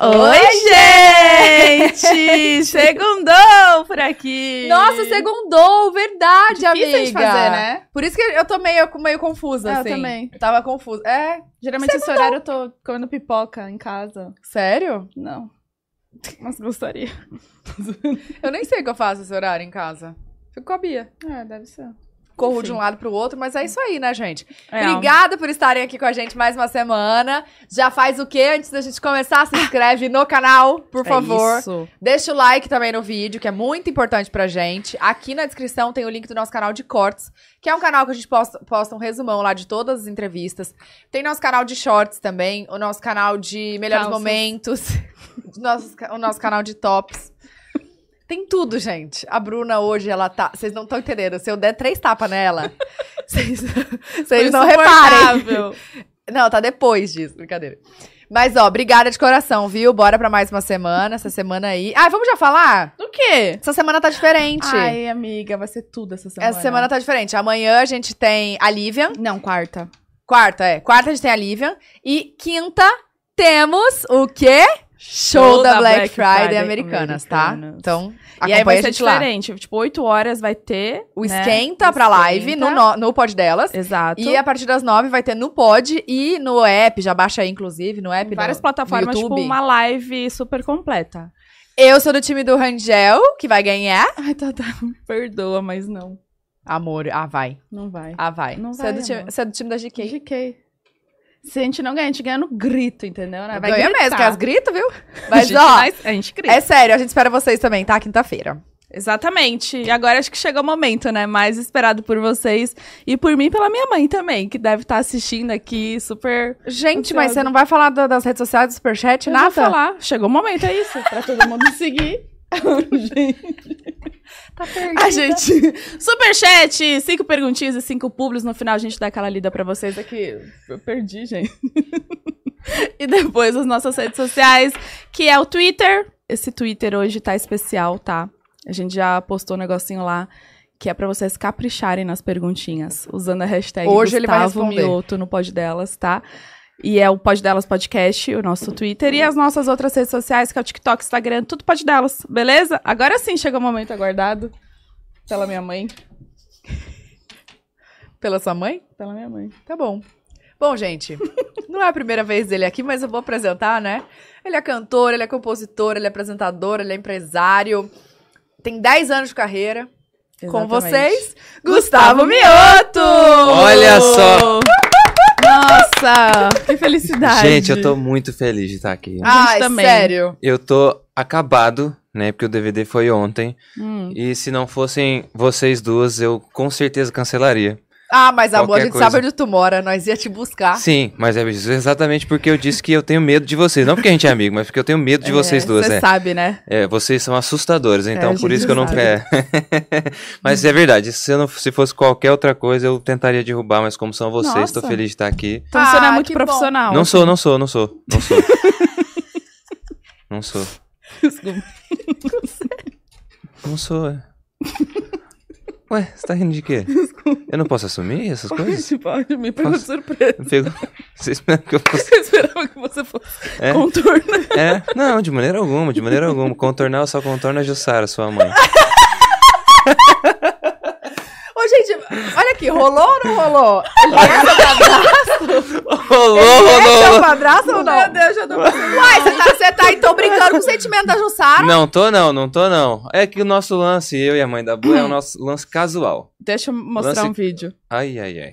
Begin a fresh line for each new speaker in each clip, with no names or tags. Oi, gente! Segundou por aqui!
Nossa, segundou, verdade,
Difícil
amiga.
de fazer, né?
Por isso que eu tô meio, meio confusa,
É, eu
assim.
também.
Eu tava confusa. É,
Geralmente esse horário eu tô comendo pipoca em casa.
sério?
Não. Mas gostaria.
Eu nem sei o que eu faço esse horário em casa. Fico com a Bia.
É, deve ser.
Corro
Enfim.
de um lado pro outro, mas é isso aí, né, gente?
É.
Obrigada por estarem aqui com a gente mais uma semana. Já faz o quê? Antes da gente começar, se inscreve no canal, por
É
favor.
isso.
Deixa o like também no vídeo, que é muito importante pra gente. Aqui na descrição tem o link do nosso canal de cortes, que é um canal que a gente posta, posta um resumão lá de todas as entrevistas. Tem nosso canal de shorts também, o nosso canal de melhores
Calças.
momentos, nosso ca- o nosso canal de tops. Tem tudo, gente. A Bruna hoje, ela tá. Vocês não estão entendendo. Se eu der três tapas nela, vocês vocês não reparem.
Insuportável.
Não, tá depois disso, brincadeira. Mas, ó, obrigada de coração, viu? Bora pra mais uma semana, essa semana aí. Ah, vamos já falar?
O quê?
Essa semana tá diferente.
Ai, amiga, vai ser tudo essa semana.
essa semana tá diferente. Amanhã a gente tem a Livian.
Não, quarta.
Quarta, é. Quarta a gente tem a Livian. E quinta temos o quê? Show, da, Black, Friday, Americanas, tá?
Americanas.
Então,
e aí
acompanha
vai
a
ser
gente lá.
diferente. Tipo, 8 horas vai ter.
O
né?
Esquenta
O
pra live no,
Esquenta.
no, no pod delas.
Exato.
E a partir das nove vai ter no pod e no app. Já baixa aí, inclusive, no app.
Em várias
no-
plataformas,
no
tipo,
YouTube.
uma live super completa.
Eu sou do time do Rangel, que vai ganhar.
Ai, Tata, me perdoa, mas não.
Amor, ah, vai.
Não vai.
Ah, vai.
Não
você,
vai,
é do time,
amor.
você é do time da GK.
GK. Se a gente não ganha, a gente ganha no grito, entendeu? Né? Vai
Ganha
gritar.
mesmo, que elas gritam, viu?
a
Mas,
gente,
ó,
faz- a gente grita.
é sério, a gente espera vocês também, tá? Quinta-feira.
Exatamente. E agora acho que chegou o momento, né? Mais esperado por vocês e por mim e pela minha mãe também, que deve estar assistindo aqui, super...
Gente,
Ansiosa.
mas você não vai falar da- das redes sociais, do superchat,
Eu vou
nada?
falar. Chegou o momento, é isso. Pra todo mundo seguir. gente.
Tá perdida.
É A gente... Superchat, cinco perguntinhas e cinco públicos. No final a gente dá aquela lida pra vocês aqui. Eu perdi, gente. e depois as nossas redes sociais, que é o Twitter. Esse Twitter hoje tá especial, tá? A gente já postou um negocinho lá que é pra vocês capricharem nas perguntinhas, usando a hashtag
Hoje ele vai
Gustavo
responder.
Mioto no pod delas, tá? E é o Pod Delas Podcast, o nosso Twitter, e as nossas outras redes sociais, que é o TikTok, Instagram, tudo Pod Delas, beleza? Agora sim chega o momento aguardado. Pela minha mãe.
Pela sua mãe?
Pela minha mãe.
Tá bom. Bom, gente, não é a primeira vez dele aqui, mas eu vou apresentar, né? Ele é cantor, ele é compositor, ele é apresentador, ele é empresário. Tem 10 anos de carreira. Com vocês, Gustavo Mioto!
Olha só!
Nossa, que felicidade.
Gente, eu tô muito feliz de estar aqui.
Ai,
também.
sério.
Eu tô acabado, né? Porque o DVD foi ontem.
Hum.
E se não fossem vocês duas, eu com certeza cancelaria.
Ah, mas amor, a
Qualquer
gente
coisa.
sabe onde tu mora, nós ia te
Ah.
buscar.
Sim, mas é exatamente porque eu disse que eu tenho medo de vocês. Não porque a gente é amigo, mas porque eu tenho medo de vocês
É,
duas,
Você
é.
sabe, né?
É, vocês são assustadores, então
a
por
gente
isso que eu não
sabe.
quero. mas é verdade, se, eu não, se fosse qualquer outra coisa, eu tentaria derrubar, mas como são vocês, tô
Nossa.
feliz de estar aqui.
Então você não é
Ah,
muito
que bom.
profissional.
Não sou, não sou, não sou, não sou. não sou.
Desculpa.
Não sou. é. Ué, você tá rindo de quê? Eu não posso assumir essas coisas?
Pode, pode, me pegou de
Nossa.
surpresa.
Eu Pego... Você espera que eu fosse.
Eu esperava que você fosse
É.
contornar.
É, não, de maneira alguma, de maneira alguma. Contornar eu só contorna a Jussara, sua mãe.
Ô, gente, olha aqui, rolou ou não rolou?
Rolou,
É seu
rolou!
padrasto ou não?
Meu Deus, já tô
Uai, você tá, você tá então brincando com o sentimento da Jussara?
Não, tô não, não tô não. É que o nosso lance, eu e a mãe da Bu, é o nosso lance casual.
Deixa eu mostrar
Lance-
um vídeo.
Ai, ai, ai.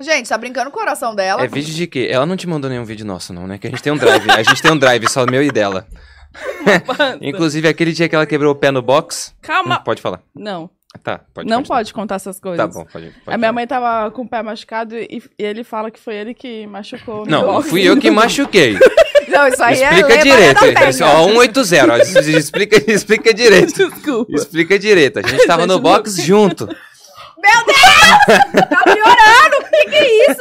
Gente, tá brincando com o coração dela.
É vídeo de quê? Ela não te mandou nenhum vídeo nosso, não, né? Que a gente tem um drive. A gente tem um drive, só meu e dela. Inclusive, aquele dia que ela quebrou o pé no box. Hum,
Calma.
pode falar.
Não,
Tá, pode
não
continuar.
pode contar essas coisas.
Tá bom, pode. pode
a minha mãe tava com o pé machucado e, e ele fala que foi ele que machucou. o
Não, não
negócio.
fui eu que machuquei.
Não,
Tá
isso aí
explica
é
direito.
lei da
Isso, Ó,
penha.
180. ó, es- explica, explica direito.
Desculpa.
Explica direito. A gente tava no
Gente,
box junto.
Tá piorando. O que, que é isso,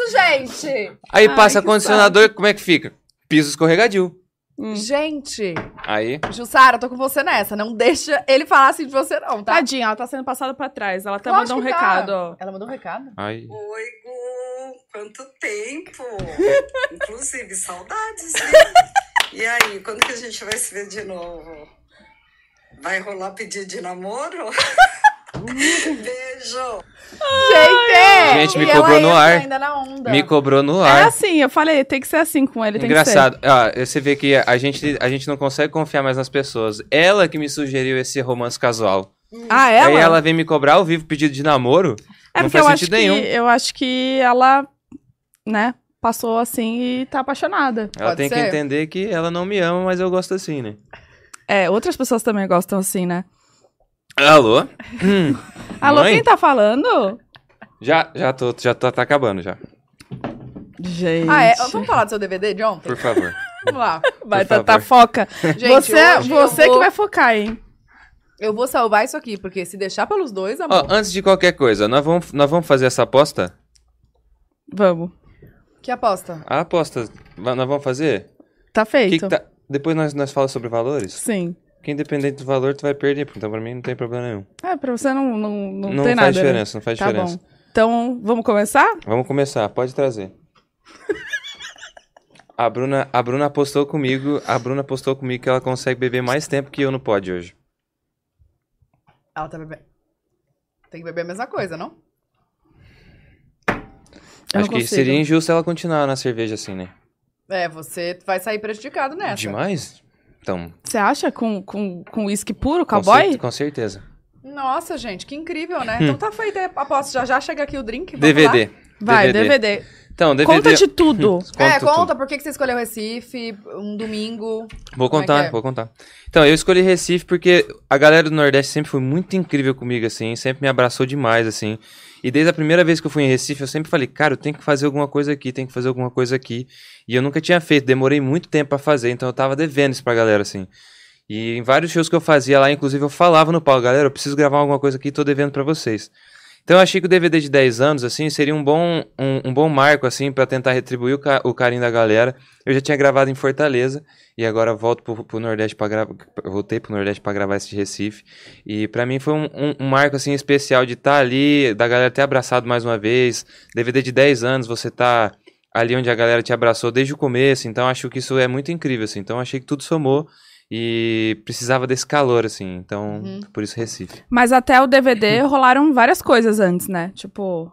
gente?
Aí
Ai,
passa
que
condicionador, como é que fica? Piso escorregadio.
Hum.
Gente,
Aí.
Jussara, eu tô com você nessa. Não deixa ele falar assim de você, não, tá?
Tadinha, ela tá sendo passada pra trás. Ela tá
Lógico
mandando um
que tá.
recado, ó.
Ela mandou um recado?
Aí.
Oi, Gu! Quanto tempo! Inclusive, saudades, né? E aí, quando que a gente vai se ver de novo? Vai rolar pedido de namoro? Beijo!
Gente!
Gente, me
e ela
cobrou no
entra
ar.
Ainda na onda.
Me cobrou no
É
ar.
assim, eu falei, tem que ser assim com ele, tem
Engraçado. Ah, você vê que a gente, a gente não consegue confiar mais nas pessoas. Ela que me sugeriu esse romance casual.
Ah,
Aí ela vem me cobrar ao vivo pedido de namoro.
que ser. É
não
porque
faz
eu acho,
sentido nenhum.
que, eu acho que ela, né, passou assim e tá apaixonada.
Ela
Pode
tem que
ser.
entender que ela não me ama, mas eu gosto assim, né?
É, outras pessoas também gostam assim, né?
Alô? Hum.
Alô,
Mãe?
quem tá falando?
Já, já tô, já tô, tá acabando já.
Gente.
Ah, é? Vamos falar do seu DVD, John?
Por favor.
Tá
Vamos lá.
Vai,
Por favor.
Tata, foca.
Gente,
você é
hoje
você
eu vou-
que vai focar, hein?
Eu vou salvar isso aqui, porque se deixar pelos dois, amor.
Ó, antes de qualquer coisa, nós vamos, nós vamos fazer essa aposta?
Vamos.
ah.
Que aposta?
A aposta, va- nós vamos fazer?
Tá
Que
feito.
que tá- Depois nós, nós falamos sobre valores?
Sim.
Que independente do valor, tu vai perder. Então pra mim não tem problema nenhum.
É, pra você não, não, não,
Não,
tem
faz
nada. né?
diferença, não faz
Tá
diferença.
bom. Então, vamos começar?
Vamos começar, pode trazer. A Bruna, a Bruna apostou comigo, a Bruna apostou comigo que ela consegue beber mais tempo que eu no pod hoje.
Ela tá bebendo. Tem que beber a mesma coisa, não?
Eu
Acho
não
que
consigo.
seria injusto ela continuar na cerveja assim, né?
É, você vai sair prejudicado nessa.
Demais? Então,
Você acha com com com uísque puro,
com,
cowboy?
cer- com certeza.
Nossa, gente, que incrível,
Hum.
né? Então tá feita a aposta. Já já chega aqui o drink. vamos
DVD.
Vai, DVD.
Então, DVD.
Conta de tudo.
Conto
lá? É,
tudo.
conta por que que você escolheu Recife, um domingo.
Vou
Como é
contar,
que é?
vou contar. Então, eu escolhi Recife porque a galera do Nordeste sempre foi muito incrível comigo, assim, sempre me abraçou demais, assim. E desde a primeira vez que eu fui em Recife, eu sempre falei, cara, eu tenho que fazer alguma coisa aqui, tenho que fazer alguma coisa aqui. E eu nunca tinha feito, demorei muito tempo pra fazer, então eu tava devendo isso pra galera, assim. E em vários shows que eu fazia lá, inclusive eu falava no pau, galera, eu preciso gravar alguma coisa aqui, tô devendo pra vocês. Então eu achei que o DVD de 10 anos, assim, seria um bom, um, um bom marco, assim, para tentar retribuir o, ca- o carinho da galera. Eu já tinha gravado em Fortaleza, e agora eu volto pro, pro Nordeste para gravar. Voltei pro Nordeste pra gravar esse de Recife. E pra mim foi um, um- um marco assim especial de estar ali, da galera ter abraçado mais uma vez. DVD de 10 anos, você tá ali onde a galera te abraçou desde o começo. Então acho que isso é muito incrível, assim. Então achei que tudo somou e precisava desse calor, assim. Então,
Uhum.
por isso Recife.
Mas até o DVD rolaram várias coisas antes, né? Tipo,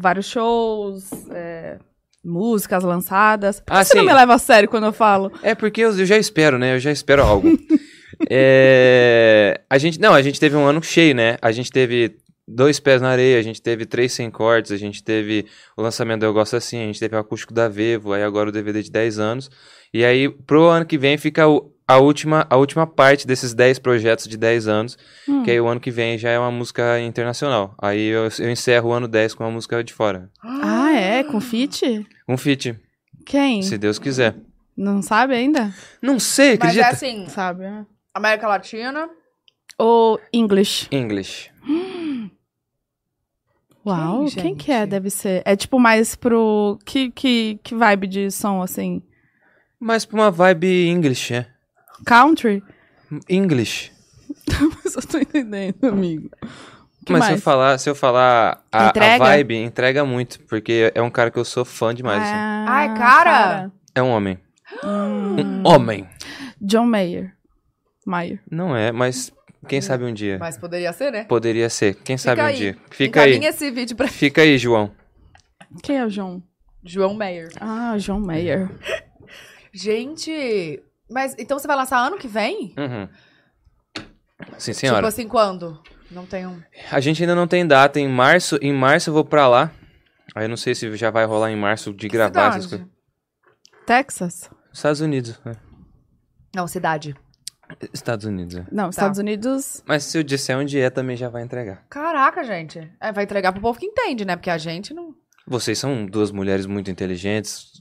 vários shows, é, músicas lançadas. Por que
Ah,
você não
sim.
me leva a sério quando eu falo?
É porque eu, eu já espero, né? Eu já espero algo. É, a gente, não, a gente teve um ano cheio, né? A gente teve dois pés na areia, a gente teve três sem cortes, a gente teve o lançamento do Eu Gosto Assim, a gente teve o acústico da Vevo, aí agora o DVD de 10 anos. E aí, pro ano que vem, fica o- a, última, a última parte desses 10 projetos de 10 anos,
Hum.
que aí o ano que vem já é uma música internacional. Aí eu, eu encerro o ano 10 com uma música de fora.
Ah, é? Com feat?
Um feat,
Quem?
se Deus quiser.
Não sabe ainda?
Não sei,
Mas
acredita?
é assim,
Sabe, né?
América Latina.
Ou English.
English.
Uau,
Quem,
quem que é?
gente?
Deve ser. É tipo mais pro. Que, que, que vibe de som, assim?
Mas pra uma vibe English, é.
Country?
English.
Mas eu tô entendendo, amigo. Que
Mas se
mais?
eu falar, se eu falar a, a
Entrega?
vibe, entrega muito, porque é um cara que eu sou fã demais. assim.
Ah,
Ai, cara!
É um homem.
Hum.
Um homem.
John Mayer. Mayer.
Não é, mas quem sabe um dia.
Mas poderia ser, né?
Poderia ser. Quem sabe um
aí.
dia. Fica aí.
Encaminha esse vídeo pra
Fica aí, João.
Quem é o John?
João Meyer.
Ah, John Mayer.
Gente, mas então você vai lançar ano que vem?
Uhum. Sim,
Tipo
senhora.
assim, quando? Não tem um.
assim-
A gente ainda não tem data. Em março, em março eu vou pra lá. Aí eu não sei se já vai rolar em março de
tá
gravar essas
Cidade.
coisas.
Texas?
Estados Unidos. né?
Não, cidade.
Estados Unidos. é.
Tá.
Não, Estados Unidos.
Mas se eu disser onde é, também já vai entregar.
Caraca, gente. É, vai entregar pro povo que entende, né? Porque a gente não.
Vocês são duas mulheres muito inteligentes,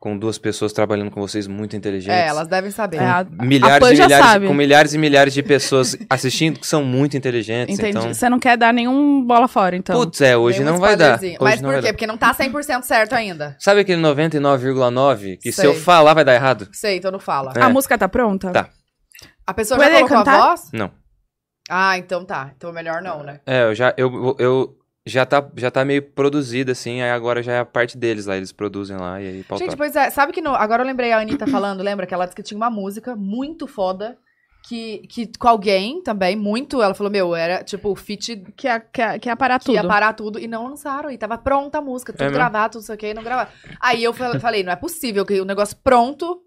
com duas pessoas trabalhando com vocês muito inteligentes.
É, elas devem saber.
É, a- a
Milhares
Pan
e
já
milhares,
sabe.
com milhares e milhares de pessoas assistindo que são muito inteligentes,
Entendi.
então...
Você não quer dar nenhum bola fora, então.
Putz, é, hoje
Tem um
não vai dar. Hoje
spoilerzinho. Mas
não
por
vai
quê?
dar.
Porque não tá 100% certo ainda.
Sabe aquele 99,9 que se
Sei.
eu falar vai dar errado?
Sei, então não fala.
É.
A música tá pronta?
Tá.
A pessoa
Pode
já colocou
cantar?
a voz?
Não.
Ah, então tá. Então melhor não, né?
É, eu já... Eu, eu já tá, já tá meio produzida, assim, aí agora já é a parte deles lá, eles produzem lá e aí pautaram.
Gente, pois é, sabe que no- agora eu lembrei a Anitta falando, lembra que ela disse que tinha uma música muito foda que, que com alguém também, muito, ela falou, meu, era tipo o feat
Que ia, que ia, que ia parar
que
tudo.
ia parar tudo e não lançaram, e tava pronta a música, tudo
É mesmo?
gravado, tudo isso aqui, e não gravado. Aí eu fal- falei, não é possível que o negócio pronto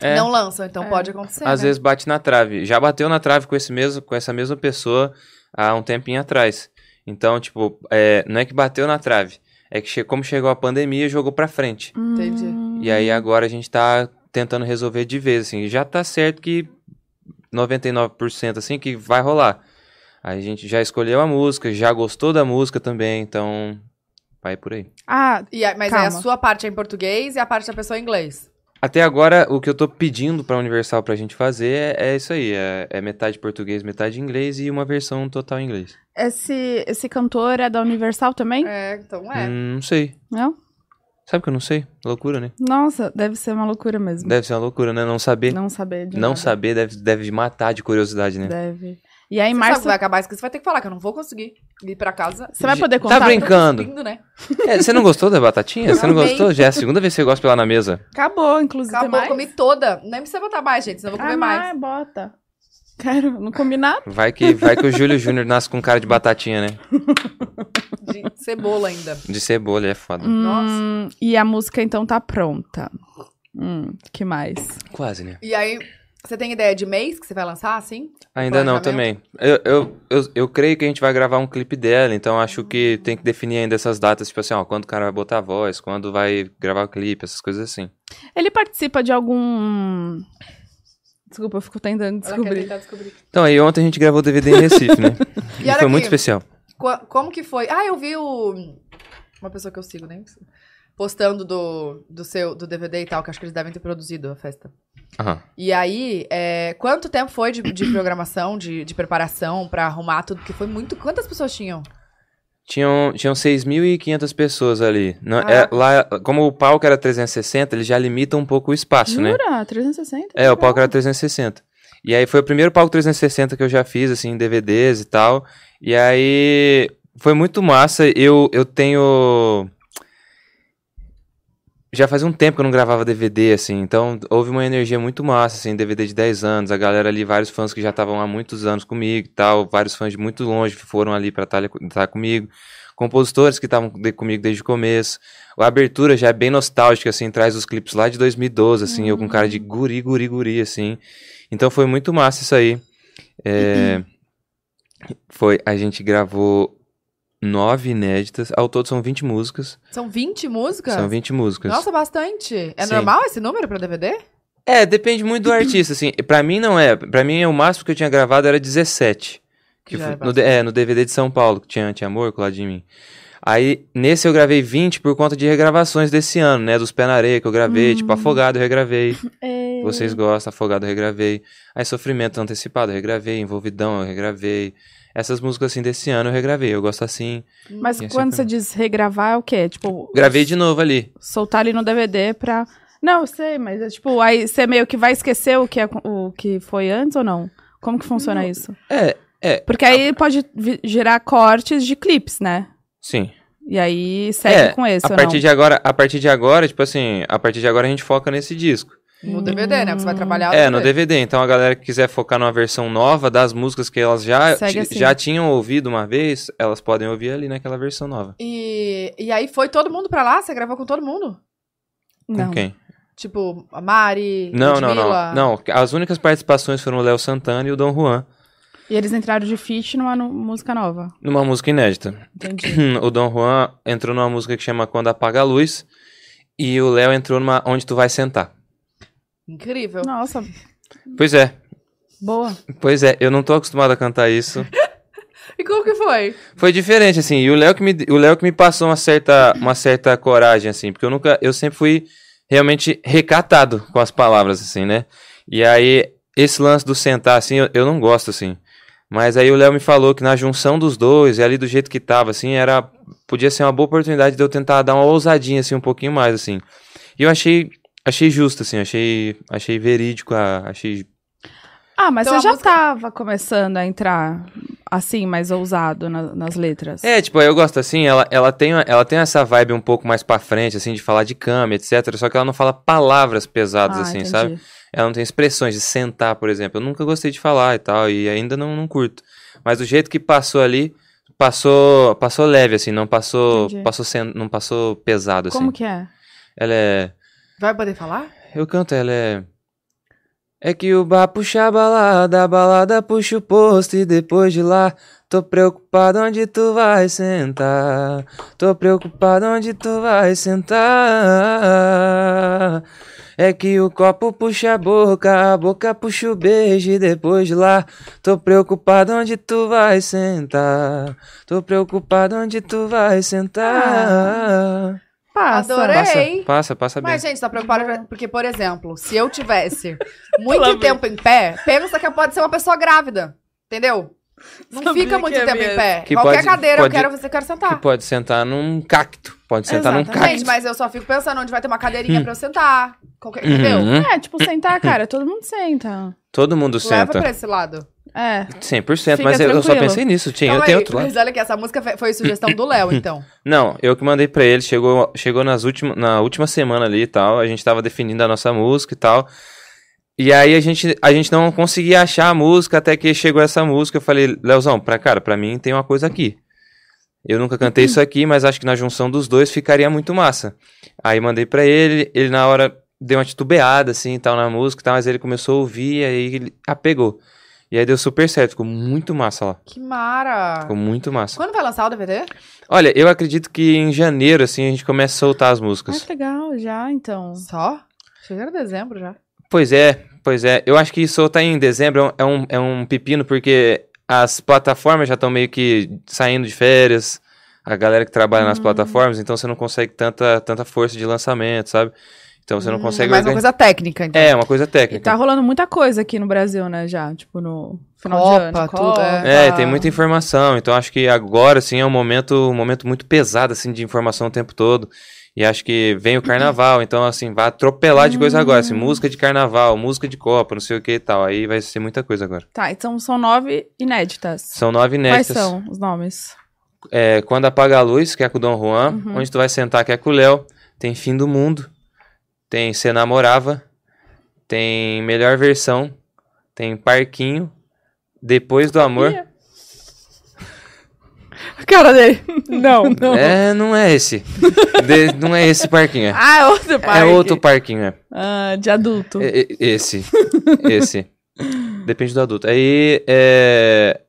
É.
não lançam, então
É.
pode acontecer,
Às
né?
vezes bate na trave. Já bateu na trave com, esse mesmo, com essa mesma pessoa há um tempinho atrás. Então, tipo, é, não é que bateu na trave. É que che- como chegou a pandemia, jogou pra frente.
Hum.
Entendi.
Uhum.
E aí agora a gente tá tentando resolver de vez, assim. Já tá certo que 99% assim que vai rolar. Aí a gente já escolheu a música, já gostou da música também, então vai por aí.
Ah,
E a- mas aí a
Calma.
sua parte é em português e a parte da pessoa é em inglês.
Até agora, o que eu tô pedindo pra Universal pra gente fazer é, é isso aí. É, é metade português, metade inglês e uma versão total em inglês.
esse, esse cantor é da Universal também?
É, então é.
Hum, não sei.
Não?
Sabe que eu não sei? Loucura, né?
Nossa, deve ser uma loucura mesmo.
Deve ser uma loucura, né? Não saber. Não,
Não saber de nada.
saber deve, deve matar de curiosidade, né?
Deve. E aí,
Você sabe
março.
que vai acabar isso que você vai ter que falar, que eu não vou conseguir ir pra casa.
Você vai poder
Tá
contar?
brincando? Brincando.
Lindo, né?
É, você não gostou da batatinha? Você não
Amei.
gostou? Já é a segunda vez que você gosta lá na mesa.
Acabou, inclusive. tem
Acabou,
mais?
comi toda. Nem precisa botar mais, gente, senão eu vou comer
ah,
mais.
Não, bota. Quero, não comi nada.
Vai que, vai que o Júlio Júnior nasce com cara de batatinha, né?
De cebola ainda.
De cebolha, é foda.
Hum. Nossa. E a música então tá pronta. Hum, que mais?
Quase, né?
E aí, você tem ideia de mês que você vai lançar, assim?
Ainda não também.
Planejamento.
Eu, eu, eu, eu creio que a gente vai gravar um clipe dela, então acho que tem que definir ainda essas datas, tipo assim, ó, quando o cara vai botar a voz, quando vai gravar o clipe, essas coisas assim.
Ele participa de algum. Desculpa, eu fico tentando
Ela quer
descobrir.
tentar descobrir.
Então, aí ontem a gente gravou o DVD em Recife, né?
E
E
olha
foi
aqui.
muito especial.
Co- como que foi? Ah, eu vi o... Uma pessoa que eu sigo, né? Postando do, do seu do DVD e tal, que acho que eles devem ter produzido a festa.
Aham.
E aí, é, quanto tempo foi de, de programação, de, de preparação pra arrumar tudo? Porque foi muito. Quantas pessoas tinham?
Tinham, tinham 6.500 pessoas ali. Não, é,
Caraca.
lá, como o palco era 360, ele já limita um pouco o espaço, né?
Jura? 360?
É, o palco era 360. E aí foi o primeiro palco 360 que eu já fiz, assim, em DVDs e tal. E aí foi muito massa. Eu, eu tenho. Já fazia um tempo que eu não gravava DVD, assim, então houve uma energia muito massa, assim, DVD de 10 anos, a galera ali, vários fãs que já estavam há muitos anos comigo e tal, vários fãs de muito longe foram ali pra estar comigo, compositores que estavam de- comigo desde o começo, a abertura já é bem nostálgica, assim, traz os clipes lá de 2012, assim, eu
Uhum.
com cara de guri, guri, guri, assim. Então foi muito massa isso aí. É, foi, a gente gravou nove inéditas, ao todo são 20 músicas.
São 20 músicas?
São 20 músicas.
Nossa, bastante. É
Sim.
normal esse número pra DVD?
É, depende muito do artista, assim. Pra mim não é, pra mim o máximo que eu tinha gravado era 17. Que
Já
foi-
é
no, D- é, no DVD de São Paulo, que tinha Anti Amor colado de mim. Aí, nesse eu gravei 20 por conta de regravações desse ano, né? Dos Pé na Areia que eu gravei, tipo Afogado eu regravei.
É.
Vocês gostam, Afogado eu regravei. Aí Sofrimento Antecipado eu regravei, Envolvidão eu regravei. Essas músicas assim desse ano eu regravei, eu gosto assim.
Mas
E essa
quando
foi-
você diz regravar, é o quê? Tipo,
Gravei de novo ali.
soltar ele no DVD pra. Não, eu sei, mas é tipo, aí você meio que vai esquecer o que, é, o que foi antes ou não? Como que funciona isso?
É,
Porque aí pode vi- gerar cortes de clipes, né?
sim.
E aí segue
É,
com esse,
A
ou
partir
não?
de agora, a partir de agora, tipo assim, a partir de agora a gente foca nesse disco.
No DVD, né? Porque você vai trabalhar.
É, no DVD. Então a galera que quiser focar numa versão nova das músicas que elas já,
Segue
ti-
assim.
já tinham ouvido uma vez, elas podem ouvir ali naquela versão nova.
E, e aí foi todo mundo pra lá? Você gravou com todo mundo?
Não.
Com quem?
Tipo, a Mari,
Não, não,
Ludmilla?
não. Não, as únicas participações foram o Léo Santana e o Dom Juan,
E eles entraram de feat numa nu- música nova.
numa música inédita.
Entendi.
o Dom Juan entrou numa música que chama Quando Apaga a Luz e o Léo entrou numa Onde Tu Vai Sentar. Então,
Incrível.
Nossa,
Pois é,
boa.
pois é, eu não tô acostumado a cantar isso.
E como que foi?
Foi diferente, assim. E o Léo que me, o Léo que me passou uma certa, uma certa coragem, assim. Porque eu nunca. Eu sempre fui realmente recatado com as palavras, assim, né? E aí, esse lance do sentar, assim, eu, eu não gosto, assim. Mas aí o Léo me falou que na junção dos dois, e ali do jeito que tava, assim, era. Podia ser uma boa oportunidade de eu tentar dar uma ousadinha, assim, um pouquinho mais, assim. E eu achei. Achei justo, assim, achei. Achei verídico, a- achei.
Ah, mas
Então, a
você já
música-
tava começando a entrar assim, mais ousado na- nas letras.
É, tipo, eu gosto assim, ela, ela, tem, ela tem essa vibe um pouco mais pra frente, assim, de falar de cama, etc. Só que ela não fala palavras pesadas,
Ah,
assim,
entendi.
sabe? Ela não tem expressões de sentar, por exemplo. Eu nunca gostei de falar e tal, e ainda não, não curto. Mas do jeito que passou ali, passou passou leve, assim, não passou
Entendi.
passou sen- não passou pesado, assim.
Como que é?
Ela é...
Vai poder falar?
Eu canto, ela é... É que o bar puxa a balada, a balada puxa o posto e depois de lá... Tô preocupado onde tu vai sentar. Tô preocupado onde tu vai sentar. É que o copo puxa a boca, a boca puxa o beijo e depois de lá. Tô preocupado onde tu vai sentar. Tô preocupado onde tu vai sentar.
Passa.
Adorei.
Passa,
Ah. Ei.
passa, passa bem.
Mas, gente, tá preocupada? Porque, por exemplo, se eu tivesse
Ela
muito
vê.
tempo em pé, pensa que pode ser uma pessoa grávida. Entendeu? Não
Sabia
fica muito
que ia
tempo em
mesmo.
pé.
Que
Qualquer
pode-
cadeira
pode-
eu quero, você quer sentar.
Que pode sentar num cacto. Pode sentar num
Exatamente.
cacto.
Ah. Gente, mas eu só fico pensando onde vai ter uma cadeirinha pra eu sentar. Qualquer, entendeu?
Hum. Uhum.
É, tipo, sentar, cara, todo mundo senta. É.
Todo mundo
Leva
senta.
pra esse lado.
100%,
Fica
mas eu, eu só
tranquilo.
pensei nisso, tinha.
Calma
Eu tenho
aí,
outro lado.
Mas olha que essa música fe- foi sugestão do Léo, então.
Não, eu que mandei pra ele, chegou, chegou nas última, na última semana ali e tal, a gente tava definindo a nossa música e tal. E aí a gente, a gente não conseguia achar a música até que chegou essa música, eu falei, Leozão, pra, cara, pra mim tem uma coisa aqui. Eu nunca cantei isso aqui, mas acho que na junção dos dois ficaria muito massa. Aí mandei pra ele, ele na hora deu uma titubeada assim e tal na música e tal, mas ele começou a ouvir e aí ele apegou. E aí deu super certo, ficou muito massa lá,
Que mara.
ficou muito massa.
Quando vai lançar o DVD?
Olha, eu acredito que em janeiro, assim, a gente começa a soltar as
Ah,
músicas.
que legal, já, então.
Só? Chegou em dezembro já.
Pois é, pois é. Eu acho que soltar em dezembro é um, é um pepino, porque as plataformas já estão meio que saindo de férias, a galera que trabalha nas
Hum.
plataformas, então você não consegue tanta, tanta força de lançamento, sabe? Então você não
Hum,
consegue...
Mais uma
organi-
coisa técnica, então.
É, uma coisa
E
técnica.
tá rolando muita coisa aqui no Brasil, né, já, tipo, no final
Copa,
de ano.
tudo,
É, tem muita informação, então acho que agora sim é um momento, um momento muito pesado assim de informação o tempo todo. E acho que vem o carnaval, então assim, vai atropelar de coisa agora, assim, música de
Ah.
carnaval, música de copa, não sei o que e tal. Aí vai ser muita coisa agora.
Tá, então são nove inéditas.
São nove
Quais
inéditas.
são os nomes?
É, Quando apaga a luz, que é com o Dom Juan,
Uhum.
onde tu vai sentar, que é com o Léo, tem Fim do Mundo, tem Cê Namorava, tem Melhor Versão, tem Parquinho, Depois do Amor.
Cara dele. Não, não.
É, não é esse. De- não é esse parquinho. é.
Ah, é outro pai.
É outro É, parquinho, é.
Ah, de adulto.
E- e- Esse. Esse. Depende do adulto. Aí, é...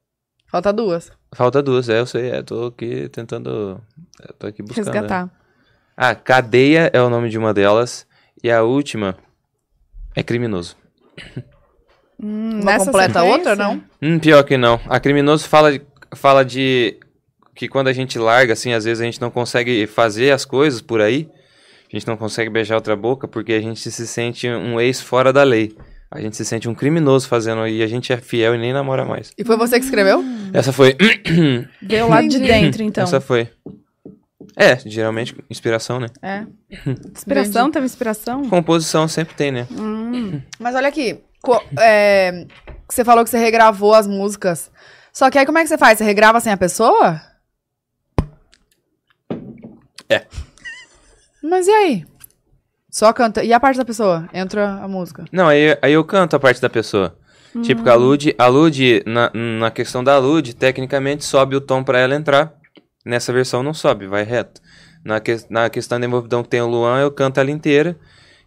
Falta duas.
Falta duas, é, eu sei. É, tô aqui tentando... é, Tô aqui buscando. né?
Resgatar.
Ah, Cadeia é o nome de uma delas. E a última é Criminoso.
Hum,
Não
nessa
completa a outra,
sequência?
não?
Hum, pior que não. A Criminoso fala de, fala de que quando a gente larga, assim, às vezes a gente não consegue fazer as coisas por aí. A gente não consegue beijar outra boca porque a gente se sente um ex fora da lei. A gente se sente um criminoso fazendo e a gente é fiel e nem namora mais.
E foi você que escreveu?
Essa foi.
Vê o lado de
Entendi.
dentro, então.
Essa foi. É, geralmente inspiração, né?
É. Inspiração,
Entendi.
teve inspiração?
Composição sempre tem, né?
Hum.
Mas olha aqui. co- é, você falou que você regravou as músicas. Só que aí como é que você faz? Você regrava sem a pessoa?
É.
Mas e aí? Só canta. E a parte da pessoa? Entra a música.
Não, aí, aí eu canto a parte da pessoa. Tipo, que a Lud, a Lud na, na questão da Lud, tecnicamente sobe o tom pra ela entrar. Nessa versão não sobe, vai reto. Na, que- na questão da envolvidão que tem o Luan, eu canto ela inteira.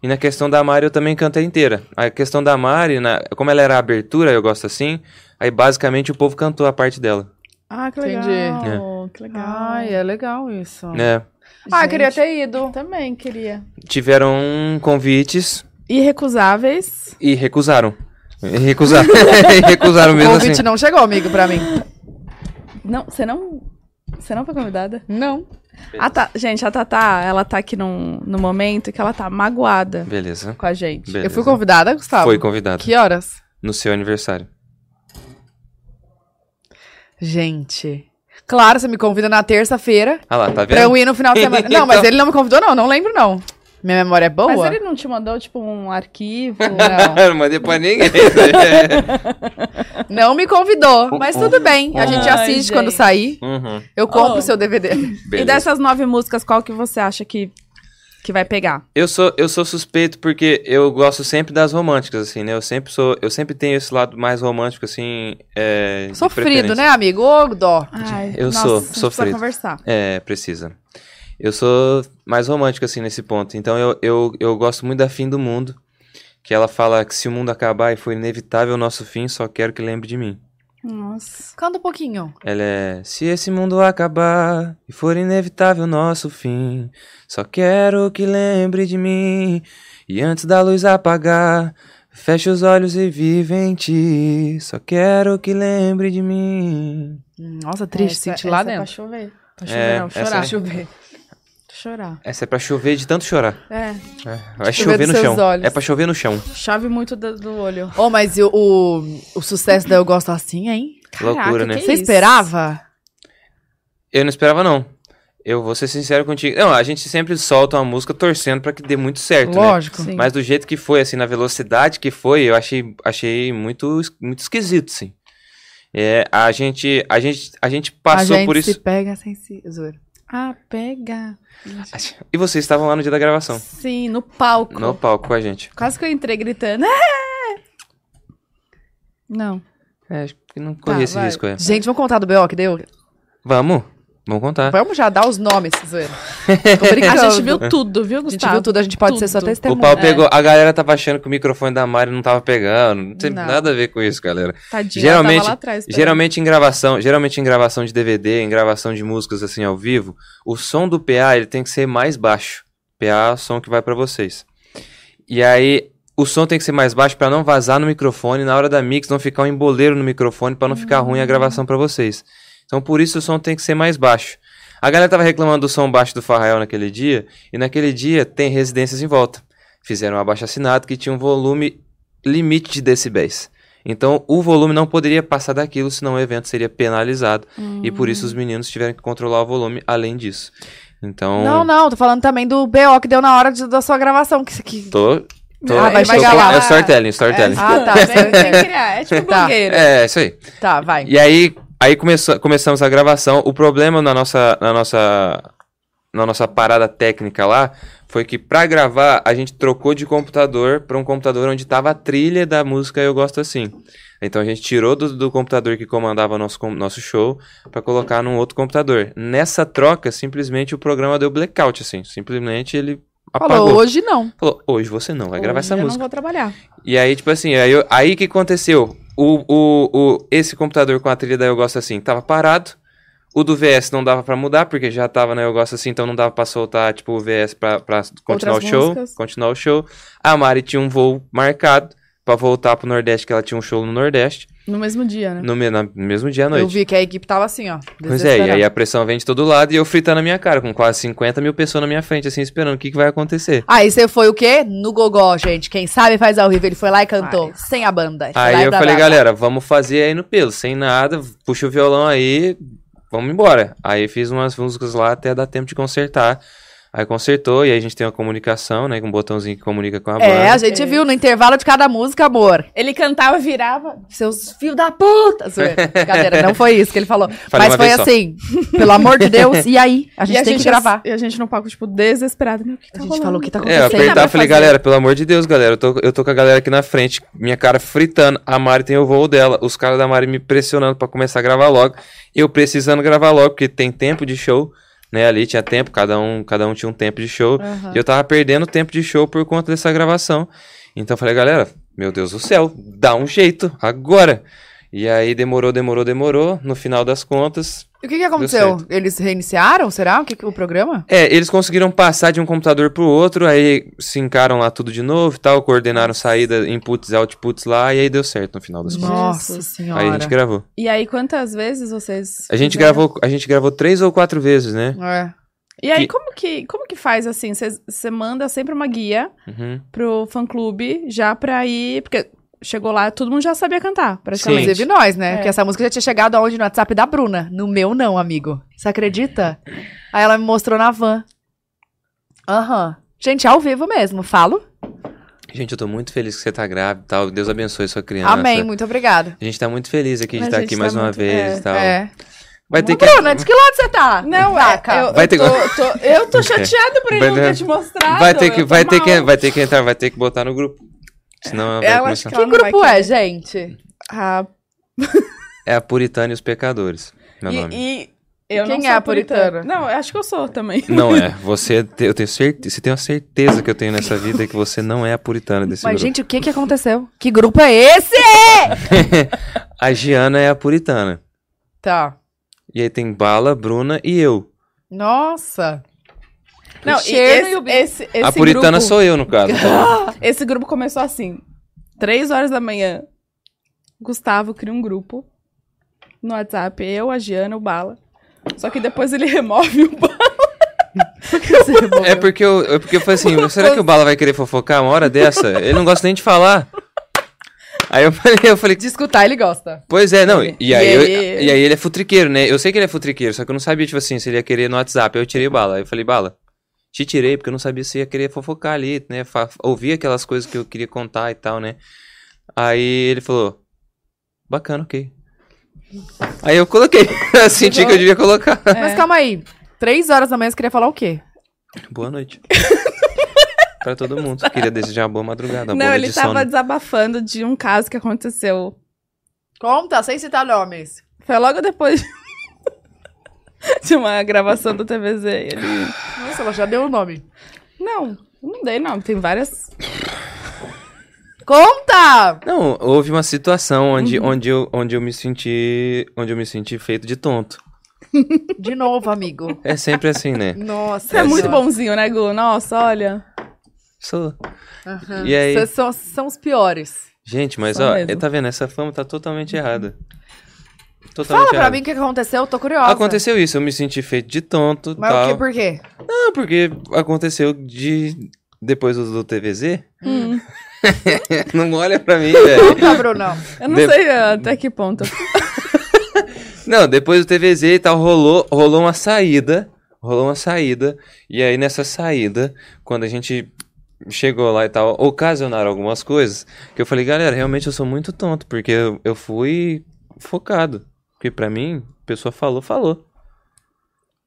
E na questão da Mari, eu também canto ela inteira. A questão da Mari, na- como ela era a abertura, eu gosto assim. Aí basicamente o povo cantou a parte dela.
Ah, que
Entendi.
legal. Que legal.
Ai, é legal isso.
né?
Ah, eu
Gente,
queria ter ido.
Também queria.
Tiveram convites
Irrecusáveis.
e recusaram. E recusaram, e recusaram
O
mesmo
convite
assim.
não chegou, amigo, pra mim.
Não, você não. Você não foi convidada?
Não.
A Ta- Ah, tá. Gente, a Tatá, ela tá aqui num, num momento que ela tá magoada
Beleza.
com a gente.
beleza.
Eu fui convidada, Gustavo.
Foi convidado.
Que horas?
No seu aniversário.
Gente. Claro, você me convida na terça-feira
Ah lá, tá vendo? Então-
pra eu ir no final de semana. Não, mas ele não me convidou, não, não lembro, não. Minha memória é boa?
Mas ele não te mandou, tipo, um arquivo?
Não.
Eu não mandei pra ninguém. né?
Não me convidou, mas tudo bem. A gente
Ai,
assiste
gente.
quando sair.
Uhum,
Eu compro
Oh.
o seu DVD.
E
beleza.
dessas nove músicas, qual que você acha que, que vai pegar?
Eu sou, eu sou suspeito porque eu gosto sempre das românticas, assim, né? Eu sempre sou, eu sempre tenho esse lado mais romântico, assim, é, de
Sofrido,
preferência.
né, amigo? Ô, dó.
Ai,
Eu
nossa,
sou-
a gente
sou
precisa
frito.
conversar.
É, precisa. Eu sou mais romântico, assim, nesse ponto. Então eu, eu, eu gosto muito da Fim do Mundo, que ela fala que se o mundo acabar e for inevitável o nosso fim, só quero que lembre de mim.
Nossa.
Canta um pouquinho.
Ela é, se esse mundo acabar e for inevitável o nosso fim, só quero que lembre de mim. E antes da luz apagar, fecha os olhos e vive em ti. Só quero que lembre de mim.
Nossa, triste,
Essa-
senti lá
essa é Pra
dentro.
chover. Pra
É,
chover, não.
essa
Chorar.
é.
Chover. Chorar.
Essa é pra chover de tanto chorar.
É.
É, vai
Chover
chover
dos
no
seus
chão.
olhos.
É pra chover no chão.
Chove muito do, do olho.
Ô, mas o, o, o sucesso da Eu Gosto Assim, hein?
Caraca,
Loucura, né?
que
Você
isso.
esperava?
Eu não esperava, não. Eu vou ser sincero contigo. Não, a gente sempre solta uma música torcendo pra que dê muito certo, né?
Lógico.
Sim.
Mas do jeito que foi, assim, na velocidade que foi, eu achei, achei muito, es- muito esquisito, sim. É, a gente, a gente, a gente passou
a gente
por
se
isso. É
pega sem se... Zoeira.
Ah, pega.
E vocês estavam lá no dia da gravação,
Sim, Então. no palco.
no palco com a gente.
Quase que eu entrei gritando. "Ah!" Não.
É, acho que não corri esse
vai.
risco, é.
Gente, vamos contar do B.O. que deu?
Vamos, vamos contar.
Vamos já dar os nomes, Zoeira. Tô brincando.
Então, A gente viu tudo, viu,
A gente
Gustavo?
viu tudo, a gente pode ser só
Tudo.
O
testemunha.
pau pegou. A galera tava achando que o microfone da Mari não tava pegando. Não tem
Não.
nada a ver com isso, galera.
Tadinho,
Geralmente-
ela tava lá atrás. esperando.
Geralmente em gravação, geralmente em gravação de DVD, em gravação de músicas assim ao vivo, o som do PA ele tem que ser mais baixo. PA é o som que vai pra vocês. E aí o som tem que ser mais baixo pra não vazar no microfone na hora da mix, não ficar um emboleiro no microfone pra não ficar ruim a gravação pra vocês. Então por isso o som tem que ser mais baixo. A galera tava reclamando do som baixo do Farrael naquele dia, e naquele dia tem residências em volta. Fizeram um abaixo assinado que tinha um volume limite de decibéis. Então, o volume não poderia passar daquilo, senão o evento seria penalizado. E por isso
Hum.
os meninos tiveram que controlar o volume além disso. Então,
É. Não, não, tô falando também do BO que deu na hora de- da sua gravação. Que, que...
tô. tô
Ah, vai
tô
chegar
com-
lá.
É storytelling, storytelling.
Ah, tá.
Tem, tem que criar. É tipo
Tá.
blogueira.
É, isso aí.
Tá, vai.
E aí, aí começou- começamos a gravação. O problema na nossa, na nossa, na nossa parada técnica lá foi que pra gravar a gente trocou de computador pra um computador onde tava a trilha da música Eu Gosto Assim. Então a gente tirou do, do computador que comandava nosso, com- nosso show pra colocar num outro computador. Nessa troca, simplesmente o programa deu blackout, assim. Simplesmente ele apagou.
Falou, hoje não.
Falou, hoje você não vai gravar
Hoje
essa
eu
música.
não vou trabalhar.
E aí, tipo assim, aí, eu- aí que aconteceu? O, o, o, esse computador com a trilha da Eu Gosto Assim tava parado. O do VS não dava pra mudar, porque já tava na Eu Gosto Assim, então não dava pra soltar, tipo, o VS pra, pra continuar
Outras
o show.
músicas.
Continuar o show. A Mari tinha um voo marcado pra voltar pro Nordeste, que ela tinha um show no Nordeste.
No mesmo dia, né?
No, me- na- no mesmo dia à
Eu
noite.
vi que a equipe tava assim, ó.
Pois é, e aí
desesperada.
a pressão vem de todo lado e eu fritando a minha cara, com quase 50 mil pessoas na minha frente, assim, esperando o que, que vai acontecer.
Aí você foi o quê? No gogó, gente. Quem sabe faz ao vivo. Ele foi lá e cantou.
Faz.
Sem a banda. Foi lá
Aí
e
eu
blá,
falei,
blá, blá.
galera, vamos fazer aí no pelo, sem nada, puxa o violão aí, vamos embora. Aí fiz umas músicas lá até dar tempo de consertar. Aí consertou, e aí a gente tem uma comunicação, né, com um botãozinho que comunica com a
É, a
banda.
gente
É.
viu no intervalo de cada música, amor.
Ele cantava, virava.
Seus filhos da puta! Zoeira. Brincadeira, não foi isso que ele falou. Mas
Falei uma
foi
vez só.
assim, pelo amor de Deus, e aí? A gente é
e a
tem
gente
que gravar.
E a gente no palco, tipo, desesperado. Meu, o que tá
A gente
rolando?
falou, o que tá
É, eu
O que dá
apertava
pra
e falei,
fazer?
galera, pelo amor de Deus, galera, eu tô, eu tô com a galera aqui na frente, minha cara fritando, a Mari tem o voo dela, os caras da Mari me pressionando pra começar a gravar logo, eu precisando gravar logo, porque tem tempo de show, né, ali tinha tempo, cada um, cada um tinha um tempo de show,
Aham.
E eu tava perdendo tempo de show por conta dessa gravação. Então eu falei, galera, meu Deus do céu, dá um jeito, agora. E aí demorou, demorou, demorou. No final das contas.
E o que, que aconteceu? Eles reiniciaram, será? O que, que- o programa?
É, eles conseguiram passar de um computador pro outro, aí se encaram lá tudo de novo e tal, coordenaram saída, inputs e outputs lá, e aí deu certo no final das contas.
Nossa
Jesus.
senhora.
Aí a gente gravou.
E aí, quantas vezes vocês.
A gente
fizeram?
gravou, a gente gravou três ou quatro vezes, né?
É.
E aí,
que-
como, que, como que faz assim? Você manda sempre uma guia
Uhum.
pro fã-clube já pra ir. Porque chegou lá, todo mundo já sabia cantar, praticamente.
Inclusive nós,
É.
né? Porque essa música já tinha chegado aonde? No WhatsApp da Bruna. No meu, não, amigo. Você acredita? Aí ela me mostrou na van. Aham. Gente, ao vivo mesmo, falo.
Gente, eu tô muito feliz que você tá grávida e tal. Deus abençoe sua criança.
Amém, muito obrigada.
A gente tá muito feliz aqui de
A
estar
gente
aqui
tá
mais uma
muito-
vez
é, né?
e tal.
É.
Vai ter
Ô,
que.
Bruna, de que lado você tá?
Não, é,
Taca.
eu,
Vai
eu
ter que-
tô, tô- eu tô chateada por ele
Vai
não
ter-
ter te mostrado.
Vai ter que,
eu tô
vai ter que,
mal.
vai ter que entrar, vai ter que botar no grupo. Senão vai
É, Eu acho
começar.
que
Que
ela não vai
grupo
querer.
é, gente?
Ah,
É a Puritana e os Pecadores. Meu nome.
e, e eu
Quem
não sou
é a
puritana.
puritana?
Não, eu acho que eu sou também.
Não é. Você, te- eu tenho certeza, você tem uma certeza que eu tenho nessa vida que você não é a puritana desse
Mas,
grupo.
gente, o que que aconteceu? Que grupo é esse?
A Giana é a puritana.
Tá.
E aí tem Bala, Bruna e eu.
Nossa.
Não, e
cheiro e
esse,
o bico.
esse, esse
a puritana
grupo,
sou eu, no caso.
Esse grupo começou assim. Três horas da manhã, Gustavo cria um grupo no WhatsApp. Eu, a Giana, o Bala. Só que depois ele remove o Bala.
é porque eu, é porque eu falei assim, será que o Bala vai querer fofocar uma hora dessa? Ele não gosta nem de falar. Aí eu falei, eu falei,
De escutar, ele gosta.
pois é, não. E aí, eu-
aí?
e aí ele é futriqueiro, né? Eu sei que ele é futriqueiro, só que eu não sabia, tipo assim, se ele ia querer no WhatsApp. Aí eu tirei o Bala. Aí eu falei, Bala, te tirei, porque eu não sabia se ia querer fofocar ali, né? Fa- ouvir aquelas coisas que eu queria contar e tal, né? Aí ele falou, bacana, ok. Aí eu coloquei. Eu senti que eu devia colocar.
É.
Mas calma aí. Três horas da manhã você queria falar o quê?
Boa noite. pra todo mundo. Queria desejar boa madrugada, boa
Não,
noite
ele
de
tava
sono.
desabafando de um caso que aconteceu.
Conta, sem citar nomes.
Foi logo depois de uma gravação do TVZ. Ele...
Nossa, ela já deu o nome.
Não, não dei não. Tem várias.
Conta!
Não, houve uma situação onde,
Uhum.
onde, eu, onde eu me senti. Onde eu me senti feito de tonto.
De novo, amigo.
É sempre assim, né?
Nossa.
Você é muito
senhora.
bonzinho, né, Gu? Nossa, olha.
Sou.
Aham.
E aí?
Vocês são, são os piores.
Gente, mas
Sou
ó,
mesmo.
tá vendo? Essa fama tá totalmente errada. Totalmente
Uhum. Fala pra
errada.
mim o que aconteceu, eu tô curiosa.
Aconteceu tá. isso, eu me senti feito de tonto.
Mas
tal.
o que, por quê?
Não, porque aconteceu de. Depois do do TVZ?
Hum.
Não olha pra mim, velho.
Conta, Tá, Brunão.
Eu não
De-
sei ah, até que ponto.
Não, depois do TVZ e tal, rolou, rolou uma saída. Rolou uma saída. E aí, nessa saída, quando a gente chegou lá e tal, ocasionaram algumas coisas. Que eu falei, galera, realmente eu sou muito tonto, porque eu, eu fui focado. Porque pra mim, a pessoa falou, falou.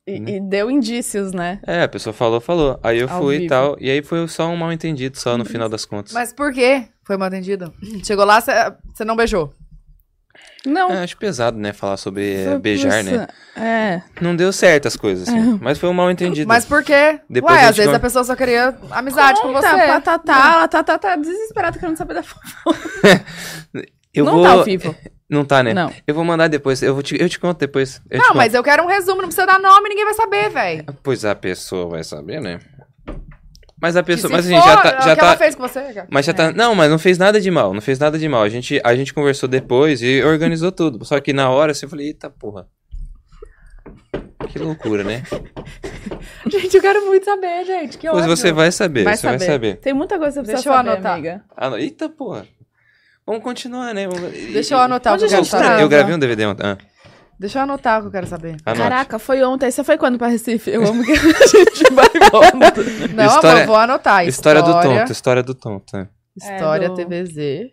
E,
Hum.
e deu indícios, né?
É, a pessoa falou, falou. Aí eu
Ao
fui e
vivo.
tal. E aí foi só um mal entendido, só no final das contas.
Mas por quê? Foi mal atendido. Chegou lá, você não beijou.
Não.
É, acho pesado, né? Falar sobre eh,
Só
beijar,
isso.
né?
É.
Não deu certo as coisas, assim. Mas foi um mal entendido.
Mas por quê?
Depois
Ué,
a gente
às vezes
come-
a pessoa só queria amizade com
Conta
você.
pra Tatá. A Tatá tá desesperada querendo saber da foto.
eu
não
vou...
tá ao vivo.
Não tá, né?
Não.
Eu vou mandar depois. Eu, vou te, eu te conto depois. Eu te
Não,
conto.
mas eu quero um resumo, não precisa dar nome, ninguém vai saber, velho.
Pois a pessoa vai saber, né? Mas a
Que
pessoa.
se
Mas a
for, é
gente já tá.
o
Já
que ela
tá
fez com você, cara.
mas já
É.
tá. Não, mas não fez nada de mal. Não fez nada de mal. A gente, a gente conversou depois e organizou tudo. Só que na hora assim, eu falei, eita porra. Que loucura, né?
Gente, eu quero muito saber, gente. Que
Pois
ódio.
você vai saber. você vai saber.
Tem muita coisa pra você
Deixa eu
saber,
anotar.
amiga.
Ah, não, Eita porra. Vamos continuar, né? Vamos-
Deixa eu anotar
Onde
o que
a
eu quero
gente
saber.
tá?
Eu gravei um DVD ontem. Ah,
Deixa eu anotar o que eu quero saber.
anote.
Caraca, foi ontem. Você foi quando pra Recife? Eu amo que a gente vai e volta.
Não, amor,
História-
eu vou anotar.
História do tonto, história do tonto. né?
História
É, do-
TVZ.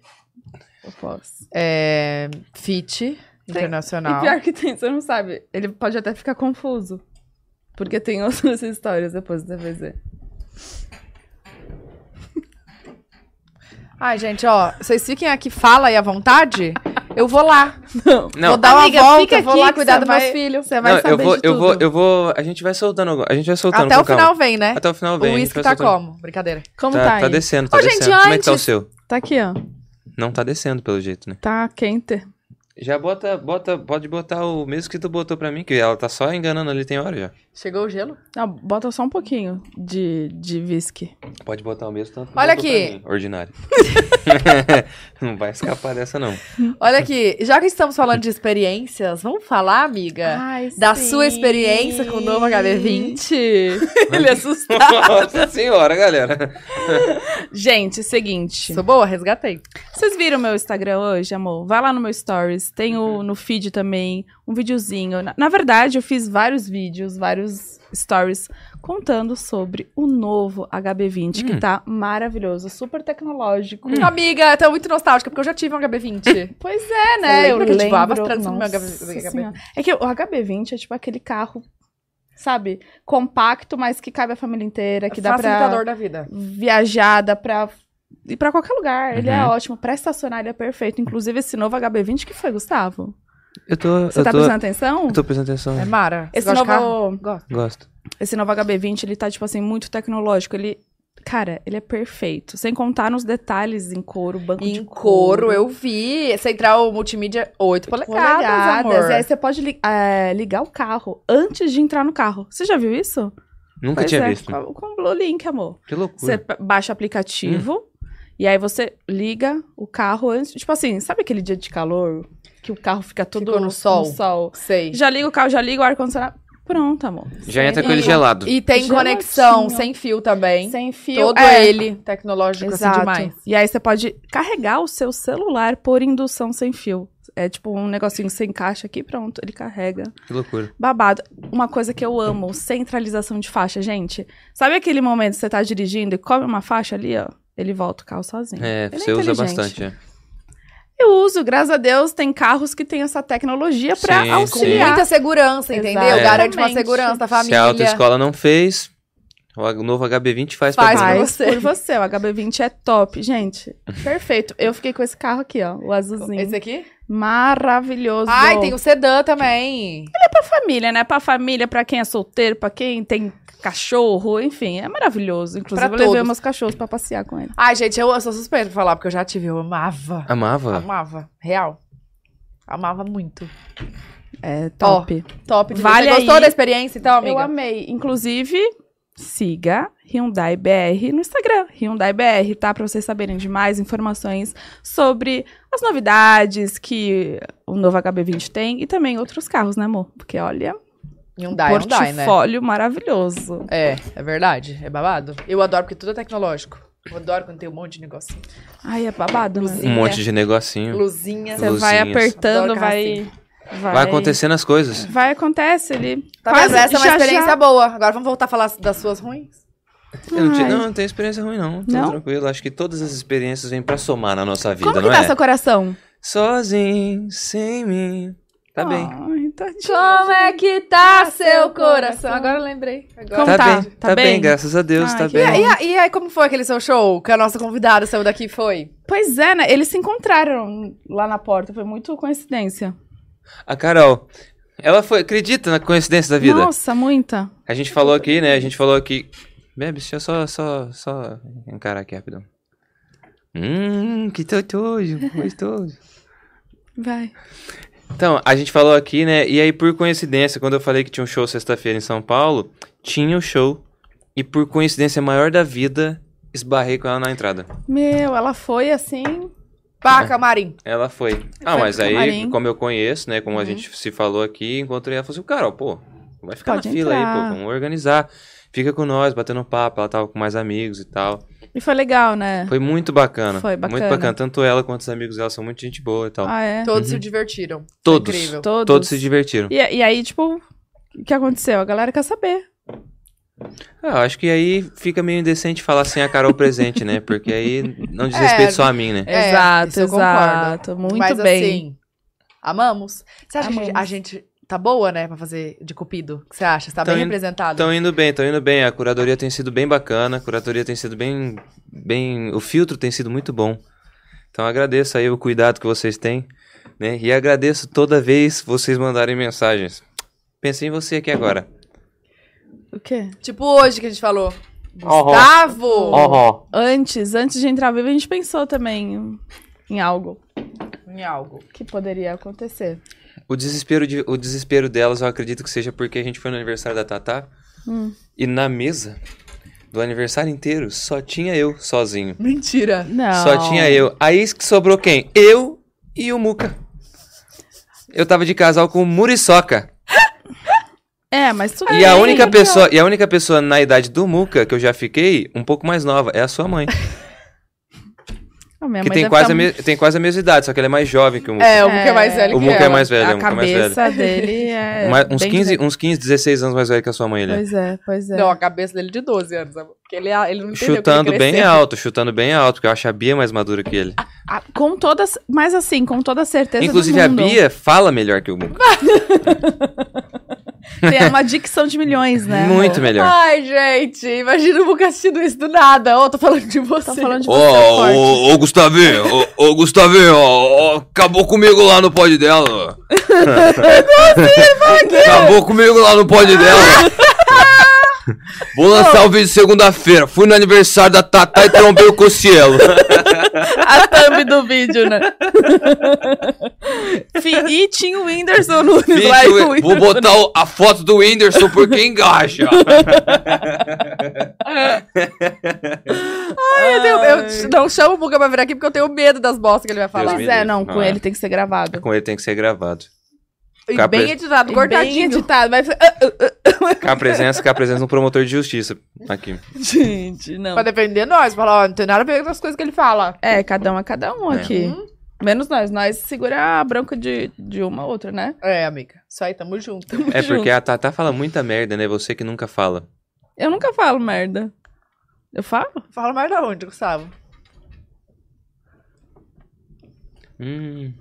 Eu posso.
É, FIT Internacional.
E pior que tem, você não sabe. Ele pode até ficar confuso. Porque tem outras histórias depois do TVZ.
Ai, gente, ó, vocês fiquem aqui, fala aí à vontade. Eu vou lá.
Não.
vou
Não,
dar
Amiga,
uma volta,
fica
vou
aqui
lá
que
cuidar
você
dos
vai-
meus filhos. Você
Não, eu vou, eu vou, eu vou. A gente vai soltando agora. A gente vai soltando.
Até
com
o
calma.
final vem, né?
Até o final vem.
o
a gente
uísque
vai
tá
soltando.
como? Brincadeira.
Como tá,
Tá, tá
aí?
descendo, tá
Ô, gente,
descendo. Como é que tá o
antes-
seu?
Tá aqui, ó.
Não tá descendo, pelo jeito, né?
Tá quente.
Já bota, bota, pode botar o mesmo que tu botou pra mim, que ela tá só enganando ali, tem hora já.
Chegou o gelo?
Não, bota só um pouquinho de, de whisky.
Pode botar o mesmo tanto. que
Olha
botou
aqui.
pra mim, Ordinário. não vai escapar dessa, não.
Olha aqui, já que estamos falando de experiências, vamos falar, amiga, É. da sua experiência com o novo HB20?
Ele assustou.
Nossa senhora, galera.
Gente, seguinte.
Sou boa, resgatei.
Vocês viram meu Instagram hoje, amor? Vai lá no meu Stories. Tem o, no feed também um videozinho. Na, na verdade, eu fiz vários vídeos, vários stories contando sobre o novo HB20, que
Hum.
tá maravilhoso, super tecnológico.
Amiga, tá muito nostálgica, porque eu já tive um HB20.
Pois é, né?
Eu
Eu,
lembro que,
lembro.
tipo, atrás do meu
Nossa
HB20.
Senhora. É que o HB20 é tipo aquele carro, sabe, compacto, mas que cabe a família
É
inteira, que dá pra
Facilitador da vida.
viajar, dá pra ir pra qualquer lugar. Ele é
Uhum.
ótimo, pra estacionar ele é perfeito. Inclusive esse novo HB20 que foi, Gustavo?
Eu tô.
Você
eu
tá
tô,
prestando atenção?
eu tô prestando atenção.
É Mara.
Esse
você gosta de carro?
novo,
Gosto.
Gosto.
esse novo HB20, ele tá, tipo assim, muito tecnológico. Ele, cara, ele é perfeito. Sem contar nos detalhes em couro, banco de
Em couro, eu vi. Central Multimídia 8 polegadas, amor.
E aí É, você pode li- é, ligar o carro antes de entrar no carro. Você já viu isso?
Nunca
Pois
tinha
é,
visto.
Com, com o Blue Link, amor.
Que
Você
loucura.
pa- baixa o aplicativo e aí você liga o carro antes. Tipo assim, sabe aquele dia de calor que o carro fica todo
Ficou no sol.
sol?
Sei.
Já liga o carro, já liga o ar-condicionado. Pronto, amor.
Já entra
Sem-
com ele
e-
gelado.
E tem
Geladinho.
conexão sem fio também.
Sem fio.
Todo
é.
ele tecnológico assim
Exato.
demais.
E aí você pode carregar o seu celular por indução sem fio. É tipo um negocinho que você encaixa aqui, pronto, ele carrega.
Que loucura.
Babado. Uma coisa que eu amo, centralização de faixa, gente. Sabe aquele momento que você tá dirigindo e come uma faixa ali, ó? Ele volta o carro sozinho. Ele
É,
é
você usa
inteligente.
bastante. é.
Eu uso, graças a Deus, tem carros que tem essa tecnologia
Sim,
pra
Com
auxiliar.
muita segurança, entendeu?
Exatamente.
Garante uma segurança da
Se
família.
a autoescola não fez, o a- novo HB20 faz,
Faz
pra
pra
você.
Faz
você.
por você. O HB20 é top, gente. Perfeito. Eu fiquei com esse carro aqui, ó. O azulzinho.
Esse aqui?
Maravilhoso.
Ai, tem um o sedã também.
pra família, né? Pra família, pra quem é solteiro, pra quem tem cachorro, enfim, é maravilhoso. Inclusive,
Pra
eu levei
todos.
meus cachorros pra passear com ele.
Ai, gente, eu, eu sou suspeita pra falar, porque eu já tive. Eu amava.
Ah.
Amava?
Amava. Real. Amava muito.
É top.
Top. De
Vale
Você gostou
aí.
da experiência, então, amiga?
eu amei. Inclusive, siga Hyundai BR no Instagram, Hyundai BR, tá? Pra vocês saberem de mais informações sobre as novidades que o novo HB20 tem e também outros carros, né, amor? Porque olha, um
Hyundai, Hyundai, né?
portfólio maravilhoso.
É, é verdade. É babado. Eu adoro, porque tudo é tecnológico. Eu adoro quando tem um monte de negocinho.
Ai, é babado, né?
Inclusive,
Um monte de negocinho.
Luzinha.
Você vai
Luzinhas.
apertando,
Adoro carro
vai, vai.
Vai acontecendo as coisas.
Vai, acontece ali.
Tá
Quase-
vendo? Essa é uma
já,
experiência
já.
boa. Agora vamos voltar a falar das suas ruins?
Eu não, tive-
Ai.
não, não tenho experiência ruim, não. Tô
Não?
tranquilo. Acho que todas as experiências vêm pra somar na nossa vida,
Como que
não
tá
é?
seu coração?
Sozinho, sem mim. Tá bem.
Ai, tadinho.
Como é que tá
seu coração?
Agora eu lembrei.
Como
Agora.
Tá,
tá?
bem,
Tá
tá,
bem?
bem? graças a Deus,
Ai,
tá
que
bem.
bom.
E, a- e aí, como foi aquele seu show que a nossa convidada saiu daqui? Foi?
Pois é, né? Eles se encontraram lá na porta. Foi muito coincidência.
A Carol, ela foi, acredita na coincidência da vida?
Nossa, muita.
A gente falou aqui, né? A gente falou aqui. Bebe, deixa eu só, só, só encarar aqui rapidão. Hum, que gostoso, gostoso.
Vai.
Então, a gente falou aqui, né? E aí, por coincidência, quando eu falei que tinha um show sexta-feira em São Paulo, tinha o show. E por coincidência maior da vida, esbarrei com ela na entrada.
Meu, ela foi assim. Uhum.
Pá, camarim.
Ela foi. Ah,
Foi
mas
pro
aí,
camarim. Uhum.
como eu conheço, né? Como a gente se falou aqui, encontrei ela e falei assim, Carol, pô, vai ficar
Pode
na fila aí,
entrar.
pô, vamos organizar. Fica com nós, batendo papo, ela tava com mais amigos e tal.
E foi legal, né?
Foi muito bacana.
Foi bacana.
Muito bacana. Tanto ela quanto os amigos dela são muito gente boa e tal.
Ah, é?
Todos se divertiram.
Todos.
Incrível.
Todos.
Todos se divertiram.
E, e aí, tipo, o que aconteceu? A galera quer saber.
Ah, eu acho que aí fica meio indecente falar assim a Carol presente, né? Porque aí não diz
É,
respeito só a mim, né?
É, isso eu
Muito
Mas,
bem.
assim, amamos. Você acha que a
Amamos.
gente tá boa, né, pra fazer de cupido? O que você acha? Você tá
Tão
bem
indo-
representado?
Estão indo bem, estão indo bem. A curadoria tem sido bem bacana, a curadoria tem sido bem, bem. O filtro tem sido muito bom. Então agradeço aí o cuidado que vocês têm, né? E agradeço toda vez vocês mandarem mensagens. Pensei em você aqui agora.
O quê?
Tipo hoje que a gente falou.
Ó, ó.
Gustavo!
Antes, antes de entrar vivo, a gente pensou também em algo
Em algo.
que poderia acontecer.
O desespero, de, o desespero delas, eu acredito que seja porque a gente foi no aniversário da Tatá.
Hum.
E na mesa do aniversário inteiro só tinha eu sozinho.
Mentira.
Não.
Só tinha eu. Aí que sobrou quem? Eu e o Muca. Eu tava de casal com o Muriçoca.
É, mas tudo
E a
bem.
única pessoa, e a única pessoa na idade do Muca que eu já fiquei, um pouco mais nova, é a sua mãe.
A minha
Que
mãe
tem
deve
quase,
tá
a me- tem quase a mesma idade, só que ela é mais jovem que o Muca.
É, o Muca é mais velho
O
que
Muca é
ela.
mais velho, é
a
o Muca é mais velho.
cabeça dele é.
Mais- uns,
bem
15,
diferente.
uns 15, 16 anos mais velho que a sua mãe, né?
Pois é, pois é.
Não, a cabeça dele é de 12 anos. amor. Porque ele,
é,
ele não entendeu
Chutando
que ele
bem
cresceu.
alto, chutando bem alto, porque eu acho a Bia mais madura que ele.
Ah, com todas. Mas assim, com toda a certeza.
Inclusive,
do
a
mundo.
Bia fala melhor que o Muca.
Tem uma dicção de milhões, né? amor?
Muito melhor.
Ai, gente, imagina o Muca assistindo isso do nada. Ô, tô falando de você.
Tô falando de
Ô,
você forte.
ô, ô, Gustavinho, ô, ô, Gustavinho, ó, ó, acabou comigo lá no pod dela. Acabou comigo lá no pod dela. Vou lançar o vídeo segunda-feira. Fui no aniversário da Tatá e trombei o Cocielo.
a thumb do vídeo, né? Fi- e tinha o Whindersson no
Vídeo,
slide. do
vou
Whindersson.
botar o- a foto do Whindersson porque engaja.
Ai, eu, tenho- eu não chamo o Muca pra vir aqui porque eu tenho medo das bostas que ele vai falar.
Deus
Pois
me
é,
livre.
não, com
Não é.
ele tem que ser gravado.
Com ele tem que ser gravado.
E
Capre-
bem editado, ah,
E
cortadinho.
Bem editado. Vai... ser-
Com a presença, com a presença de um promotor de justiça aqui.
Gente, não.
Pra defender nós, falar, ó, não tem nada a ver com as coisas que ele fala.
É, cada um a cada um
É.
aqui.
Uhum.
Menos nós. Nós segura a bronca de, de uma outra, né?
É, amiga. Isso aí, tamo junto.
É
Junto.
porque a Tatá fala muita merda, né? Você que nunca fala.
Eu nunca falo merda. Eu falo?
Fala mais da onde, Gustavo?
Hum,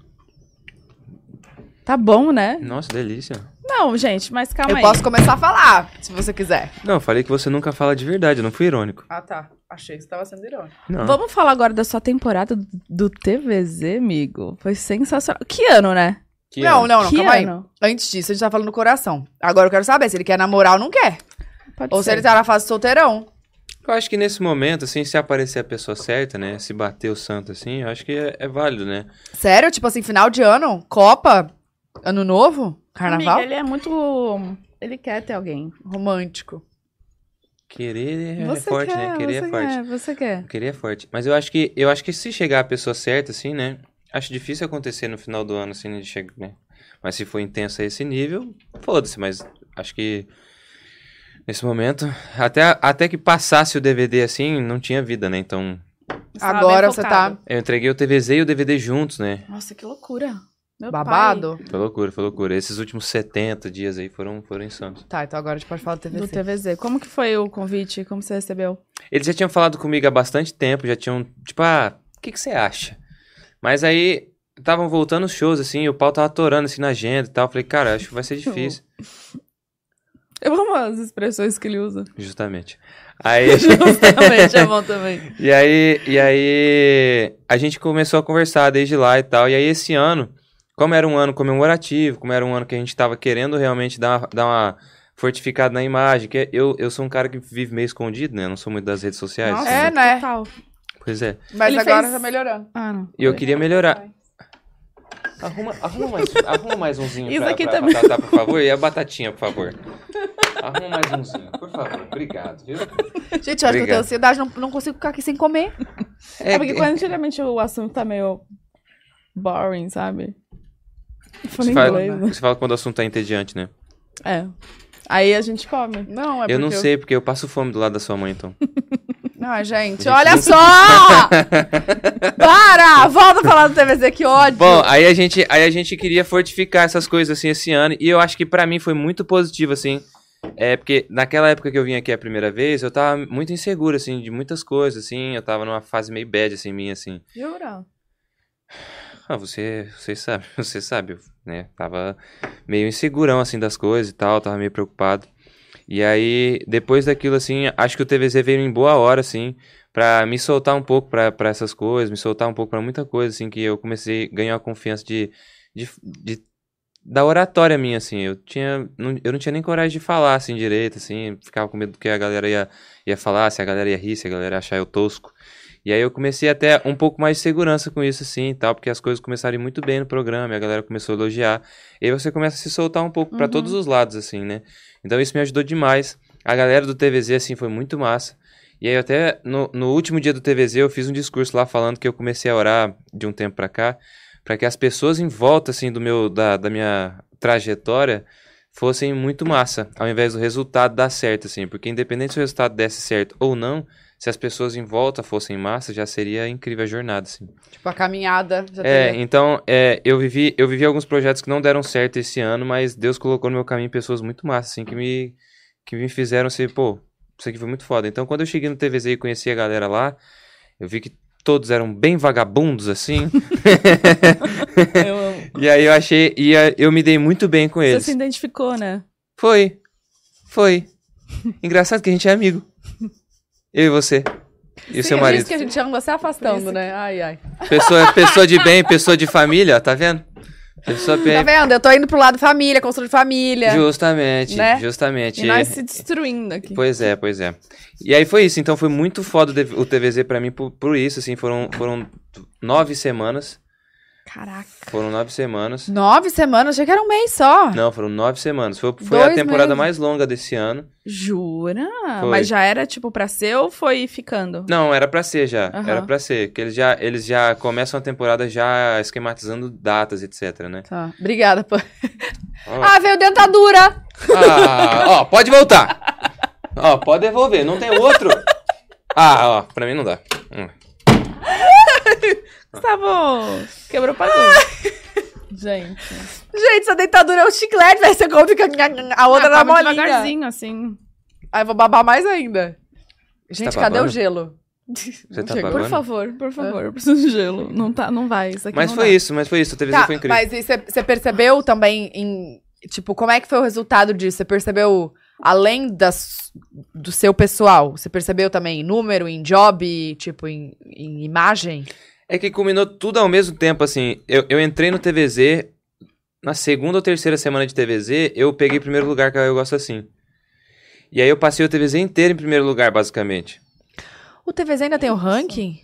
Tá bom, né?
nossa, delícia.
Não, gente, mas calma
Eu
aí.
posso começar a falar, se você quiser.
Não, eu falei que você nunca fala de verdade, eu não fui irônico.
Ah, tá. Achei que você tava sendo irônico.
Não.
Vamos falar agora da sua temporada do- do TVZ, amigo. Foi sensacional. Que ano, né?
Que é.
não, não, não,
que
calma
ano?
aí. Antes disso, a gente tá falando do coração. Agora eu quero saber se ele quer namorar ou não quer.
Pode
Ou se
ser.
ele tá na fase solteirão.
Eu acho que nesse momento, assim, se aparecer a pessoa certa, né? Se bater o santo, assim, eu acho que é, é válido, né?
Sério? Tipo assim, final de ano? Copa? Ano novo? Carnaval?
Amiga, ele é muito. Ele quer ter alguém.
Romântico.
Querer é
você
forte,
quer,
né? Querer
você
é forte.
Quer, você quer.
Querer é forte. Mas eu acho que eu acho que se chegar a pessoa certa, assim, né? Acho difícil acontecer no final do ano, assim, de chegar, né? Mas se for intensa a esse nível, foda-se, mas acho que nesse momento. Até, até que passasse o DVD assim, não tinha vida, né? Então.
tava
Agora
bem
você
focado.
tá
Eu entreguei o TVZ e o DVD juntos, né?
Nossa, que loucura. Meu
babado?
Foi loucura, foi loucura. Esses últimos 70 dias aí foram, foram insanos.
Tá, então agora a gente pode falar do
pai do
TVC.
TVZ. Como que foi o convite? Como você recebeu?
Eles já tinham falado comigo há bastante tempo, já tinham, tipo, ah, o que, que você acha? Mas aí, estavam voltando os shows, assim, e o pau tava atorando, assim, na agenda e tal. Eu Falei, cara, acho que vai ser difícil.
Eu amo as expressões que ele usa.
Justamente. Aí,
Justamente, é bom também.
e aí, e aí, a gente começou a conversar desde lá e tal. E aí, esse ano, como era um ano comemorativo, como era um ano que a gente tava querendo realmente dar uma... Dar uma fortificada na imagem, que eu, eu sou um cara que vive meio escondido, né? Eu não sou muito das redes sociais.
Nossa,
né?
É, né?
total.
Pois é.
Mas
Ele
agora
fez-
tá melhorando.
Ah, não.
E eu queria melhorar. Arruma, arruma, mais, arruma mais umzinho
Isso
pra,
aqui
pra
também.
batata, por favor. E a batatinha, por favor. Arruma mais umzinho, por favor. Obrigado, viu?
Gente, eu acho que eu tenho
Obrigado.
ansiedade, não, não consigo ficar aqui sem comer.
É, porque quando geralmente o assunto tá meio boring, sabe? Eu
você,
falei
fala,
inglês, né?
você fala quando o assunto tá entediante, né?
É. Aí a gente come.
Não, é porque
eu não sei, porque eu passo fome do lado da sua mãe, então.
Não, gente,
Gente,
olha
não-
só! Para! Volta a falar do TVZ, que ódio!
Bom, aí a, gente, aí a gente queria fortificar essas coisas, assim, esse ano. E eu acho que pra mim foi muito positivo, assim. É, porque naquela época que eu vim aqui a primeira vez, eu tava muito inseguro, assim, de muitas coisas, assim. Eu tava numa fase meio bad, assim, minha, assim.
Jura?
Ah, você, você sabe, você sabe, eu, né? Tava meio insegurão, assim, das coisas e tal, tava meio preocupado. E aí, depois daquilo, assim, acho que o TVZ veio em boa hora, assim, pra me soltar um pouco pra, pra essas coisas, me soltar um pouco pra muita coisa, assim, que eu comecei a ganhar a confiança de, de, de- da oratória minha, assim. Eu, tinha, não, eu não tinha nem coragem de falar, assim, direito, assim, ficava com medo do que a galera ia, ia falar, se a galera ia rir, se a galera ia achar eu tosco. E aí eu comecei até um pouco mais de segurança com isso, assim, e tal, porque as coisas começaram a ir muito bem no programa, e a galera começou a elogiar. E aí você começa a se soltar um pouco pra
Uhum.
todos os lados, assim, né? Então isso me ajudou demais. A galera do TVZ, assim, foi muito massa. E aí até no, no último dia do TVZ eu fiz um discurso lá falando que eu comecei a orar de um tempo pra cá, pra que as pessoas em volta, assim, do meu, da, da minha trajetória fossem muito massa, ao invés do resultado dar certo, assim, porque independente se o resultado desse certo ou não, se as pessoas em volta fossem massa, já seria incrível a jornada, assim.
Tipo, a caminhada. Já
É,
teve-
então, é, eu vivi eu vivi alguns projetos que não deram certo esse ano, mas Deus colocou no meu caminho pessoas muito massas, assim, que me, que me fizeram assim, pô, isso aqui foi muito foda. Então, quando eu cheguei no TVZ e conheci a galera lá, eu vi que todos eram bem vagabundos, assim,
Eu amo.
e aí eu achei, e a- eu me dei muito bem com
Você
eles.
se identificou, né?
Foi, foi. Engraçado que a gente é amigo. Eu e você. E o
Sim,
seu
é
marido.
isso que a gente chama você afastando,
Isso.
né? Ai, ai.
Tá
Pessoa, pessoa de bem, pessoa de família, ó, tá vendo? Pessoa bem.
Tá vendo? Eu tô indo pro lado família, construir família.
Justamente,
Né?
justamente.
E nós se destruindo aqui.
Pois é, pois é. E aí foi isso, então foi muito foda o DV o TVZ pra mim por, por isso, assim, foram, foram nove semanas,
Caraca.
foram nove semanas,
Nove semanas, achei que era um mês só.
não, foram nove semanas, foi, foi a
Dois
temporada
meses.
mais longa desse ano,
Jura?
Foi.
Mas já era, tipo, pra ser ou foi ficando?
não, era pra ser já,
Aham.
era pra ser, que eles já, eles já começam a temporada já esquematizando datas, etc, né.
Tá, obrigada. Pô.
Ó,
Ah, veio dentadura!
Ah, ó, pode voltar. Ó, pode devolver, não tem outro. Ah, ó, pra mim não dá. Hum.
Gustavo! Quebrou pra Gente.
Gente, essa dentadura é um chiclete, velho. Você come e fica... A outra
Ah,
na
come
molinha.
devagarzinho, assim.
Aí eu vou babar mais ainda. Gente,
tá
cadê o
babando?
gelo?
Você tá
Chegou.
babando?
Por favor, por favor. Eu preciso de gelo. Não, tá, não vai. Isso aqui
Mas
não
foi
dá.
isso, mas foi isso, o TVZ
Tá,
foi incrível.
mas e você percebeu também em. Tipo, como é que foi o resultado disso? Você percebeu, além das, do seu pessoal, você percebeu também em número, em job, tipo, em, em imagem?
É que culminou tudo ao mesmo tempo, assim. Eu, eu entrei no TVZ, na segunda ou terceira semana de TVZ, eu peguei primeiro lugar, que eu gosto assim. E aí eu passei o TVZ inteiro em primeiro lugar, basicamente.
O TVZ ainda tem o ranking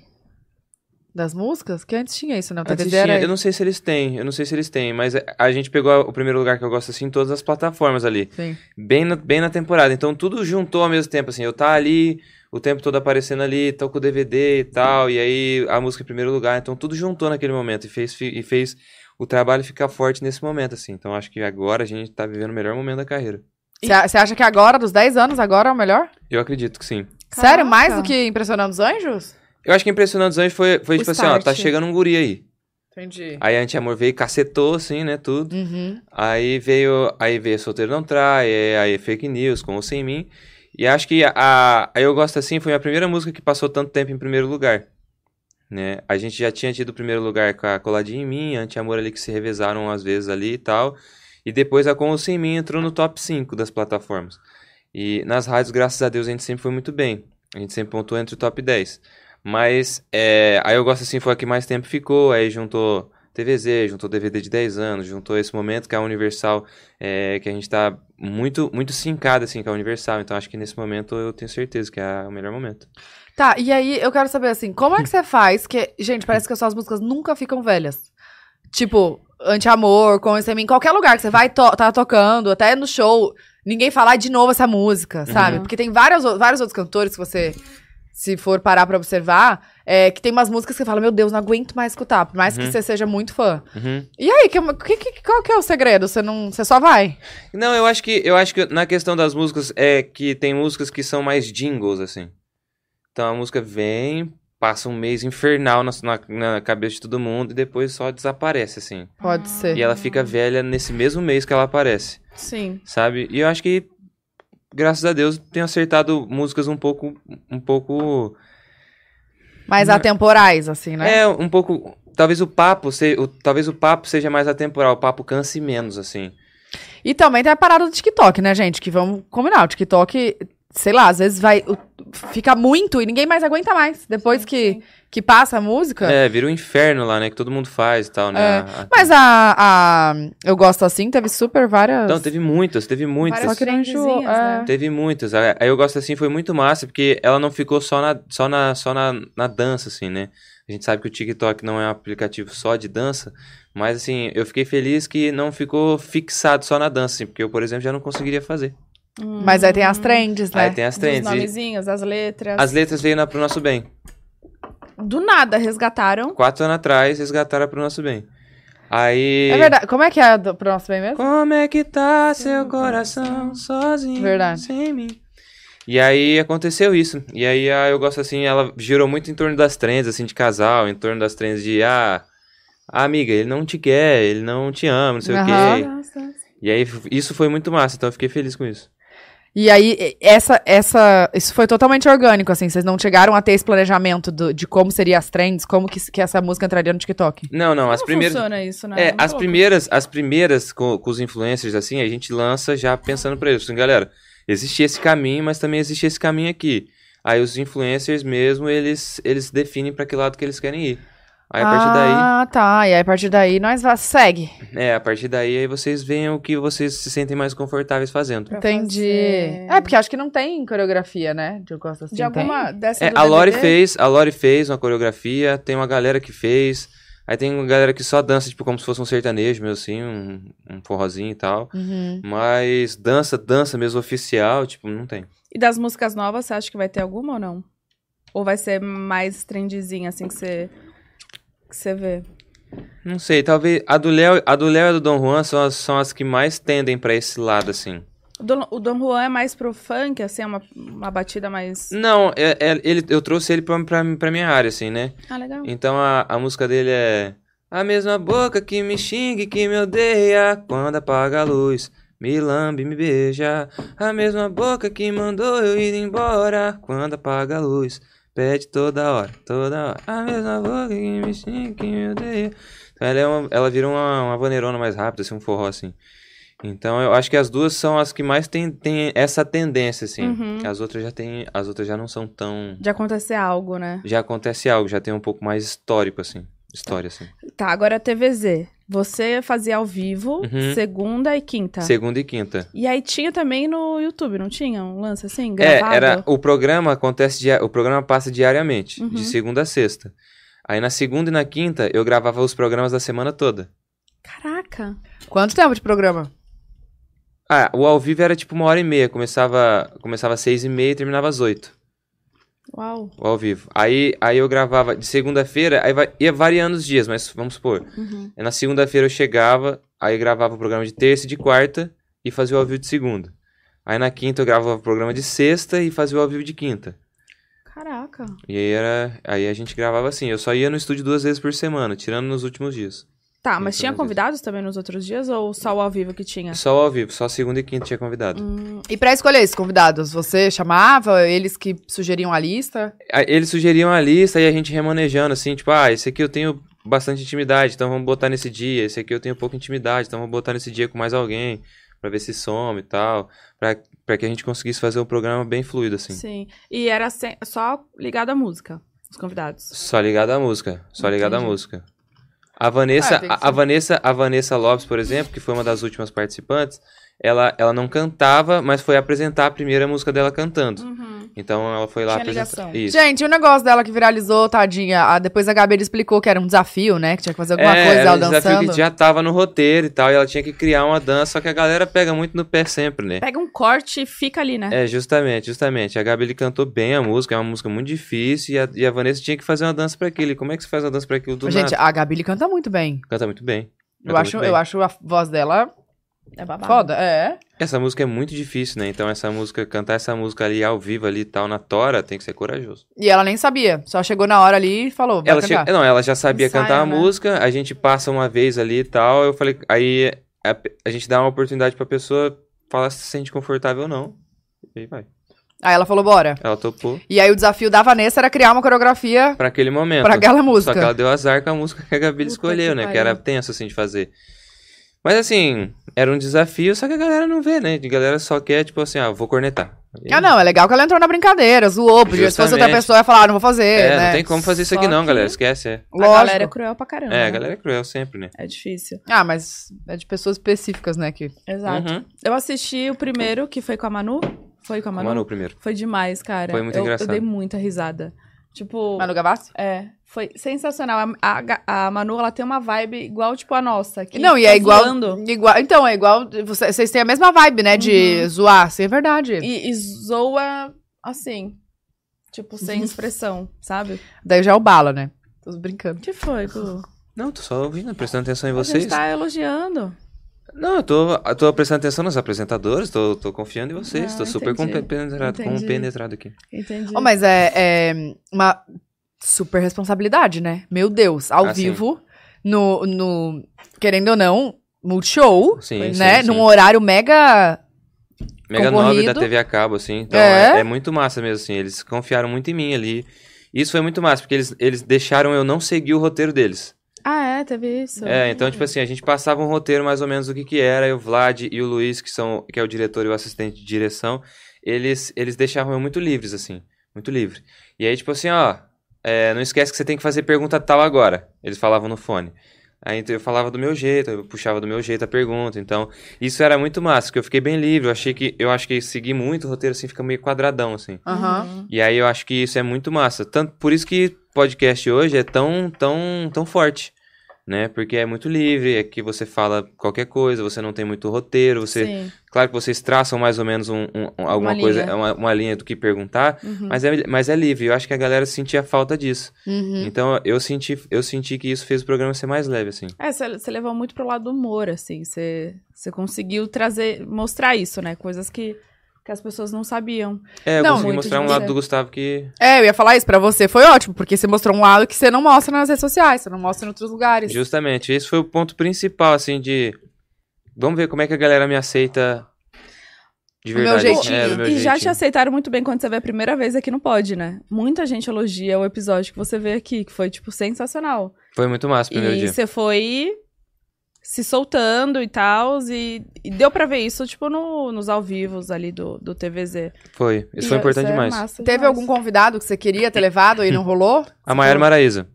das músicas? Que antes tinha isso, né? O
Antes
TVZ
tinha-
era.
eu não sei se eles têm, eu não sei se eles têm, mas a- a gente pegou o primeiro lugar que eu gosto assim em todas as plataformas ali.
Sim.
Bem na, bem na temporada. Então tudo juntou ao mesmo tempo, assim. Eu tá ali, o tempo todo aparecendo ali, tô com o DVD e tal, e aí a música em primeiro lugar. Então tudo juntou naquele momento e fez, fi- e fez o trabalho ficar forte nesse momento, assim. Então acho que agora a gente tá vivendo o melhor momento da carreira.
Você a- você acha que agora, dos 10 anos, agora é o melhor?
Eu acredito que sim.
Sério, mais do
Caraca.
que Impressionando os Anjos?
Eu acho que impressionante anjos foi, foi
O
tipo assim, ó, tá
start.
chegando um guri aí.
Entendi.
Aí a Anti-Amor veio e cacetou, assim, né, tudo.
Uhum.
Aí veio, aí veio Solteiro Não Trai, é, aí Fake News, com ou sem mim. E acho que a, a Eu Gosto Assim foi a primeira música que passou tanto tempo em primeiro lugar. Né? A gente já tinha tido o primeiro lugar com a Coladinha em Mim, Anti-Amor ali que se revezaram às vezes ali e tal. E depois a Com ou Sem Mim entrou no top 5 das plataformas. E nas rádios, graças a Deus, a gente sempre foi muito bem. A gente sempre pontuou entre o top 10. Mas é, a Eu Gosto Assim foi a que mais tempo ficou, aí juntou TVZ, juntou DVD de 10 anos, juntou esse momento que a Universal, é, que a gente tá muito, muito sincado, assim, com a Universal. Então, acho que nesse momento eu tenho certeza que é o melhor momento.
Tá, e aí eu quero saber assim, como é que você faz? Que, gente, parece que as suas músicas nunca ficam velhas. Tipo, anti-amor, com esse em qualquer lugar que você vai, to tá tocando, até no show, ninguém falar de novo essa música, sabe?
Uhum.
Porque tem várias, o- vários outros cantores que você, se for parar pra observar, é, que tem umas músicas que você fala, meu Deus, não aguento mais escutar, por mais que
Uhum.
você seja muito fã.
Uhum.
E aí, que, que- que- qual que é o segredo? Você não. Você só vai.
Não, eu acho que eu acho que na questão das músicas é que tem músicas que são mais jingles assim. Então a música vem, passa um mês infernal na, na- na cabeça de todo mundo e depois só desaparece assim.
Pode ser.
E ela fica velha nesse mesmo mês que ela aparece,
Sim.
sabe? E eu acho que graças a Deus tenho acertado músicas um pouco um pouco
Mas atemporais, assim, né?
É, um pouco. Talvez o papo, se, o, talvez o papo seja mais atemporal, o papo canse menos, assim.
E também tem a parada do TikTok, né, gente? Que vamos combinar, o TikTok, sei lá, às vezes vai. o- Fica muito e ninguém mais aguenta mais. Depois que, que passa a música.
É, vira um inferno lá, né? Que todo mundo faz e tal, né?
Tá. É,
A- a-
Mas a, a. Eu gosto assim, teve super várias.
Não, Então, teve muitas, teve muitas.
Só que não enjoou.
Trendezinhas,
é.
Teve muitas. A- Aí eu gosto assim, foi muito massa, porque ela não ficou só na, só na, só na, na dança, assim, né? A gente sabe que o TikTok não é um aplicativo só de dança, mas assim, eu fiquei feliz que não ficou fixado só na dança, assim, porque eu, por exemplo, já não conseguiria fazer.
Mas aí tem as trends, né?
Aí tem as
Os
trends. e
Hum. nomezinhos, as letras.
As letras veio na, pro nosso bem.
Do nada resgataram.
Quatro anos atrás, resgataram pro nosso bem. Aí.
É verdade. Como é que é do, pro nosso bem mesmo?
Como é que tá seu coração sozinho?
Verdade.
Sem mim. E aí aconteceu isso. E aí a Eu Gosto Assim, ela girou muito em torno das trends, assim, de casal, em torno das trends de, ah, ah, amiga, ele não te quer, ele não te ama, não sei o quê.
Aham.
E aí f- isso foi muito massa, então eu fiquei feliz com isso.
E aí, e- essa, essa. Isso foi totalmente orgânico, assim. Vocês não chegaram a ter esse planejamento do- de como seria as trends, como que, que essa música entraria no TikTok.
Não, não, as
Como
primeiras...
funciona isso, né?
É,
Muito
as
louco.
primeiras, as primeiras com, com os influencers, assim, a gente lança já pensando pra eles. Assim, galera, existe esse caminho, mas também existe esse caminho aqui. Aí os influencers mesmo, eles, eles definem pra que lado que eles querem ir. Aí a partir daí,
Ah, tá. E aí, a partir daí, nós va- segue.
é, a partir daí aí vocês veem o que vocês se sentem mais confortáveis fazendo.
Pra
Entendi.
fazer.
É, porque acho que não tem coreografia, né? De eu gosto assim.
De
tem?
alguma dessa
É,
do
a Lori
DVD?
fez, a Lori fez uma coreografia, tem uma galera que fez. Aí tem uma galera que só dança, tipo, como se fosse um sertanejo, mesmo assim, um, um forrozinho e tal.
Uhum.
Mas dança, dança mesmo oficial, tipo, não tem.
E das músicas novas, você acha que vai ter alguma ou não? Ou vai ser mais trendezinha, assim, que você, que você vê?
Não sei, talvez. A do Léo, a do Léo e a do Dom Juan são as, são as que mais tendem pra esse lado, assim.
O Don, o Don Juan é mais pro funk, assim, é uma, uma batida mais...
Não, é- é- ele, eu trouxe ele pra, pra, pra minha área, assim, né?
Ah, legal.
Então a, a música dele é. A mesma boca que me xingue, que me odeia, quando apaga a luz, me lambe, me beija. A mesma boca que mandou eu ir embora, quando apaga a luz, pede toda hora, toda hora. A mesma boca que me xingue, que me odeia. Então ela, é uma, ela vira uma, uma vaneirona mais rápida, assim, um forró, assim. Então eu acho que as duas são as que mais têm têm essa tendência, assim.
Uhum.
As outras já tem, as outras já não são tão
De acontecer algo, né?
já acontece algo, já tem um pouco mais histórico, assim. História, assim.
Tá, agora a TVZ. Você fazia ao vivo,
Uhum.
segunda e quinta.
Segunda e quinta.
E aí tinha também no YouTube, não tinha? Um lance assim,
É,
gravado?
era. O programa acontece dia- O programa passa diariamente,
Uhum.
de segunda a sexta. Aí na segunda e na quinta eu gravava os programas da semana toda.
Caraca!
Quanto tempo de programa?
Ah, o ao vivo era tipo uma hora e meia. Começava, começava às seis e meia e terminava às oito.
Uau!
O ao vivo. Aí, aí eu gravava de segunda-feira, aí vai- ia variando os dias, mas vamos supor.
Uhum.
É, Na segunda-feira eu chegava, aí gravava o programa de terça e de quarta e fazia o ao vivo de segunda. Aí na quinta eu gravava o programa de sexta e fazia o ao vivo de quinta.
Caraca!
E aí era, aí a gente gravava assim. Eu só ia no estúdio duas vezes por semana, tirando nos últimos dias.
Tá, mas
Isso,
tinha
mas-
convidados também nos outros dias ou só o ao vivo que tinha?
Só o ao vivo, só segunda e quinta tinha convidado.
É. Hum,
E pra escolher esses convidados, você chamava? Eles que sugeriam a lista?
Aí Eles sugeriam a lista e a gente remanejando assim, tipo, ah, esse aqui eu tenho bastante intimidade, então vamos botar nesse dia. Esse aqui eu tenho pouca intimidade, então vamos botar nesse dia com mais alguém, pra ver se some e tal, pra, pra que a gente conseguisse fazer um programa bem fluido assim.
sim. E era sem- só ligado à música, os convidados.
Só ligado à música. Só ligado à
Entendi.
música. A Vanessa,
Ah, tem que
a, a
ser.
Vanessa, a Vanessa Lopes, por exemplo, que foi uma das últimas participantes, ela, ela não cantava, mas foi apresentar a primeira música dela
Hum.
cantando.
Uhum.
Então ela foi lá
Tinha
apresentar.
ligação.
Isso.
Gente, e o negócio dela que viralizou, tadinha. a- depois a Gabi explicou que era um desafio, né? Que tinha que fazer alguma
é,
coisa
era
ela
um desafio
dançando.
que já tava no roteiro e tal, e ela tinha que criar uma dança, só que a galera pega muito no pé sempre, né?
É.
Pega um corte e fica ali, né?
É, justamente, justamente. A Gabi ele cantou bem a música, é uma música muito difícil, e a, e a Vanessa tinha que fazer uma dança pra aquilo. E como é que se faz uma dança pra aquilo do
Gente,
nada?
a Gabi ele canta muito bem.
Canta muito bem.
Eu
canta
acho,
muito bem.
eu acho a voz dela
É, babado.
foda. É.
Essa música é muito difícil, né? Então essa música, cantar essa música ali ao vivo ali e tal, na tora, tem que ser corajoso.
E ela nem sabia. Só chegou na hora ali e falou, vai
Ela
cantar.
che- Não, ela já sabia
Ensaio,
cantar a
né?
música, a gente passa uma vez ali e tal, eu falei, aí a, a gente dá uma oportunidade pra pessoa falar se se sente confortável ou não. E aí vai.
Aí ela falou, bora.
Ela topou
E aí o desafio da Vanessa era criar uma coreografia
pra aquele momento.
pra aquela
É, Só que
música.
ela deu azar com a música que a Gabi
Puta
escolheu,
que
né? Que
pariu.
era tenso, assim, de fazer. Mas, assim, era um desafio, só que a galera não vê, né? A galera só quer, tipo assim, ah, vou cornetar. E-
Ah, não, é legal que ela entrou na brincadeira, zoou. Podia, se fosse outra
Justamente.
pessoa, ia falar, ah, não vou fazer,
É,
né?
não tem como fazer isso
Só
aqui não,
que-
galera. Esquece, é.
A
Lógico.
galera é cruel pra caramba.
É,
né?
a galera é cruel sempre, né?
É difícil.
Ah, mas é de pessoas específicas, né? Que...
Exato. Tá
Uhum.
Eu assisti o primeiro, que foi com a Manu. Foi com a
O
Manu?
Manu primeiro.
Foi demais, cara.
Foi muito
eu,
engraçado.
Eu dei muita risada. Tipo,
Manu Gavassi?
é, foi sensacional. A, a Ga- a Manu, ela tem uma vibe igual, tipo, a nossa. Que
não, e
fica
é igual,
zoando
igual- Então, é igual. você- Vocês têm a mesma vibe, né? De zoar. Sim, é verdade.
E, e zoa assim. Tipo, sem expressão, sabe?
Daí já é o bala, né? Tô brincando.
O que foi, Gu?
Não, tô só ouvindo, prestando atenção em
A gente
vocês.
tá elogiando.
Não, eu tô, eu tô prestando atenção nos apresentadores, tô, tô confiando em vocês,
Ah,
tô super
entendi.
compenetrado,
Entendi.
compenetrado aqui.
Entendi.
Ô, mas é, é uma super responsabilidade, né? Meu Deus, ao
Ah, sim.
vivo, no, no. Querendo ou não, multishow,
Sim,
né?
sim, sim.
Num horário mega.
Mega 9 da
concorrido.
TV a cabo, assim. Então
É.
é. é muito massa mesmo, assim. Eles confiaram muito em mim ali. Isso foi muito massa, porque eles, eles deixaram eu não seguir o roteiro deles.
Ah, é, teve isso.
É, então, tipo assim, a gente passava um roteiro mais ou menos do que que era, e o Vlad e o Luiz, que são que é o diretor e o assistente de direção, eles, eles deixavam eu muito livres, assim, muito livre. E aí, tipo assim, ó, é, não esquece que você tem que fazer pergunta tal agora, eles falavam no fone. Aí então, eu falava do meu jeito, eu puxava do meu jeito a pergunta, então, isso era muito massa, porque eu fiquei bem livre, eu achei que, eu acho que seguir muito o roteiro, assim, fica meio quadradão, assim.
Aham.
Uhum.
E aí eu acho que isso é muito massa. Tanto por isso que podcast hoje é tão, tão, tão forte, né? Porque é muito livre, é que você fala qualquer coisa, você não tem muito roteiro, você,
Sim.
claro que vocês traçam mais ou menos um, um- um- alguma
Uma
coisa,
linha.
Uma, uma linha do que perguntar,
Uhum.
mas é, mas é livre. Eu acho que a galera sentia falta disso.
Hum.
Uhum.
Então eu senti, eu senti que isso fez o programa ser mais leve assim.
É, você você levou muito pro lado do humor, assim. Você você conseguiu trazer, mostrar isso, né? Coisas que, que as pessoas não sabiam.
É, eu
Não,
consegui
muito
mostrar um
divertido.
lado do Gustavo que
É, eu ia falar isso pra você. Foi ótimo, porque você mostrou um lado que você não mostra nas redes sociais, você não mostra em outros lugares.
justamente, esse foi o ponto principal assim de vamos ver como é que a galera me aceita de
Do meu
verdade.
jeitinho.
É, do meu
e já te
jeitinho.
aceitaram muito bem quando você veio a primeira vez aqui no Pod, né? Muita gente elogia o episódio que você veio aqui, que foi, tipo, sensacional.
Foi muito massa o primeiro
E
dia.
você foi se soltando e tal, e, e deu pra ver isso, tipo, no- nos ao vivos ali do, do TVZ.
Foi. Isso foi
E
importante
é
demais.
massa
Teve
demais.
algum convidado que você queria ter levado e não rolou?
A Maiara Maraíza.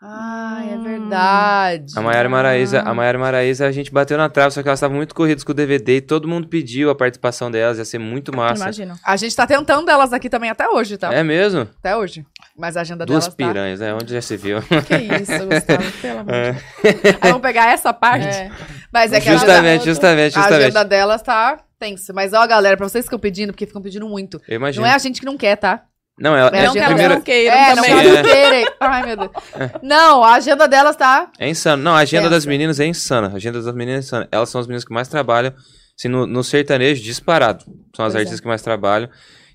Ah, é
Hum.
verdade.
A Maiara Maraíza, a
Ah.
Maiara Maraíza, a gente bateu na trave, só que elas estavam muito corridas com o DVD e todo mundo pediu a participação delas, ia ser muito massa.
Imagina.
A gente tá tentando elas aqui também até hoje, tá?
É mesmo?
Até hoje. Mas a agenda
Duas
delas tá...
piranhas, né? Onde já se viu?
Que isso, Gustavo, pelo amor de
É.
Deus.
Aí Ah, vamos pegar essa parte. Mas é que a agenda,
justamente, justamente,
a
justamente.
agenda delas tá tensa. Mas ó, galera, pra vocês que ficam pedindo, porque ficam pedindo muito.
Eu imagino.
Não é a gente que não quer, tá?
Não, ela-
É a
Não que
agenda
elas
primeiro-
não queiram
é,
também.
não
Sim, é.
quero querer. Ai, meu Deus. Não, a agenda delas tá...
É insano. Não, a agenda
Pensa.
das meninas é insana. A agenda das meninas é insana. Elas são as meninas que mais trabalham, assim, no, no sertanejo, disparado. São
Pois
as
é.
artistas que mais trabalham.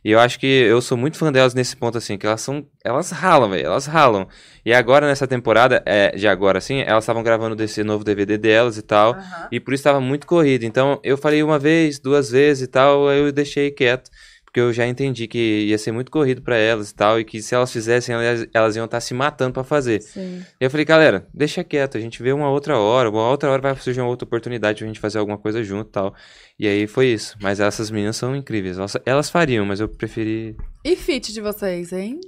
E eu acho que eu sou muito fã delas nesse ponto, assim, que elas são. Elas ralam, velho. Elas ralam. E agora, nessa temporada, é, de agora, assim, elas estavam gravando desse novo DVD delas e tal. E por isso tava muito corrido. Então, eu falei uma vez, duas vezes e tal, aí eu deixei quieto. Porque eu já entendi que ia ser muito corrido pra elas e tal. E que se elas fizessem, elas, elas iam estar se matando pra fazer.
Sim.
E eu falei, galera, deixa quieto, a gente vê uma outra hora, uma outra hora vai surgir uma outra oportunidade pra gente fazer alguma coisa junto e tal. E aí foi isso. Mas essas meninas são incríveis. Elas, elas fariam, mas eu preferi.
E fit de vocês, hein?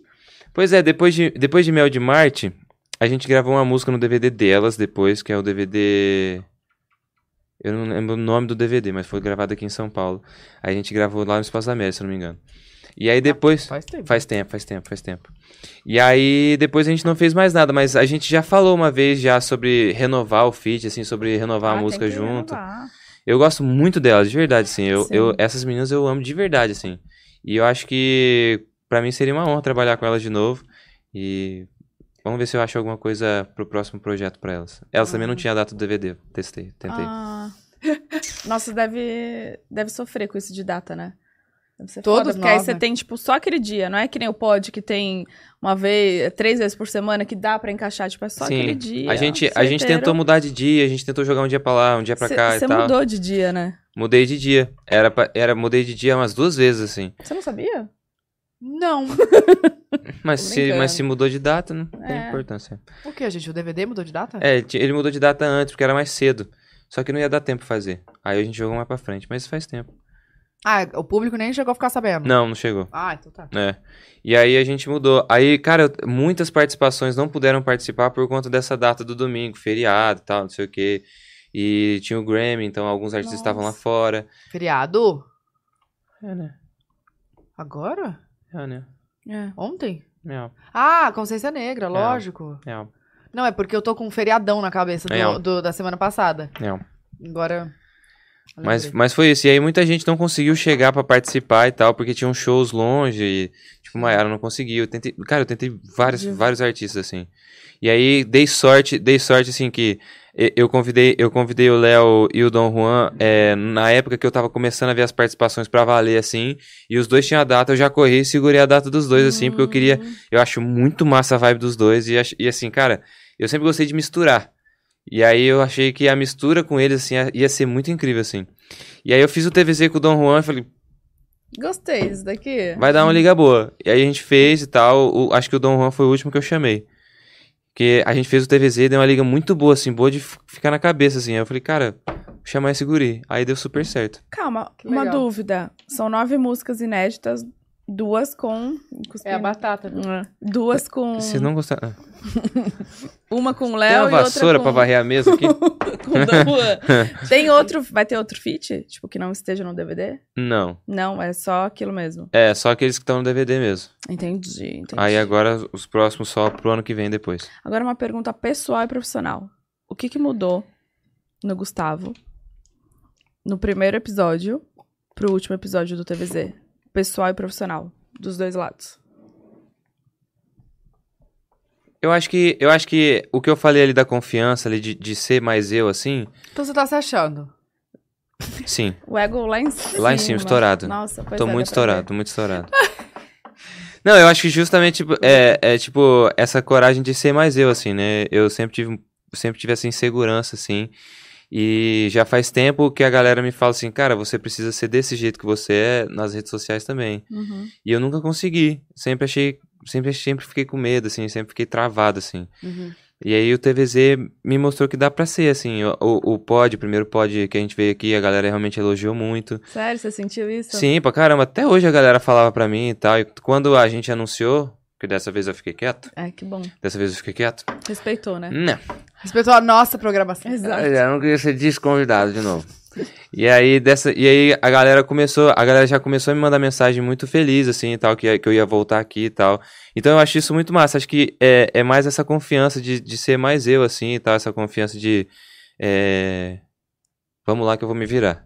Pois é, depois de, depois de Mel de Marte, a gente gravou uma música no DVD delas depois, que é o DVD. Eu não lembro o nome do DVD, mas foi gravado aqui em São Paulo. Aí a gente gravou lá no Espaço da América, se eu não me engano. E aí depois.
Ah, Faz tempo. né?
Faz tempo, faz tempo, faz tempo. E aí, depois a gente não fez mais nada, mas a gente já falou uma vez já sobre renovar o feat, assim, sobre renovar
Ah,
Ah,
a música junto. Eu gosto muito delas, de verdade, assim. Eu,
Sim.
eu, essas meninas eu amo de verdade, assim. E eu acho que pra mim seria uma honra trabalhar com elas de novo. E vamos ver se eu acho alguma coisa pro próximo projeto pra elas. Elas também não tinham a data do DVD, testei, tentei.
Ah. Nossa, deve, deve sofrer com isso de data, né? Deve ser
Todos
foda, porque aí
nós,
você
né?
tem, tipo, só aquele dia. Não é que nem o pod que tem uma vez, três vezes por semana que dá pra encaixar. Tipo, é só
Sim.
aquele dia.
a gente, a gente tentou mudar de dia, a gente tentou jogar um dia pra lá, um dia pra cá e
Você
tal.
mudou de dia, né?
Mudei de dia. Era, pra- era mudei de dia umas duas vezes, assim.
Você não sabia?
Não.
Mas
Tô
se,
brincando.
mas se mudou de data, não tem
É.
importância.
O que, gente? O DVD mudou de data?
É, ele ti- ele mudou de data antes, porque era mais cedo. Só que não ia dar tempo pra fazer. Aí a gente jogou mais pra frente, mas faz tempo.
Ah, o público nem chegou a ficar sabendo.
Não, não chegou.
Ah, então tá.
É. E aí a gente mudou. Aí, cara, eu- muitas participações não puderam participar por conta dessa data do domingo, feriado e tal, não sei o quê. E tinha o Grammy, então alguns artistas estavam lá
Nossa.
fora.
Feriado?
É, né?
Agora?
É, né?
É.
Ontem?
É,
Ah, Consciência Negra, lógico.
é,
Não, é porque eu tô com um feriadão na cabeça do-
É.
do- da semana passada.
é.
Agora.
Mas,
Lembrei.
mas foi isso. E aí muita gente não conseguiu chegar pra participar e tal, porque tinham shows longe. E, tipo, Mayara não conseguiu. Eu tentei, cara, eu tentei vários, vários artistas, assim. E aí dei sorte, dei sorte, assim, que e- eu convidei, eu convidei o Léo e o Dom Juan é, na época que eu tava começando a ver as participações pra valer, assim. E os dois tinham a data, eu já corri e segurei a data dos dois, assim, porque eu queria.
Hum.
Eu acho muito massa a vibe dos dois. E, ach- e assim, cara, eu sempre gostei de misturar. E aí eu achei que a mistura com eles, assim, ia- ia ser muito incrível, assim. E aí eu fiz o TVZ com o Dom Juan e falei,
Gostei disso daqui.
vai dar uma liga boa. E aí a gente fez e tal. o- acho que o Dom Juan foi o último que eu chamei. Porque a gente fez o TVZ e deu uma liga muito boa, assim, boa de f- ficar na cabeça, assim. Aí eu falei, cara, vou chamar esse guri. Aí deu super certo.
Calma,
Que
uma
legal.
dúvida. São nove músicas inéditas, duas com.
É a batata.
É. Duas com.
Vocês não gostaram. Ah,
Uma com o
Tem
Léo
uma
e outra
vassoura
com...
pra varrer a mesa aqui?
com o Dan Juan. Tem outro. Vai ter outro feat? Tipo, que não esteja no DVD?
não.
Não, é só aquilo mesmo.
É, só aqueles que estão no DVD mesmo.
Entendi, entendi.
Aí agora os próximos só pro ano que vem depois.
Agora uma pergunta pessoal e profissional. O que, que mudou no Gustavo no primeiro episódio pro último episódio do TVZ? Pessoal e profissional, dos dois lados.
Eu acho que, eu acho que o que eu falei ali da confiança, ali de, de ser mais eu, assim,
Então você tá se achando.
sim.
O ego lá em cima.
Lá em cima, estourado.
Nossa, pois
tô
é, dá
muito
pra ver.
estourado, tô muito estourado. Não, eu acho que justamente tipo, é, é tipo essa coragem de ser mais eu, assim, né? Eu sempre tive, sempre tive essa insegurança, assim. E já faz tempo que a galera me fala assim, cara, você precisa ser desse jeito que você é nas redes sociais também.
Uhum.
E eu nunca consegui. Sempre achei. Sempre, sempre fiquei com medo, assim, sempre fiquei travado, assim. E aí o TVZ me mostrou que dá pra ser, assim. O, o, o pod, o primeiro pod que a gente veio aqui, a galera realmente elogiou muito.
Sério, você sentiu isso?
Sim, pra caramba, até hoje a galera falava pra mim e tal. E quando a gente anunciou, que dessa vez eu fiquei quieto,
É, que bom.
dessa vez eu fiquei quieto.
Respeitou, né?
Não.
Respeitou a nossa programação.
Exato.
Eu não queria ser desconvidado de novo. E aí, dessa, e aí a galera começou, a galera já começou a me mandar mensagem muito feliz, assim, e tal, que, que eu ia voltar aqui e tal. Então eu acho isso muito massa. Acho que é, é mais essa confiança de, de ser mais eu, assim, e tal, essa confiança de. é, vamos lá que eu vou me virar.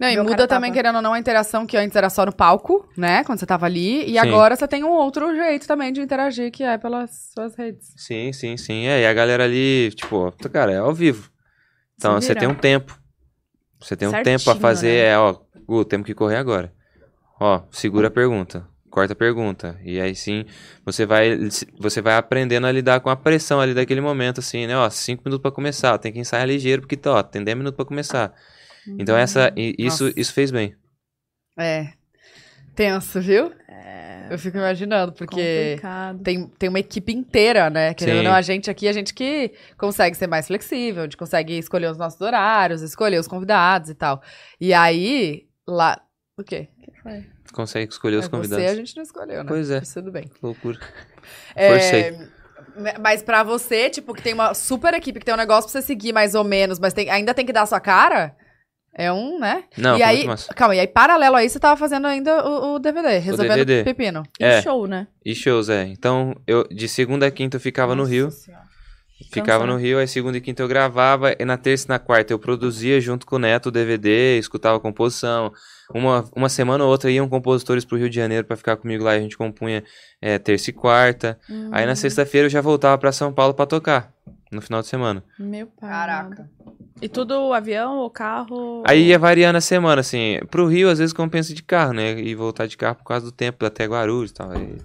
Não, e
Meu
muda
cara
também,
tava.
querendo ou não, a interação que antes era só no palco, né? Quando você tava ali. E
Sim.
agora você tem um outro jeito também de interagir, que é pelas suas redes.
Sim, sim, sim. É, e a galera ali, tipo, cara, é ao vivo. Então
Se
você
virar.
tem um tempo. Você tem um tempo pra
Certinho,
fazer,
né?
é, ó, Gu, temos que correr agora. Ó, segura a pergunta, corta a pergunta. E aí sim, você vai você vai aprendendo a lidar com a pressão ali daquele momento, assim, né? Ó, cinco minutos pra começar, tem que ensaiar ligeiro, porque tá, ó, tem 10 minutos pra começar. Então essa, e- isso,
Nossa.
isso fez bem.
É. Tenso, viu? Eu fico imaginando, porque
É Complicado.
tem, tem uma equipe inteira, né? Querendo ou
Sim.
não, a gente aqui, a gente que consegue ser mais flexível, a gente consegue escolher os nossos horários, escolher os convidados e tal. E aí, lá. O quê?
Consegue escolher os
É,
convidados.
Você a gente não escolheu, né?
Pois é.
Mas Tudo bem.
Que loucura.
É,
Forcei.
mas pra você, tipo, que tem uma super equipe, que tem um negócio pra você seguir mais ou menos, mas tem- ainda tem que dar a sua cara, é um, né?
Não,
e
foi
aí,
muito massa.
calma, e aí paralelo a isso, você tava fazendo ainda o, o DVD, resolvendo o
DVD.
pepino.
E
É.
show, né?
E shows, é. Então, eu de segunda a quinta eu ficava no Rio. Ficava
Cansa,
no Rio, aí segunda e quinta eu gravava, e na terça e na quarta eu produzia junto com o Neto o DVD, escutava a composição. Uma, uma semana ou outra iam compositores pro Rio de Janeiro pra ficar comigo lá, e a gente compunha é, terça e quarta. Aí
Uhum.
na sexta-feira eu já voltava pra São Paulo pra tocar, no final de semana.
Hum, Meu pai. amado.
Caraca.
E tudo avião ou carro?
Aí ia variando a semana, assim. Pro Rio às vezes compensa de carro, né? E voltar de carro por causa do tempo, até Guarulhos e tal. E,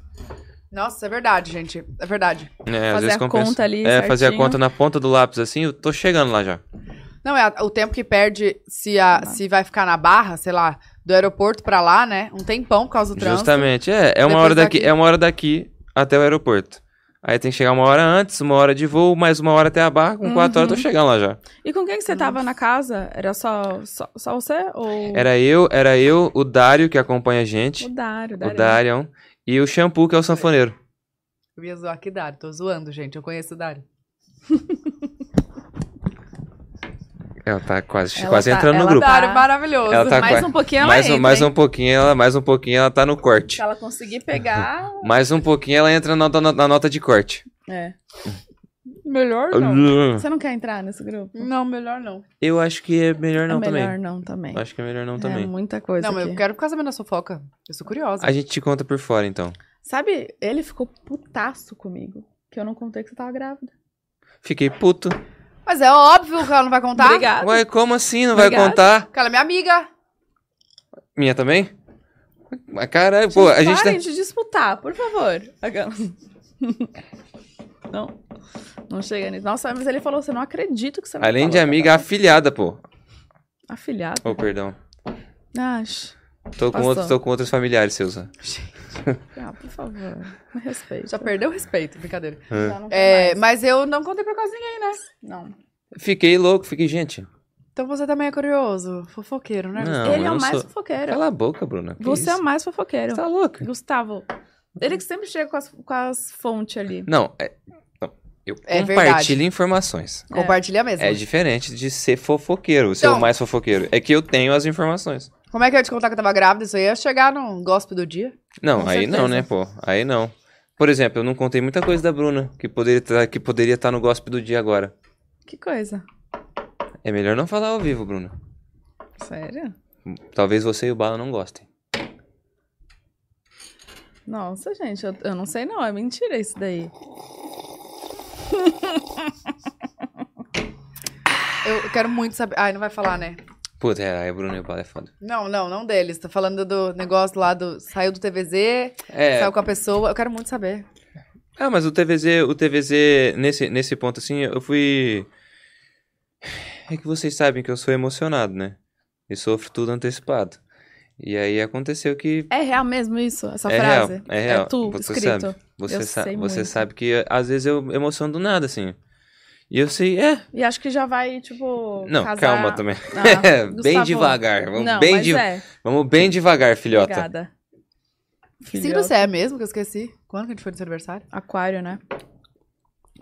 Nossa, é verdade, gente. É verdade.
né, às
Fazer
vezes
a
compensa.
conta ali.
é, fazer a
certinho.
conta na ponta do lápis, assim, eu tô chegando lá já.
Não, é a- o tempo que perde se, a, se vai ficar na barra, sei lá, do aeroporto pra lá, né? Um tempão por causa do trânsito.
Justamente, é. É uma,
Depois
hora daqui,
daqui.
é uma hora daqui até o aeroporto. Aí tem que chegar uma hora antes, uma hora de voo, mais uma hora até a barra, com quatro
Uhum.
horas eu tô chegando lá já.
E com quem que você tava na casa? Era só, só, só você ou
Era eu, era eu, o Dário que acompanha a
o
gente,
Dário? né?
o Darion, e o Shampoo, que é o sanfoneiro.
Eu ia zoar aqui, Dário. Tô zoando, gente. Eu conheço o Dário.
Ela tá quase,
Ela
quase
tá-
entrando no
ela
grupo.
tá-
Dário, maravilhoso.
Ela tá
Mas-
Mais
qua-
um pouquinho ela
mais, um,
entra,
mais
hein?
um pouquinho, ela, mais um pouquinho, ela tá no corte.
Se ela conseguir pegar...
Mais um pouquinho, ela entra na, nota- na nota de corte.
É.
Melhor
Você não quer entrar nesse grupo?
Não, melhor não.
Eu acho que é melhor não
é melhor
também.
não também.
Acho que é melhor não
É
também.
muita coisa
não, mas
aqui.
eu quero ficar sabendo da fofoca. Eu sou curiosa.
A gente te conta por fora, então.
Sabe, ele ficou putaço comigo. Que eu não contei que você tava grávida.
Fiquei puto.
Mas é óbvio que ela não vai contar.
Obrigada.
Ué, como assim? Não vai
Ah, Obrigada.
contar?
Porque ela é minha amiga.
Minha também? Mas caralho, pô, a gente tá.
Parem de disputar, por favor. Aquela. não. Não chega nisso. Nossa, mas ele falou, você não acredito que você não
Além de
falou".
amiga, afilhada, pô.
Afilhado.
Oh, perdão.
Ah,
Tô com,
Passou.
outros, tô com outros familiares, né? Seuza.
ah, por favor. Me respeita.
Já perdeu o respeito, brincadeira.
Já não tem
É,
mais.
mas eu não contei pra quase ninguém, né?
Não.
Fiquei louco, fiquei, gente.
Então você também é curioso, fofoqueiro, né?
Não,
ele é
eu
o mais
sou-
fofoqueiro.
Cala a boca, Bruna. que
Você é
isso?
o mais fofoqueiro.
Tá louca?
Gustavo. Ele que sempre chega com as, com as fontes ali.
Não, é- não, eu
É
compartilho
verdade.
informações.
Compartilha mesmo.
É diferente de ser fofoqueiro, ser o
Então-
mais fofoqueiro. É que eu tenho as informações.
Como é que eu ia te contar que eu tava grávida? Isso aí ia chegar num gospel do dia.
Não,
Com
aí não,
certeza.
né, pô? Aí não. Por exemplo, eu não contei muita coisa da Bruna, que poderia tá- que poderia estar no gospel do dia agora.
Que coisa.
É melhor não falar ao vivo, Bruna.
Sério?
Talvez você e o Bala não gostem.
Nossa, gente, eu, eu não sei não. É mentira isso daí.
Eu eu quero muito saber. Ai, não vai falar, né?
Puta, é, aí a Bruna e o Bala é foda.
Não, não, não deles. Tá falando do negócio lá do. Saiu do TVZ,
É,
saiu com a pessoa. Eu quero muito saber.
Ah, mas o TVZ, o TVZ nesse, nesse ponto assim, eu fui. É que vocês sabem que eu sou emocionado, né? E sofro tudo antecipado. E aí aconteceu que.
É real mesmo isso? Essa
é
frase?
real, é real.
tu,
você
escrito.
sabe. Você,
Eu
sa-
sei
você
muito.
sabe que às vezes eu emociono do nada, assim. E eu sei, é.
E acho que já vai, tipo.
Não,
casar-
calma também.
Ah,
bem
Gustavo.
devagar. Vamos,
Não,
bem
mas
de-
é.
vamos bem devagar, filhota.
Obrigada.
Que signo você é mesmo? Que eu esqueci. Quando que a gente foi no seu aniversário?
Aquário, né?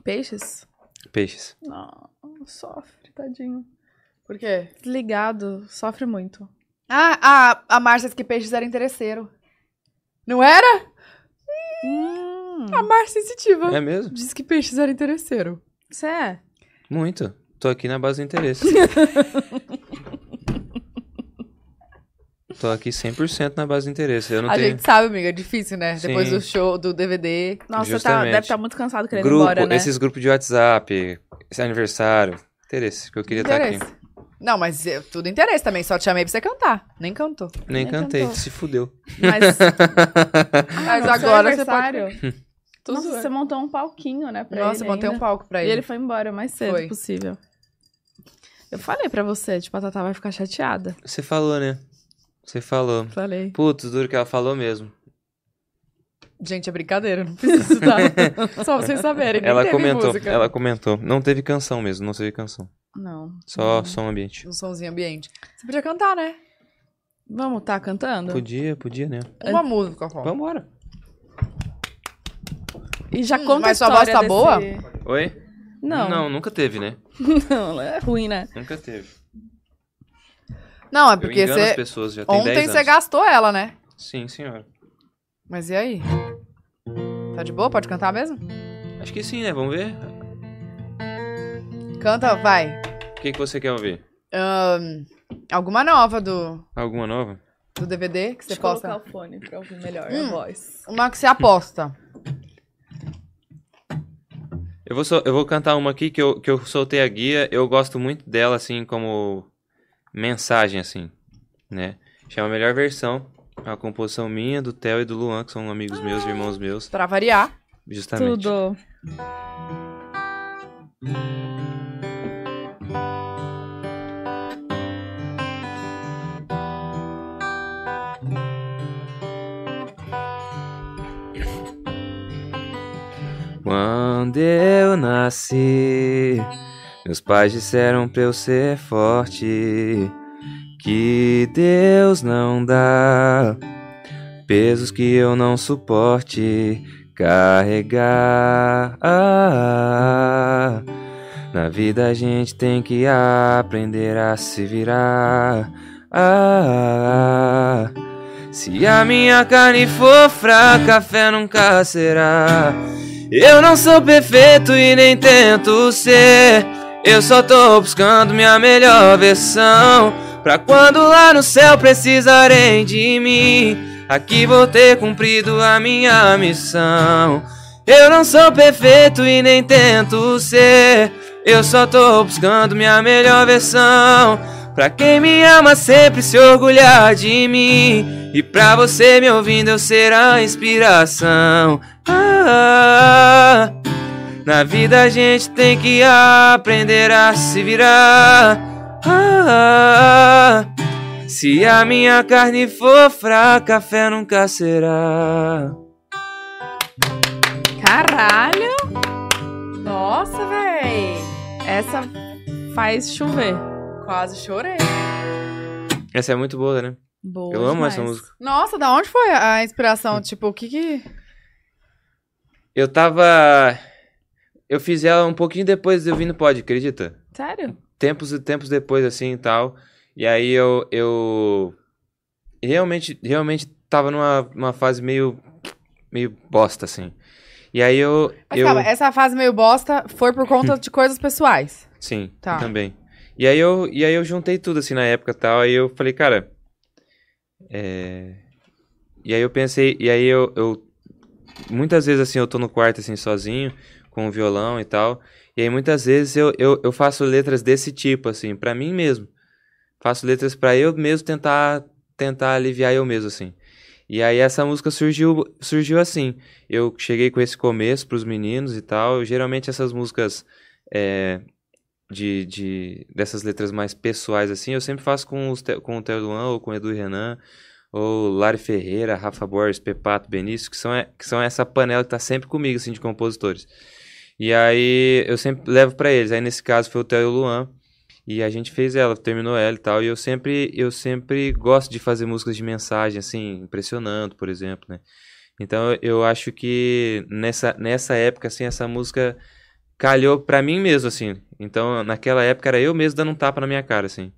Peixes?
Peixes.
Não, sofre, tadinho.
Por quê?
Desligado, sofre muito.
Ah, a, a Márcia disse que peixes era interesseiro. Não era?
Hum,
A Márcia sensitiva.
É mesmo?
Disse que peixes era interesseiro.
você é?
Muito. Tô aqui na base do interesse. Tô aqui 100% na base do interesse. Eu não
a
tenho
gente sabe, amiga, é difícil, né?
Sim.
Depois do show, do DVD.
Nossa, você tá,
Justamente.
deve estar muito cansado querendo
grupo,
ir embora, né?
esses grupos de WhatsApp, esse aniversário, interesse, que eu queria estar aqui.
Interesse. Não, mas eu- tudo interesse também. Só te chamei pra você cantar. Nem cantou.
Nem,
Nem
cantei,
cantou.
se fudeu.
Mas, no
Mas
seu
agora você
aniversário,
Tô
Nossa,
zoando.
você montou um palquinho, né? Pra
Nossa,
ele
eu montei
ainda.
um palco pra
E
ele.
ele foi embora o mais cedo
Foi.
possível. Eu falei pra você, tipo, a Tatá vai ficar chateada.
Você falou, né? Você falou.
Falei.
Putz, duro que ela falou mesmo.
Gente, é brincadeira, eu não preciso dar. Só pra vocês saberem. nem
ela
teve
comentou,
música.
ela comentou. Não teve canção mesmo, não teve canção.
Não.
Só
Hum.
som ambiente.
Um somzinho ambiente. Você podia cantar, né?
Vamos tá cantando?
Podia, podia, né?
Uma música, Rô.
Vambora.
E já
Hum,
conta
mas
a
sua
história
voz tá
desse-
boa?
Oi?
Não.
Não, nunca teve, né?
Não, é ruim, né?
Nunca teve.
Não, é
Eu
porque
engano as
você.
pessoas, já tem
Ontem
10
você
anos.
gastou ela, né?
Sim, senhora.
Mas e aí? Tá de boa? Pode cantar mesmo?
Acho que sim, né? Vamos ver?
Canta, vai.
O que, que você quer ouvir?
Ahn, alguma nova do,
Alguma nova?
do DVD que você
Deixa eu
possa.
colocar o fone pra ouvir melhor
Hum.
a voz.
Uma que você aposta.
Eu vou, sol- eu vou cantar uma aqui que eu, que eu soltei a guia. Eu gosto muito dela, assim, como mensagem, assim, né? Chama Melhor Versão. É uma composição minha, do Theo e do Luan, que são amigos meus, irmãos meus,
Pra variar.
justamente.
Tudo.
Quando eu nasci, meus pais disseram pra eu ser forte, que Deus não dá pesos que eu não suporte carregar. Na vida a gente tem que aprender a se virar. Se a minha carne for fraca, a fé nunca será. Eu não sou perfeito e nem tento ser. Eu só tô buscando minha melhor versão. Pra quando lá no céu precisarem de mim, aqui vou ter cumprido a minha missão. Eu não sou perfeito e nem tento ser. Eu só tô buscando minha melhor versão. Pra quem me ama sempre se orgulhar de mim. E pra você me ouvindo eu ser a inspiração. Ah, na vida a gente tem que aprender a se virar. Ah, se a minha carne for fraca, a fé nunca será.
Caralho! Nossa, véi! Essa
Faz chover.
quase chorei.
Essa é muito boa, né?
Boa
Eu amo
demais.
essa música.
Nossa, da onde foi a inspiração? Tipo, o que que...
Eu tava. Eu fiz ela um pouquinho depois de eu vir no pod, acredita?
Sério?
tempos e tempos depois, assim e tal. E aí eu, eu realmente, realmente tava numa uma fase meio, meio bosta, assim. E aí eu,
Mas
eu
calma, essa fase meio bosta foi por conta de coisas pessoais.
sim,
Tá.
também. E aí eu, e aí eu juntei tudo, assim, na época e tal. Aí eu falei, cara, é... E aí eu pensei, e aí eu, eu, muitas vezes, assim, eu tô no quarto, assim, sozinho, com o violão e tal. E aí muitas vezes eu, eu, eu faço letras desse tipo, assim, pra mim mesmo. faço letras pra eu mesmo tentar tentar aliviar eu mesmo assim. E aí essa música surgiu surgiu assim. Eu cheguei com esse começo pros meninos e tal. Eu, geralmente essas músicas é, de, de dessas letras mais pessoais assim, eu sempre faço com os Te- com o Theo Luan ou com o Edu Renan ou Lari Ferreira, Rafa Borges, Pepato, Benício, que são é- que são essa panela que tá sempre comigo assim de compositores. E aí eu sempre levo pra eles. Aí nesse caso foi o Theo e o Luan. E a gente fez ela, terminou ela e tal. E eu sempre, eu sempre gosto de fazer músicas de mensagem, assim, impressionando, por exemplo, né? Então eu- eu acho que nessa, nessa época, assim, essa música calhou pra mim mesmo, assim. Então naquela época era eu mesmo dando um tapa na minha cara, assim.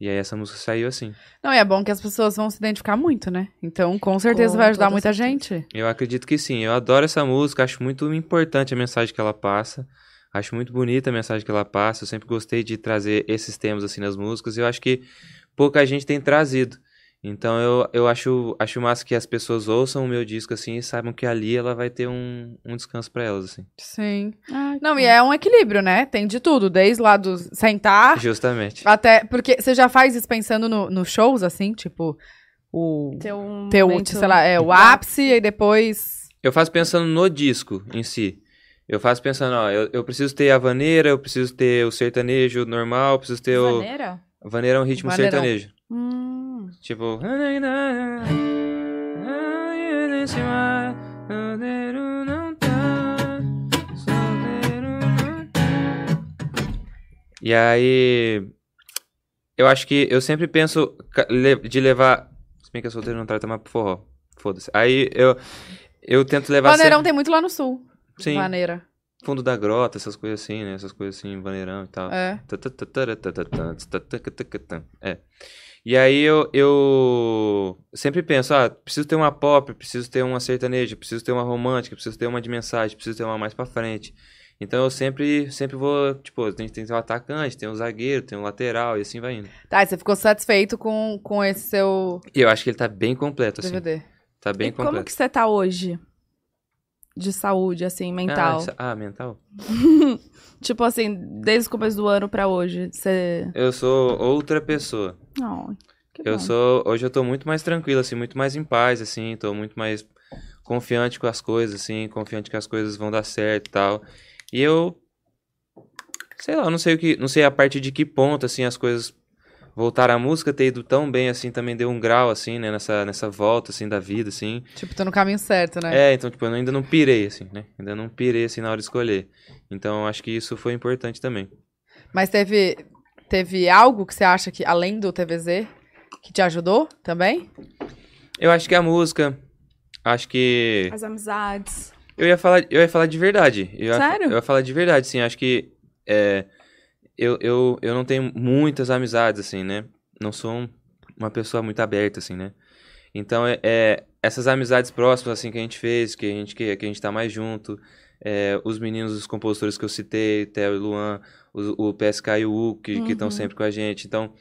E aí essa música saiu assim.
Não, e é bom que as pessoas vão se identificar muito, né? Então, com certeza
Com
vai ajudar
toda
muita gente.
Eu acredito que sim. Eu adoro essa música, acho muito importante a mensagem que ela passa. Acho muito bonita a mensagem que ela passa. Eu sempre gostei de trazer esses temas assim nas músicas. e Eu acho que pouca gente tem trazido. Então eu, eu acho, acho massa que as pessoas ouçam o meu disco assim e saibam que ali ela vai ter um, um descanso pra elas, assim.
Sim.
Ai,
Não,
que
e é um equilíbrio, né? Tem de tudo, desde lá do sentar
Justamente.
até. Porque você já faz isso pensando nos no nos shows, assim, tipo, o
Ter um
teu,
momento-
sei lá, é o ápice e depois.
Eu faço pensando no disco em si. Eu faço pensando, ó, eu, eu preciso ter a vaneira, eu preciso ter o sertanejo normal, eu preciso ter o.
Maneira?
Vaneira é um ritmo
Vaneirão.
sertanejo.
Hum.
Tipo. E aí. Eu acho que eu sempre penso ca- le- de levar. Se bem que a solteira não trata mais pro forró. Foda-se. Aí eu. Eu tento levar
Vaneirão tem muito lá no sul.
sempre, sim,
Vaneira.
fundo da grota, essas coisas assim, né? Essas coisas assim, vaneirão e tal.
É.
É. E aí eu, eu sempre penso, ah, preciso ter uma pop, preciso ter uma sertaneja, preciso ter uma romântica, preciso ter uma de mensagem, preciso ter uma mais pra frente. Então eu sempre, sempre vou, tipo, tem, tem o atacante, tem o zagueiro, tem o lateral e assim vai indo.
Tá, e você ficou satisfeito com, com esse seu
E eu acho que ele tá bem completo, assim.
DVD.
Tá
É
bem
e
completo.
como que você tá hoje? De saúde, assim, mental.
Ah, isso- ah, mental?
Tipo assim, desde o começo do ano pra hoje. Você.
Eu sou outra pessoa.
Não. Ah, que
Eu
bom.
sou. Hoje eu tô muito mais tranquilo, assim, muito mais em paz, assim, tô muito mais confiante com as coisas, assim, confiante que as coisas vão dar certo e tal. E eu. Sei lá, eu não sei o que. Não sei a partir de que ponto, assim, as coisas voltaram à música, ter ido tão bem, assim, também deu um grau, assim, né, nessa, nessa volta, assim, da vida, assim.
Tipo, tô no caminho certo, né?
É, então, tipo, eu ainda não pirei, assim, né? Ainda não pirei, assim, na hora de escolher. Então, eu acho que isso foi importante também.
Mas teve, teve algo que você acha que, além do TVZ, que te ajudou também?
Eu acho que a música. Acho que.
As amizades.
Eu ia falar, eu ia falar de verdade. Eu ia-
Sério?
eu ia falar de verdade, sim. Acho que é, eu, eu, eu não tenho muitas amizades, assim, né? Não sou um- uma pessoa muito aberta, assim, né? Então, é, é, essas amizades próximas, assim, que a gente fez, que a gente, que, que a gente tá mais junto, é, os meninos, os compositores que eu citei, Theo e Luan, o, o PSK e o U, que estão
Uhum.
sempre com a gente. Então,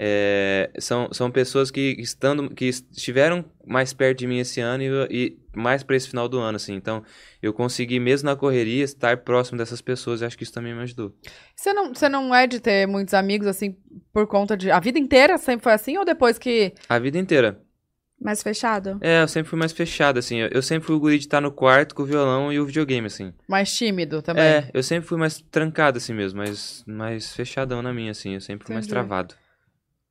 é, são, são pessoas que, estando, que estiveram mais perto de mim esse ano e, e mais para esse final do ano, assim. Então, eu consegui, mesmo na correria, estar próximo dessas pessoas e acho que isso também me ajudou.
Você não, você não é de ter muitos amigos, assim, por conta de. A vida inteira sempre foi assim? Ou depois que.
A vida inteira.
Mais fechado?
É, eu sempre fui mais fechado, assim. Eu, eu sempre fui o guri de estar no quarto com o violão e o videogame, assim.
Mais tímido também?
É, eu sempre fui mais trancado, assim mesmo, mas mais fechadão na minha, assim. Eu sempre fui mais
Entendi.
travado.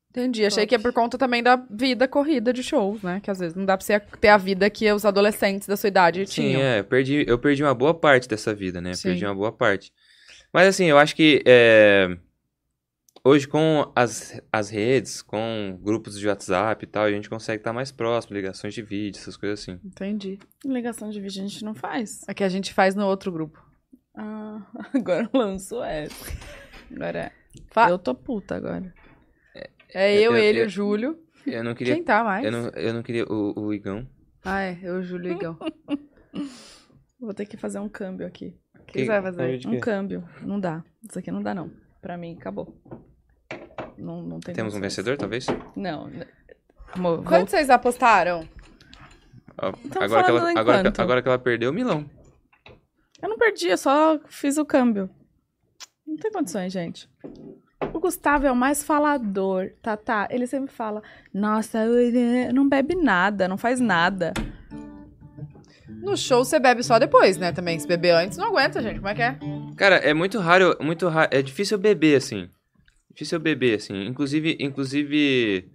Entendi. Achei
Top.
que é por conta também da vida corrida de shows, né? Que às vezes não dá pra você ter a vida que os adolescentes da sua idade
Sim,
tinham.
é, eu perdi, eu perdi uma boa parte dessa vida, né?
Sim.
Perdi uma boa parte. Mas assim, eu acho que é, hoje com as, as redes, com grupos de WhatsApp e tal, a gente consegue estar mais próximo, ligações de vídeo, essas coisas assim.
Entendi.
Ligação de vídeo a gente não faz.
É que a gente faz no outro grupo.
Ah, agora lançou essa. Agora
Fa-
é. Eu tô puta agora.
É eu,
Eu- eu-
ele,
eu-
o Júlio.
Eu não queria.
Quem tá mais?
Eu não, eu não queria. O, o Igão.
Ah, é. Eu, Júlio e Igão. O
Vou ter que fazer um câmbio aqui.
que, que você vai fazer?
Um câmbio. Não dá. Isso aqui não dá, não. Pra mim, acabou. Não, não tem
Temos um
condições.
vencedor, talvez?
Não. né? Amor, vou-
Quanto vocês apostaram?
Ó,
Então
agora, que
falando
ela, agora,
enquanto.
que, agora que ela perdeu, Milão.
Eu não perdi, eu só fiz o câmbio. Não tem condições, gente. O Gustavo é o mais falador, tá, tá? Ele sempre fala, nossa, ele não bebe nada, não faz nada.
No show você bebe só depois, né? Também. Se beber antes, não aguenta, gente. Como é que é?
Cara, é muito raro, muito raro, é difícil eu beber assim. Difícil eu beber assim. Inclusive, inclusive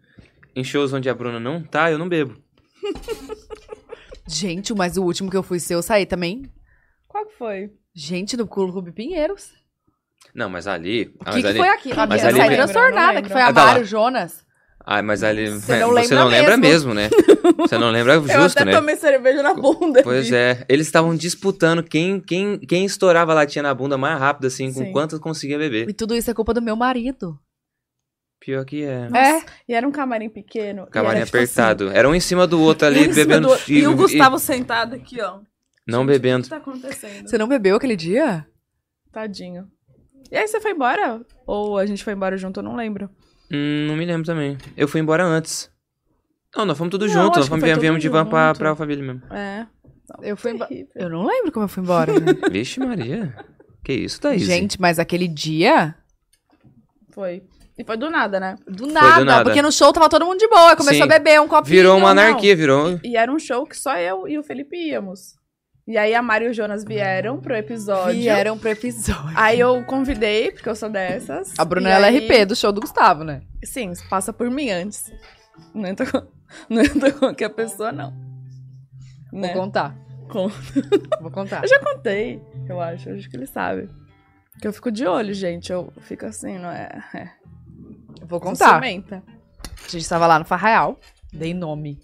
em shows onde a Bruna não tá, eu não bebo.
Gente, mas o último que eu fui seu, eu saí também.
Qual que foi?
Gente, do Clube Pinheiros.
Não, mas ali,
O que,
ah, mas
que
ali,
foi aqui? A
mas
minha
ali-
saí
Lembra, não
transtornada,
lembro.
que foi a
Ah, tá lá.
Mário Jonas.
Ah, mas ali você
não
não,
lembra
lembra
mesmo.
mesmo, né? Você não lembra
eu
justo,
até
né?
tomei cerveja na bunda.
Pois é, eles estavam disputando quem quem quem estourava a latinha na bunda mais rápido assim, com
Sim.
quanto conseguia beber.
E tudo isso é culpa do meu marido.
Pior que é.
É.
E era um camarim pequeno. e
Camarim
era, tipo assim,
apertado. Era um em cima do outro ali,
era em cima
bebendo.
do outro. E o Gustavo sentado aqui, ó.
Não
Gente, O
bebendo.
que tá acontecendo?
Você não bebeu aquele dia?
Tadinho. E aí você foi embora? Ou a gente foi embora junto, eu não lembro.
Hum, não me lembro também. Eu fui embora antes. Não, nós fomos tudo
Não,
junto.
acho
Nós
que
fomos,
foi
viemos,
tudo
de van pra,
junto.
pra Alphaville mesmo.
É.
Eu fui embora.
Terrível.
Eu não lembro como eu fui embora. né?
Vixe, Maria. Que isso, Thaís?
Gente, mas aquele dia.
Foi. E foi do nada, né?
Do nada,
nada.
porque no show tava todo mundo de boa. Começou
Sim.
a beber um copinho.
virou uma
não.
anarquia, virou.
E era um show que só eu e o Felipe íamos. E aí a Mari e o Jonas vieram pro episódio.
Vieram pro episódio.
Aí eu convidei, porque eu sou dessas.
A Bruna
E
é
aí-
LRP do show do Gustavo, né?
Sim, passa por mim antes. Não entra com, não entra com qualquer pessoa, não. Né?
Vou contar.
Com-
Vou contar.
Eu já contei, eu acho. Eu acho que ele sabe. Que eu fico de olho, gente. Eu fico assim, não é? é.
Vou contar.
Ciumenta.
A gente tava lá no Farraial. Dei nome.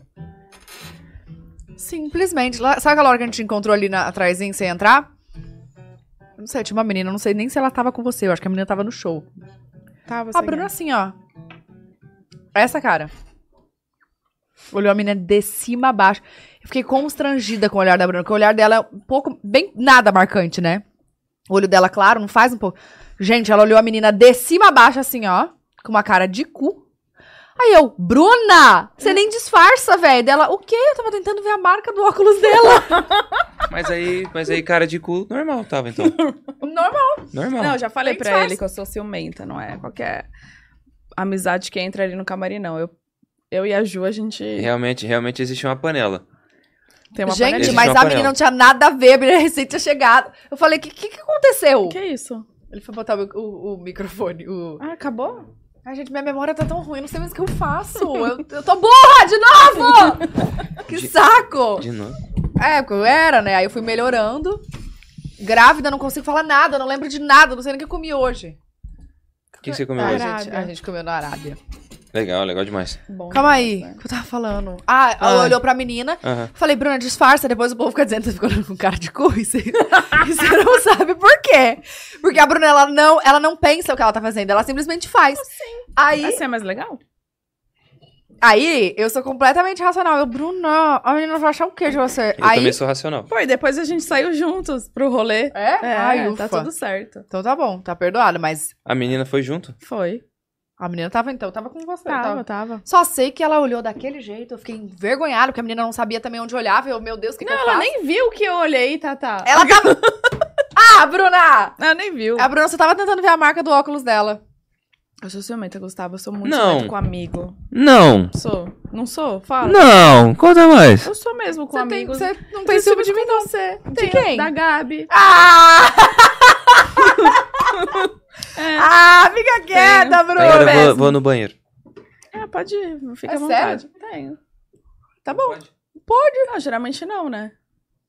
Simplesmente. Lá, sabe aquela hora que a gente encontrou ali na, atrás sem entrar? Eu não sei, tinha uma menina, eu não sei nem se ela tava com você. Eu acho que a menina tava no show.
Tá, você
A Bruna assim, ó. Essa cara. Olhou a menina de cima a baixo. Eu fiquei constrangida com o olhar da Bruna, porque o olhar dela é um pouco, bem nada marcante, né? O olho dela, claro, não faz um pouco. Gente, ela olhou a menina de cima a baixo, assim, ó. Com uma cara de cu. Aí eu, Bruna, você nem disfarça, velho. Dela, o quê? Eu tava tentando ver a marca do óculos dela.
Mas aí, mas aí, cara de cu, normal tava então.
Normal.
Normal.
Não, eu já falei
Nem
pra
disfarça.
ele que eu sou ciumenta, não é qualquer amizade que entra ali no camarim, não. Eu, eu e a Ju, a gente
Realmente, realmente existe uma panela.
tem uma
Gente,
panelinha.
Existe
mas
uma
a
panela.
menina não tinha nada a ver, a menina recente tinha chegado. Eu falei, o que, que, que aconteceu?
Que isso?
Ele foi botar o, o- o microfone. O...
Ah, acabou?
Ai, gente, minha memória tá tão ruim, não sei mais o que eu faço. Eu, eu tô burra de novo! que saco!
De novo.
É, porque eu era, né? Aí eu fui melhorando. Grávida, não consigo falar nada, não lembro de nada, não sei nem o que eu comi hoje.
O que, que você comeu
Ah,
hoje?
Caraca.
gente, a gente comeu na Arábia.
Legal, legal demais.
Bom,
Calma aí, o
né?
que eu tava falando? Ah, ela
Ah.
olhou pra menina,
Aham.
Falei, Bruna, disfarça. Depois o povo fica dizendo que você ficou olhando com cara de cu. E você, e você não sabe por quê. Porque a Bruna, ela não,
assim?
ela não pensa o que ela tá fazendo. Ela simplesmente faz. Aí,
Assim é mais legal?
Aí, eu sou completamente racional. Eu, Bruna, a menina vai achar o que de você?
Eu também sou racional.
Pô, e depois a gente saiu juntos pro rolê.
É?
É,
Ai, ufa.
tá tudo certo.
Então tá bom, tá perdoada, mas
A menina foi junto?
Foi.
a menina tava então, tava com você.
Tava,
tava.
tava.
Só sei que ela olhou daquele jeito, eu fiquei envergonhada, porque a menina não sabia também onde olhava. Eu, meu Deus, o que, que eu
Ela
faço?
nem viu que eu olhei, Tatá.
Tá Ela tava. ah, Bruna!
Ela nem viu.
A Bruna só tava tentando ver a marca do óculos dela.
Eu sou ciumenta, Gustavo. Eu sou muito
Não.
ciumenta com amigo.
Não!
Sou. Não sou? Fala.
Não! Conta mais!
Eu sou mesmo com
Você tem-
amigos.
você não tem ciúme de mim, não.
Você.
De quem?
Da Gabi.
Ah!
É.
Ah, fica quieta,
Agora eu
Bruna!
vou, vou no banheiro.
É, pode ir. Fica
É
à vontade. Tenho.
Tá bom.
Não, geralmente não, né?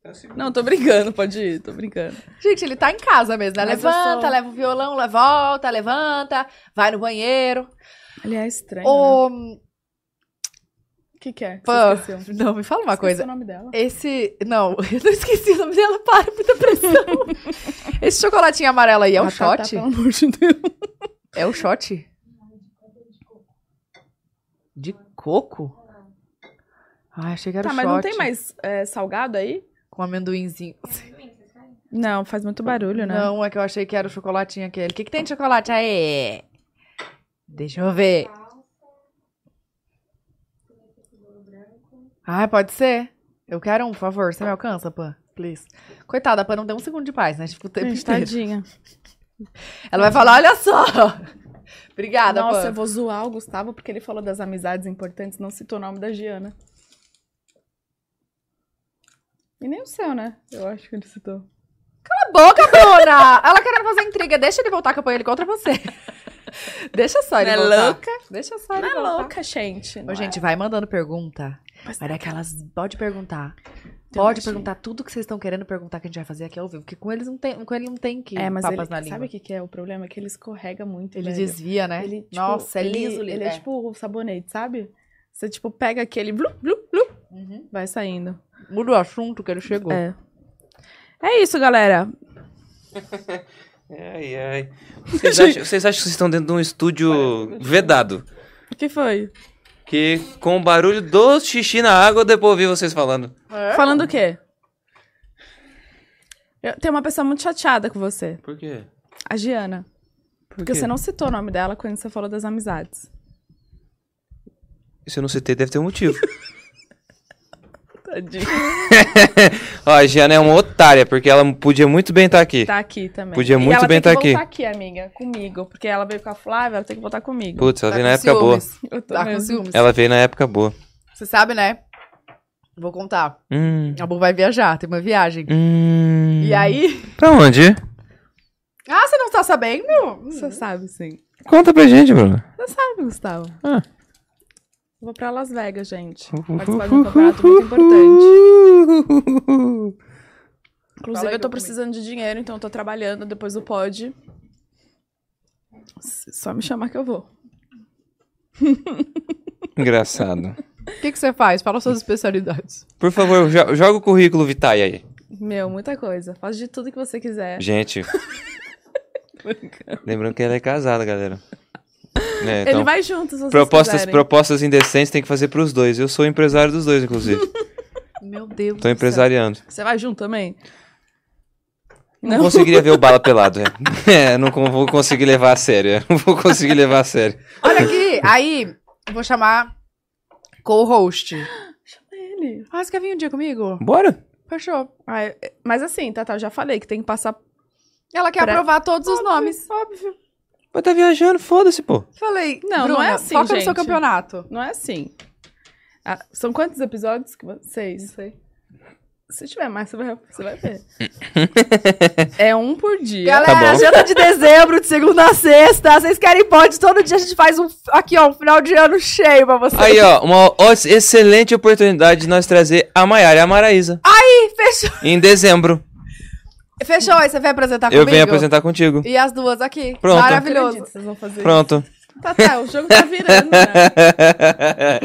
Tá assim.
Não, tô brincando. Pode ir. Tô brincando.
Gente, ele tá em casa mesmo, né?
Mas eu
Levanta,
sou-
leva o violão, le- volta, levanta, vai no banheiro.
Ele é estranho. né?
Ô,
O que que é? Você
Pô,
esqueceu?
Não, me fala uma
Esqueci
coisa.
o nome dela.
Esse. Não, eu não esqueci o nome dela, para, muita pressão. Esse chocolatinho amarelo aí é um
Ah, tá, tá,
shot?
pelo amor de Deus.
É o shot? De coco? Ah, achei que
é
era
Tá,
o
mas
shot.
não tem mais é, salgado aí?
Com amendoinzinho.
Não, faz muito barulho, né?
Não, é que eu achei que era o chocolatinho aquele. O que, que tem de chocolate aí? Deixa eu ver. Ah, pode ser. Eu quero um, por favor. Você me alcança, Pan? Please. Coitada, a Pan não deu um segundo de paz, né? Tipo, o tempo
Gente,
inteiro.
tadinha.
Ela vai falar, olha só. Obrigada,
Nossa, eu
Pan.
vou zoar o Gustavo porque ele falou das amizades importantes, não citou o nome da Giana. E nem o seu, né? Eu acho que ele citou.
Cala a boca, Bruna! Ela querendo fazer intriga. Deixa ele voltar que eu ponho ele contra você. Deixa só ele
Não é
voltar.
louca?
Deixa só
Não
ele
é
voltar.
louca, gente. não
Ô,
é?
gente, vai mandando pergunta.
Pois é.
Mas daquelas. Pode perguntar.
Tem um
pode
monte.
perguntar tudo que vocês estão querendo perguntar que a gente vai fazer aqui ao vivo. Porque com eles não tem, com ele não tem que.
É, mas
papas
ele,
na língua.
sabe o que, que é o problema? É que ele escorrega muito.
Ele
velho.
desvia, né?
Ele, tipo,
Nossa, é
ele-
liso, liso.
Ele é, tipo o sabonete, sabe? Você, tipo, pega aquele blu, blu, blu,
Uhum.
vai saindo.
Muda o assunto que ele chegou.
É. É isso, galera.
Ai, ai. Vocês acham, vocês acham que vocês estão dentro de um estúdio vedado?
O que foi?
Que com o barulho do xixi na água, eu depois ouvi vocês falando.
É.
Falando o quê? Eu, tem uma pessoa muito chateada com você,
Por quê?
a Giana.
Por
Porque
quê?
você não citou o nome dela quando você falou das amizades.
Se eu não citei, deve ter um motivo.
Tadinho.
Ó, a Giana é uma otária, porque ela podia muito bem estar aqui.
Tá aqui também.
Podia
e
muito
ela
bem
tem
tá
que
aqui.
voltar aqui, amiga, comigo. Porque ela veio com a Flávia, ela tem que voltar comigo.
Putz, ela
Tá
veio na
com
época boa.
ciúmes.
Eu tô
Tá com
mesmo.
ciúmes.
Ela veio na época boa.
Você sabe, né? Vou contar.
Hum.
A Bu vai viajar, tem uma viagem.
Hum.
E aí.
Pra onde?
Ah, você não tá sabendo?
Você sabe, sim.
Conta pra gente, Bruno.
Você sabe, Gustavo.
Ah. Uhum.
Eu Vou pra Las Vegas, gente.
Uhul.
Participar de um campeonato muito importante. Inclusive,
Fala
eu
que
tô
eu comi.
precisando de dinheiro, então eu tô trabalhando depois do pod. S- Só me chamar que eu vou.
Engraçado.
O que, que você faz? Fala suas especialidades.
Por favor, jo- joga o currículo Vitae aí.
Meu, muita coisa. Faz de tudo que você quiser.
Gente, lembrando que ela é casada, galera. É,
Ele
então,
vai junto, se vocês
propostas,
quiserem.
propostas indecentes tem que fazer pros dois. Eu sou empresário dos dois, inclusive.
Meu Deus.
Tô empresariando.
Você vai junto também?
Não,
Não.
conseguiria ver o bala pelado. É, É, não con- vou conseguir levar a sério. é. Não vou conseguir levar a sério.
Olha aqui, aí vou chamar co-host.
Ele.
Ah, você quer vir um dia comigo?
Bora?
Fechou.
Ah, é- é- mas assim, Tata, eu já falei que tem que passar
Ela quer
Pra-
aprovar todos os nomes.
Óbvio.
Vai tá viajando, foda-se, pô.
Falei,
Não, não
Bruna,
é assim,
foca no seu
gente.
campeonato.
Não é assim. Ah, são quantos episódios que vocês? Não sei. Se tiver mais, você vai, você vai ver. é um por dia.
Tá bom.
Galera, janta de dezembro, de segunda a sexta. Vocês querem pode? Todo dia a gente faz um. Aqui, ó, um final de ano cheio pra vocês.
Aí, ó, uma ó- excelente oportunidade de nós trazer a Maiara e a Maraísa
Ah!
Ih, Fechou.
em
Tá
dezembro.
Fechou, aí você vem apresentar
Eu
comigo?
venho apresentar contigo.
E as duas aqui.
Pronto.
Maravilhoso.
Maravilhoso.
Vocês vão fazer
Pronto.
isso. Tá, tá, o jogo tá virando, né?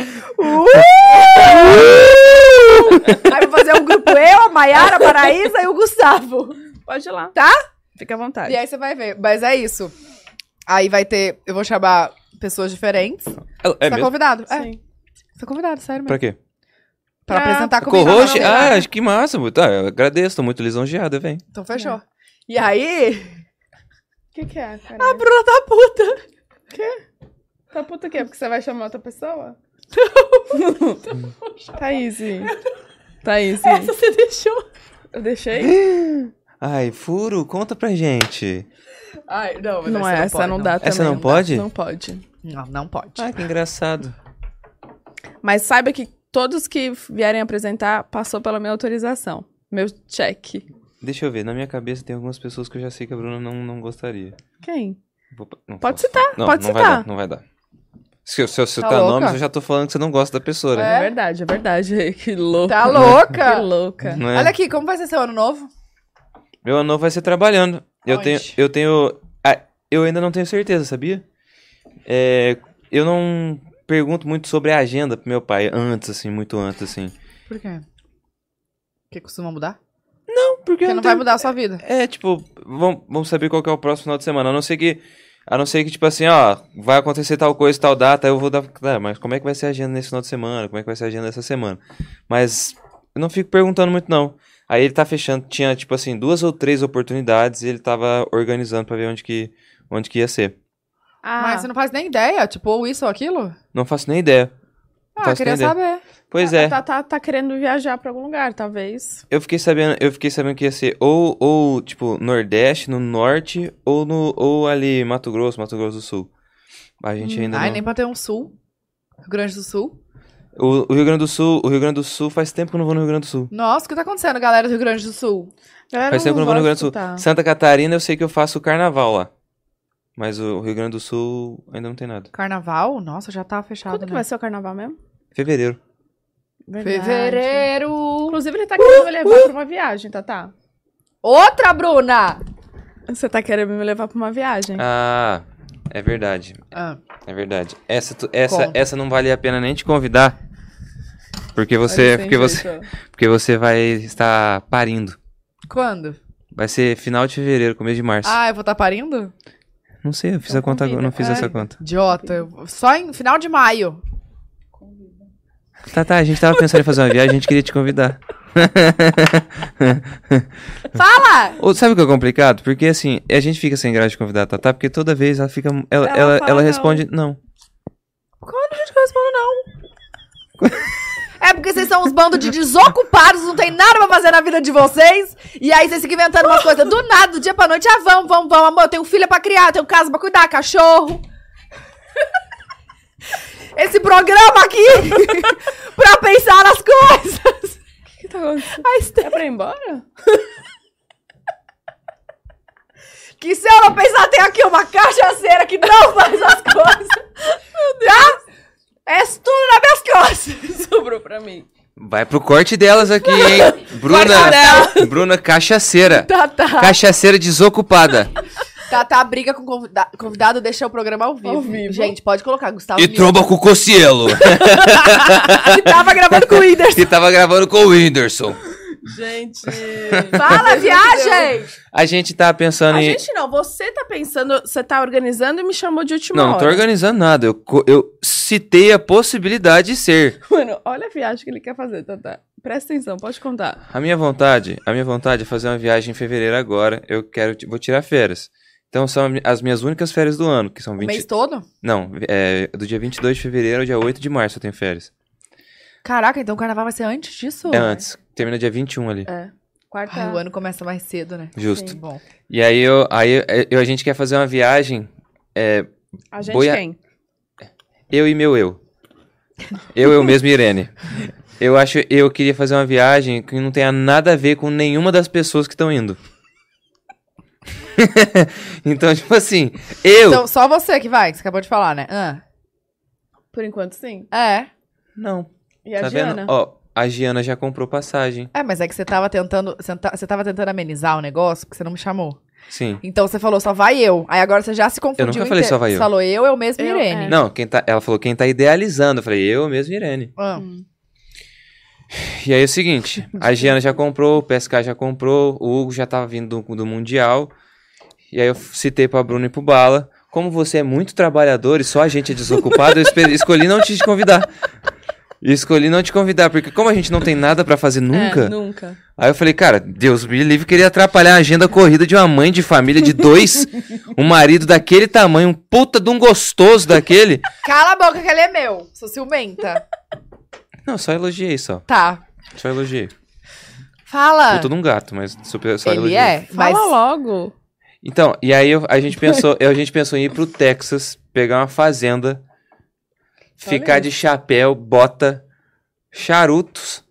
Aí vou fazer um grupo eu, a Maiara, a Paraísa e o Gustavo.
Pode ir lá.
Tá?
Fica à vontade.
E aí você vai ver. Mas é isso. Aí vai ter. Eu vou chamar pessoas diferentes.
É
tá
mesmo?
convidado? É.
Sim.
Você é convidado, sério mesmo.
Pra quê?
Pra
Ah,
apresentar
é
comigo.
É Co-host?
Não, não, não.
Ah, acho que massa, pô. Tá, eu agradeço, tô muito lisonjeada, vem.
Então fechou.
E aí,
O que, que é, cara?
a Bruna tá puta.
Tá puta o quê? Porque você vai chamar outra pessoa? Thaís. Thaís.
Essa você deixou.
Eu deixei?
Ai, furo, conta pra gente.
Ai, não, mas
Não é, essa
pode,
não dá também.
Essa não pode?
Não pode.
Não, não pode.
Ah, que engraçado.
Mas saiba que todos que vierem apresentar passou pela minha autorização. Meu check.
Deixa eu ver, na minha cabeça tem algumas pessoas que eu já sei que a Bruna não, não gostaria.
Quem?
Vou pa- não
Pode
posso.
citar,
não,
pode
não Vai
citar.
dar, não vai dar. Se eu, se eu citar
Tá louca?
nomes, eu já tô falando que você não gosta da pessoa.
É,
né?
verdade, é verdade. Que louca.
Tá
Que
louca?
louca.
Não é?
Olha aqui, como vai ser seu ano novo?
Meu ano novo vai ser trabalhando. Eu
Onde?
tenho. Eu tenho. ah, eu ainda não tenho certeza, sabia? É, eu não pergunto muito sobre a agenda pro meu pai antes, assim, muito antes, assim.
Por quê? Porque costuma mudar? Porque
Porque eu
não
tenho-
vai mudar a sua vida.
É, tipo, vamos, vamos saber qual que é o próximo final de semana. A não ser que. A não ser que, tipo assim, ó, vai acontecer tal coisa, tal data, eu vou dar. Tá, mas como é que vai ser a agenda nesse final de semana? Como é que vai ser a agenda dessa semana? Mas eu não fico perguntando muito, não. Aí ele tá fechando, tinha, tipo assim, duas ou três oportunidades e ele tava organizando pra ver onde que, onde que ia ser.
Ah,
Mas você não faz nem ideia, tipo, ou isso ou aquilo?
Não faço nem ideia.
Ah,
Faço
eu queria
nem ideia.
saber.
Pois
tá-
é,
Tá, tá, tá querendo viajar pra algum lugar, talvez.
eu fiquei sabendo, eu fiquei sabendo que ia ser ou, ou tipo, Nordeste, no norte, ou no ou ali, Mato Grosso, Mato Grosso do Sul. A gente ainda
Ai,
não...
nem pra ter um sul. Rio Grande do Sul.
O, o Rio Grande do Sul, o Rio Grande do Sul faz tempo que eu não vou no Rio Grande do Sul.
Nossa, o que tá acontecendo, galera do Rio Grande do Sul?
Galera,
Faz tempo que eu não vou no Rio Grande do Sul.
gosto, tá.
Santa Catarina eu sei que eu faço o carnaval lá. Mas o Rio Grande do Sul ainda não tem nada.
Carnaval? Nossa, já tá fechado.
Quando que
né?
vai ser o carnaval mesmo?
Fevereiro.
Verdade.
Fevereiro!
Inclusive, ele tá querendo me levar pra uma viagem, Tatá.
Outra, Bruna!
Você tá querendo me levar pra uma viagem?
Ah, é verdade.
Ah,
É verdade. Essa, tu- essa,
Conta.
essa não vale a pena nem te convidar. Porque você,
Olha,
porque
sem
você,
jeito.
porque você vai estar parindo.
quando?
Vai ser final de fevereiro, começo de março.
Ah, eu vou estar parindo?
não sei, eu fiz
então
a conta agora,
convida.
não fiz
Ai.
essa conta.
Idiota. eu- Só em final de maio.
Tá, tá, a gente tava pensando em fazer uma viagem, a gente queria te convidar.
Fala!
Ou, sabe o que é complicado? Porque assim, a gente fica sem graça de convidar a Tatá, porque toda vez ela fica. Ela,
Ela
ela,
fala
ela
não.
responde não.
É porque vocês são uns bandos de desocupados, não tem nada pra fazer na vida de vocês. E aí vocês ficam inventando umas coisas do nada, do dia pra noite. Ah, vamos, vamos, vamos. Amor, eu tenho filha pra criar, eu tenho casa pra cuidar, cachorro. Esse programa aqui pra pensar nas coisas.
O que tá acontecendo?
Mas tem-
É pra ir embora?
Que se eu não pensar, tem aqui uma cachaceira que não faz as coisas. Meu Deus! É isso tudo nas minhas costas.
Sobrou pra mim.
Vai pro corte delas aqui, hein? Bruna. Bruna cachaceira.
Tá, tá.
Cachaceira desocupada.
Tatá Tá, briga com convida- convidado, deixa o programa ao vivo.
Ao vivo.
Gente, pode colocar,
Tá
Gustavo.
E
Lima,
tromba com o Cocielo.
que tava gravando com o Whindersson.
que tava gravando com o Whindersson.
Gente.
Fala, viagem!
A gente tá pensando
A
em.
gente não, você tá pensando, você tá organizando e me chamou de última
Não, não tô
hora.
organizando nada. Eu, co- eu citei a possibilidade de ser.
Mano, olha a viagem que ele quer fazer, Tatá. Presta atenção, pode contar.
A minha vontade, a minha vontade é fazer uma viagem em fevereiro agora. Eu quero, vou tirar férias. Então são as minhas únicas férias do ano, que são
O
20,
mês todo?
Não, é do dia 22 de fevereiro ao dia 8 de março eu tenho férias.
Caraca, então o carnaval vai ser antes disso?
É antes. Termina dia 21 ali.
Quarta.
Ai, o ano começa mais cedo, né?
Justo.
Sim. Bom.
E aí, eu, aí eu- a gente quer fazer uma viagem. é,
A gente
boia-
quem?
eu e meu eu. Eu, eu mesmo e Irene. Eu acho, eu queria fazer uma viagem que não tenha nada a ver com nenhuma das pessoas que estão indo. então, tipo assim, eu.
Então, só você que vai, que você acabou de falar, né? Ah,
Por enquanto, sim.
é.
não,
E a
tá
Diana?
vendo? Ó, a Giana já comprou passagem.
É, mas é que você tava tentando. Você tá- você tava tentando amenizar o negócio, porque você não me chamou.
Sim.
Então você falou só vai eu. Aí agora você já se confundiu.
nunca falei
inte-
só vai eu.
Você falou eu, eu mesmo e
Eu,
Irene.
é.
Não, quem tá, ela falou quem tá idealizando. Eu falei, eu mesmo e Irene.
Ah.
E aí é o seguinte, a Giana já comprou, o PSK já comprou, o Hugo já tava vindo do, do Mundial. E aí eu citei pra Bruno e pro Bala. Como você é muito trabalhador e só a gente é desocupado, eu espe- escolhi não te convidar. E escolhi não te convidar, porque como a gente não tem nada pra fazer nunca,
É, nunca.
aí eu falei, cara, Deus me livre, queria atrapalhar a agenda corrida de uma mãe de família de dois, um marido daquele tamanho, um puta de um gostoso daquele.
Cala a boca que ele é meu. Sou ciumenta.
Não, só elogiei só.
tá.
Só elogiei.
Fala.
Puta de um gato, mas super, só
Ah. Ele
elogiei.
é,
Fala
mas
logo.
Então, e aí eu- a gente pensou, a gente pensou em ir pro Texas, pegar uma fazenda, ficar de chapéu, bota, charutos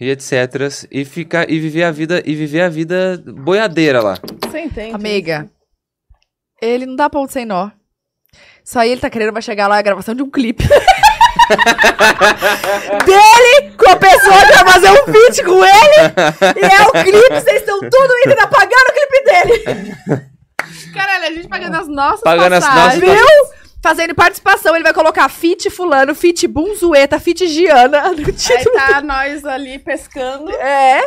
e etc, e ficar e viver a vida e viver a vida boiadeira lá.
Você entende?
Amiga, ele não dá ponto sem nó. Isso aí ele tá querendo vai chegar lá a gravação de um clipe. Dele com a pessoa que vai fazer um feat com ele. E é o clipe, vocês estão tudo ainda pagando o clipe dele.
Caralho, a gente pagando as nossas
Pagando as
passagens.
nossas
Viu? Fazendo participação, ele vai colocar feat fulano, feat bunzueta, feat Giana no
Aí
título.
tá nós ali pescando
É.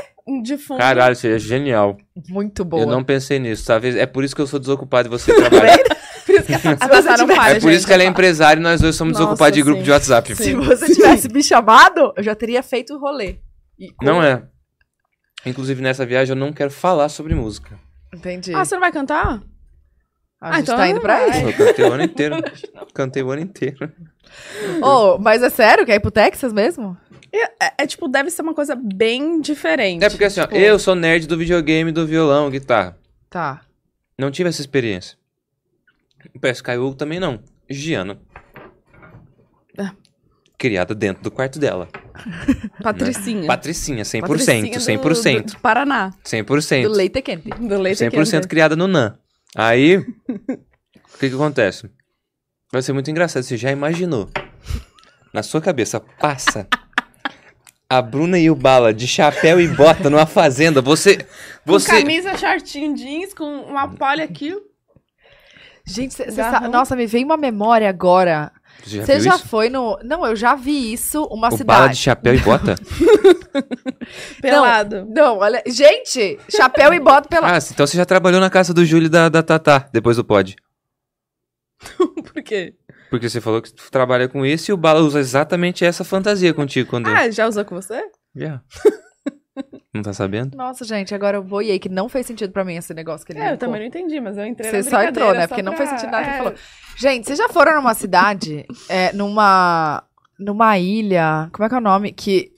de fundo.
Caralho, seria genial.
Muito boa.
Eu não pensei nisso, talvez é por isso que eu sou desocupado e você trabalha.
Por isso que essa
Se você
não
tiver-
falha,
É por isso
gente.
que ela é empresária e nós dois somos
Nossa,
desocupados de grupo
sim.
de WhatsApp.
Se você tivesse me chamado, eu já teria feito o rolê. E-
Não é. Inclusive nessa viagem eu não quero falar sobre música.
Entendi.
Ah, você não vai cantar?
A
Ah,
gente
então
tá indo pra isso.
Eu cantei o ano inteiro. Cantei o ano inteiro.
Ô, mas é sério? Quer ir pro Texas mesmo?
É, é, tipo, deve ser uma coisa bem diferente.
É porque assim, ó,
Tipo,
eu sou nerd do videogame, do violão, guitarra.
Tá.
Não tive essa experiência. O PS Caiu também não. Giana.
É.
Criada dentro do quarto dela.
Patricinha.
Patricinha, 100%,
É. Patricinha do-
100%,
Do, do Paraná.
100%.
Do leite quente.
Do leite
100% criada no NAN. Aí, o que que acontece? Vai ser muito engraçado. Você já imaginou? Na sua cabeça, passa a Bruna e o Bala de chapéu e bota numa fazenda. Você,
Com
você,
camisa, shortinho, jeans, com uma palha aqui.
Gente, cê, cê
Garrão.
sa- nossa, me veio uma memória agora.
você já
Você
viu
já
isso?
foi no. Não, eu já vi isso, uma
O Bala de
cidade.
chapéu e bota?
Pelado.
Não, olha. Gente, chapéu e bota pela.
Ah, então você já trabalhou na casa do Júlio e da, da Tatá, depois do pod.
Por quê?
Porque você falou que tu trabalha com isso e o Bala usa exatamente essa fantasia contigo quando...
Ah, já usou com você?
Já. Não tá sabendo?
Nossa, gente, agora eu boiei que não fez sentido pra mim esse negócio que ele.
É, eu
contou.
também não entendi, mas eu entrei
Você
na
só entrou,
brincadeira,
né? Porque não
pra-
fez sentido nada que
é.
ele falou. Gente, vocês já foram numa cidade, é, numa, numa ilha, como é que é o nome? Que,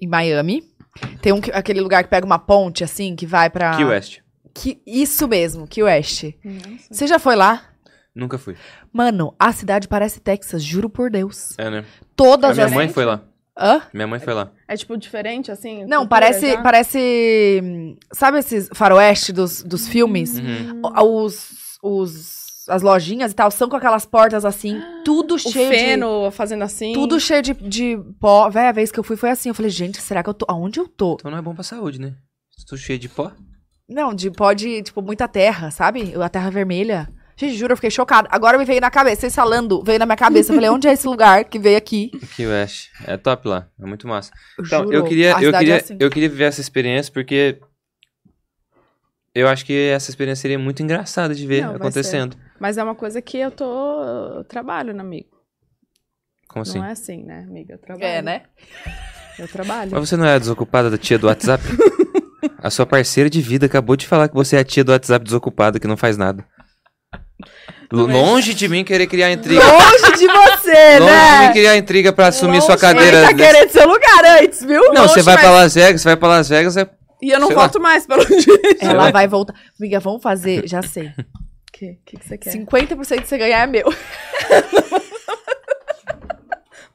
em Miami, tem um, que- aquele lugar que pega uma ponte, assim, que vai pra...
Key West.
Que, isso mesmo, Key West.
Nossa.
Você já foi lá?
Nunca fui.
Mano, a cidade parece Texas, juro por Deus.
É, né? A
Todas
minha
as...
mãe foi lá.
Hã?
Minha mãe foi lá.
É tipo diferente, assim?
Não,
cultura
parece,
já?
parece... hum, Sabe esses faroeste dos, dos filmes?
Uhum.
O- Os, os, as lojinhas e tal são com aquelas portas assim, tudo
O
cheio de...
feno fazendo assim.
Tudo cheio de, de pó. Véi, a vez que eu fui foi assim. Eu falei, gente, será que eu tô. Aonde eu tô?
Então não é bom pra saúde, né? Estou cheio de pó.
Não, de pó de, tipo, muita terra, sabe? A terra vermelha. Gente, juro, eu fiquei chocada. Agora me veio na cabeça, vocês falando, veio na minha cabeça. Eu falei, onde é esse lugar que veio aqui?
Key West. É top lá. É muito massa.
Eu
Então,
juro,
eu queria,
a
eu
cidade
queria,
é assim.
eu queria viver essa experiência porque eu acho que essa experiência seria muito engraçada de ver
Não, vai
acontecendo.
Mas é uma coisa que eu tô... eu trabalho, né, amigo?
Como assim?
Não é assim, né, amiga? Eu trabalho.
É, né?
Eu trabalho.
Mas você não é a desocupada da tia do WhatsApp? a sua parceira de vida acabou de falar que você é a tia do WhatsApp desocupada que não faz nada. L- Longe de mim querer criar intriga.
Longe de você,
Longe de mim
né?
criar intriga pra assumir sua
Longe.
cadeira.
Ele tá
desse-
querendo seu lugar antes, viu?
Não, você
Longe,
vai
mas-
pra Las Vegas, você vai pra Las Vegas, é...
E eu não
Sei
volto mais, pelo jeito.
Ela vai voltar. Amiga, vamos fazer, já sei.
O que, que, que você quer?
50% que você ganhar é meu.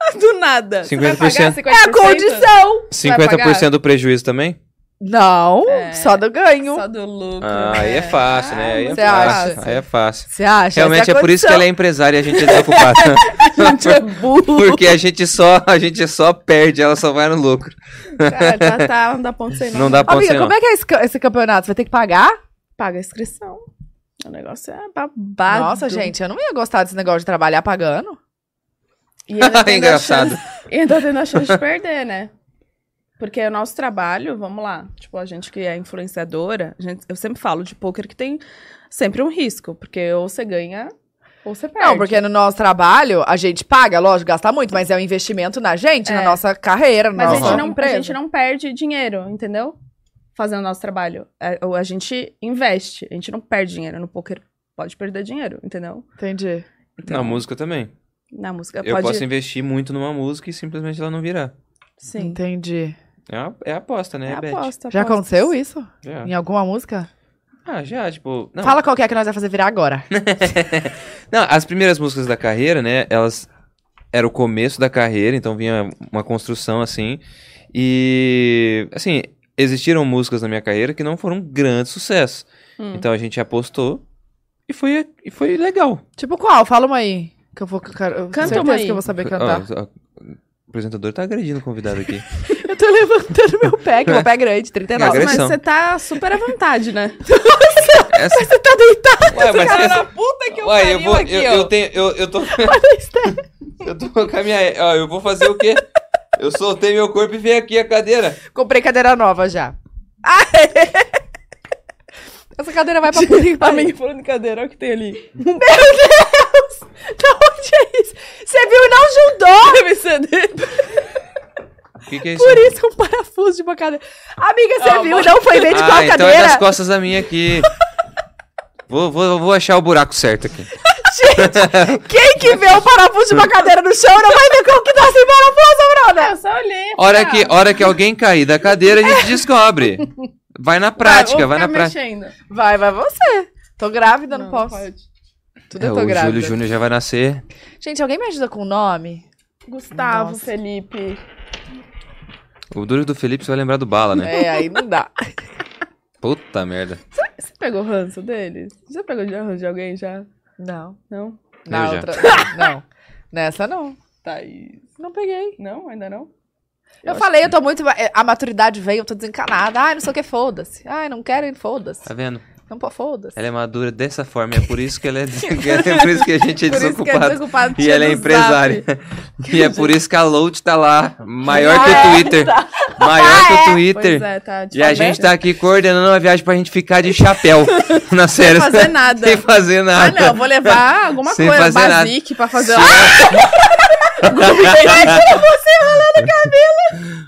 Ah, Do nada.
50%.
Você vai pagar 50%?
É a condição!
50% do prejuízo também?
Não, É. só do ganho.
Só do lucro.
Ah, aí
né?
é fácil, né? Aí é
Você
fácil.
acha?
Aí é fácil.
Você acha?
Realmente
Essa
é por isso que
condição.
ela é empresária e a gente é desocupada.
é
Porque a gente só, a gente só perde, ela só vai no lucro.
Cara, tá, tá, não dá ponto sem
Não dá ponto
Amiga,
sem
como
não.
é que é esse, ca- esse campeonato? Você vai ter que pagar?
Paga a inscrição. O negócio é babado.
Nossa, gente, eu não ia gostar desse negócio de trabalhar pagando.
E ainda tendo a
É Engraçado.
chance- E ainda tendo a chance de perder, né? Porque é o nosso trabalho, vamos lá, tipo, a gente que é influenciadora, a gente- eu sempre falo de poker que tem sempre um risco, porque ou você ganha Ou você perde.
Não, porque no nosso trabalho, a gente paga, lógico, gasta muito, mas é um investimento na gente, na
É.
nossa carreira, na
Mas a,
nossa
gente não, a
empresa.
gente não perde dinheiro, entendeu? Fazendo o nosso trabalho. É, ou a gente investe. A gente não perde dinheiro. No poker pode perder dinheiro, entendeu?
Entendi.
Na música também.
Na música
Eu
pode.
posso investir muito numa música e simplesmente ela não virar.
Sim.
Entendi.
É, uma- é aposta, né?
É
É bet.
aposta,
Já
aposta.
aconteceu isso?
Já.
Em alguma música?
Ah, já, tipo. Não,
Fala qual que é que nós vamos fazer virar agora.
Não, as primeiras músicas da carreira, né? Elas era o começo da carreira, então vinha uma construção assim. E assim, existiram músicas na minha carreira que não foram um grande sucesso.
Hum.
Então a gente apostou e foi e foi legal.
tipo qual? Fala uma aí. Que eu vou. Cara, eu
Canta
certeza
uma aí. Ah.
que eu vou saber cantar.
Ó, ó, Ah, o apresentador tá agredindo o convidado aqui.
Eu tô levantando meu pé, que meu pé é grande, 39.
Nossa,
Uma
mas
agressão.
você tá super à vontade, né?
Essa... Você tá deitado. Ué, mas
Cara
essa-
da puta que eu
Ué, eu
pariu
vou
aqui,
eu,
ó.
eu tenho eu, eu tô Eu tô com a minha, ó, eu vou fazer o quê? Eu soltei meu corpo e veio aqui a cadeira.
Comprei cadeira nova já. Essa cadeira vai pra puta que pariu.
Amiga falando de cadeira, olha o que tem ali.
Da onde é isso? Você viu e não juntou?
Deve ser dele.
O que, que é isso?
Por isso, um parafuso de uma cadeira. Amiga, você
Ah,
viu e não foi ver de
ah,
qual
então é
cadeira?
das costas da minha aqui. vou, vou, vou achar o buraco certo aqui.
Quem que vê um parafuso de uma cadeira no chão não vai ver como que tá sem parafuso, Bruna?
Eu só olhei.
Hora que, hora que alguém cair da cadeira, a gente descobre. Vai na prática, vai na
tá
prática.
prática.
Vai, vai você. Tô grávida, não, posso. Tudo
É,
eu
o
tô grávida.
Júlio Júnior já vai nascer.
Gente, alguém me ajuda com o nome?
Gustavo,
Nossa.
Felipe.
O duro do Felipe, você vai lembrar do Bala, né?
É, aí não dá.
Puta merda.
Você pegou ranço dele? Já pegou de ranço de alguém já?
Não.
Não?
Na
já.
outra. Não. Nessa não.
Thaís.
Não peguei.
Não? Ainda não?
Eu, falei, eu tô muito. eh, A maturidade veio, eu tô desencanada. Ai, não sei o que, foda-se. Ai, não quero, foda-se.
Tá vendo?
Não pô, foda-se.
Ela é madura dessa forma. É por isso que ela é, é por isso que a
Por isso que
gente é
é
desocupado.
desocupado.
E ela é
no
empresária. E é por isso que a Load tá lá. Maior que
Ah,
o
é?
Twitter. Maior que o
Zap. Pois
Twitter.
é, tá. de
E a
aberto.
gente tá aqui coordenando uma viagem pra gente ficar de chapéu na série.
Sem fazer nada.
Sem fazer
Ah,
nada.
não, eu vou levar alguma
Sem
coisa,
fazer nada.
basique pra fazer.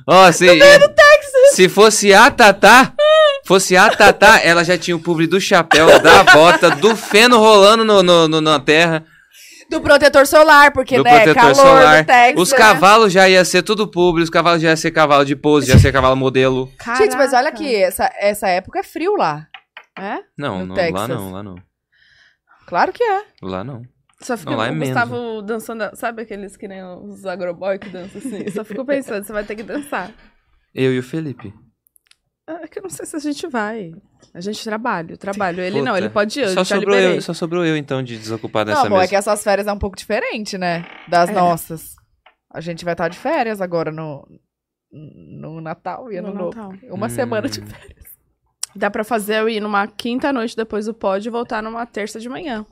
Ó, se, se fosse a Tatá, fosse a Tatá, ela já tinha o publi do chapéu, da bota, do feno rolando no, no- no- na terra,
Do protetor solar, porque,
do
né,
protetor
calor
solar.
do Texas. né?
os cavalos já ia ser tudo publi, os cavalos já ia ser cavalo de pose, já ia ser cavalo modelo.
Gente, mas olha aqui, essa, essa época é frio lá. É?
Não,
No
não lá
Texas.
não, lá não.
Claro que é.
Lá não.
Só fica
Não, lá é
o
menos,
Gustavo dançando. Sabe aqueles que nem os agroboy que dançam assim? Só fico pensando, você vai ter que dançar.
Eu e o Felipe.
Ah, É que eu não sei se a gente vai. A gente trabalha, eu trabalho. Ele não,
Puta.
ele tá pode ir, eu
Só
já
sobrou
liberei.
eu, só sobrou eu então de desocupar
Não,
nessa
amor, é que
mesa.
essas férias é um pouco diferente, né? Das
É.
nossas. A gente vai estar de férias agora no, no Natal e Ano
No
Novo.
Natal.
é Uma
Hum.
semana de férias.
Dá pra fazer eu ir numa quinta à noite depois do pod e voltar numa terça de manhã.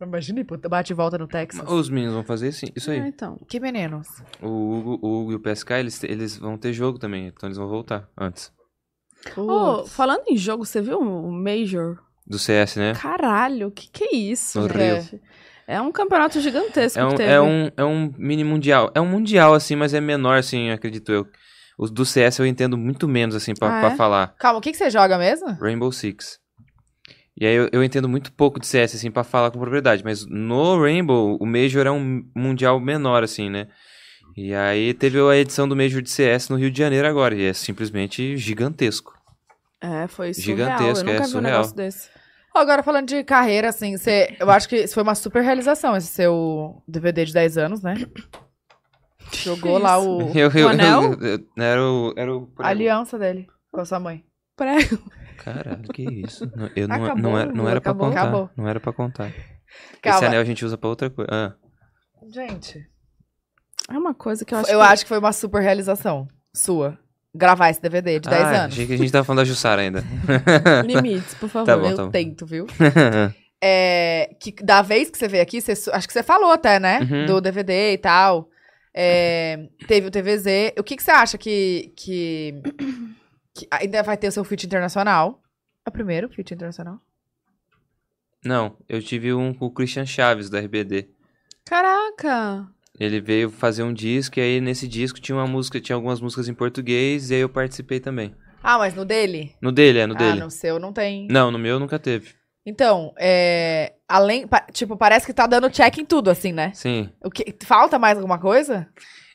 Imagina, puta, bate e volta no Texas.
Os meninos vão fazer sim, isso aí.
Ah, então.
Que meninos.
O Hugo, o Hugo e o PSK, eles, te- eles vão ter jogo também, então eles vão voltar antes.
Ô, falando em jogo, você viu o Major?
Do CS, né?
Caralho, que que é isso?
No
gente? É um campeonato gigantesco
É um,
que teve.
é, um, é um mini mundial. É um mundial, assim, mas é menor, assim, acredito eu. Os do CS eu entendo muito menos, assim, pra,
Ah,
pra
é?
falar.
Calma, o que, que você joga mesmo?
Rainbow Six. E aí eu, eu entendo muito pouco de CS, assim, pra falar com propriedade. Mas no Rainbow, o Major é um mundial menor, assim, né? E aí teve a edição do Major de CS no Rio de Janeiro agora. E é simplesmente gigantesco.
É, foi surreal.
Gigantesco,
eu nunca
é,
vi um
surreal.
negócio desse.
Ó, Agora, falando de carreira, assim, você, eu acho que isso foi uma super realização, esse seu DVD de 10 anos, né? Jogou lá
Isso.
o,
Eu, eu,
anel?
eu- eu- era o. Era o
a aliança dele com a sua mãe.
Prego.
Caralho, que isso? Não, Eu não,
Acabou,
não era, não era
acabou,
pra contar.
acabou.
Não era pra contar. Esse
Calma,
anel a gente usa pra outra coisa. Ah.
gente,
É uma coisa que eu acho
eu
que...
acho que foi uma super realização sua, gravar esse DVD de 10
Ah,
anos.
Achei que a gente tava falando da Jussara ainda.
Limites, por favor.
Tá bom,
eu
tá bom.
tento, viu? É, que da vez que você veio aqui, você su- acho que você falou até, né?
Uhum.
Do DVD e tal. É, teve o TVZ. O que, que você acha que, que, que ainda vai ter o seu feat internacional? É o primeiro feat internacional?
Não, eu tive um com o Christian Chaves, do RBD.
Caraca!
Ele veio fazer um disco, e aí nesse disco tinha uma música, tinha algumas músicas em português, e aí eu participei também.
Ah, mas no dele?
No dele, é, no
Ah,
dele.
no seu não tem.
Não, no meu nunca teve.
Então, é. Além. pa- tipo, parece que tá dando check em tudo, assim, né?
Sim.
O que, falta mais alguma coisa?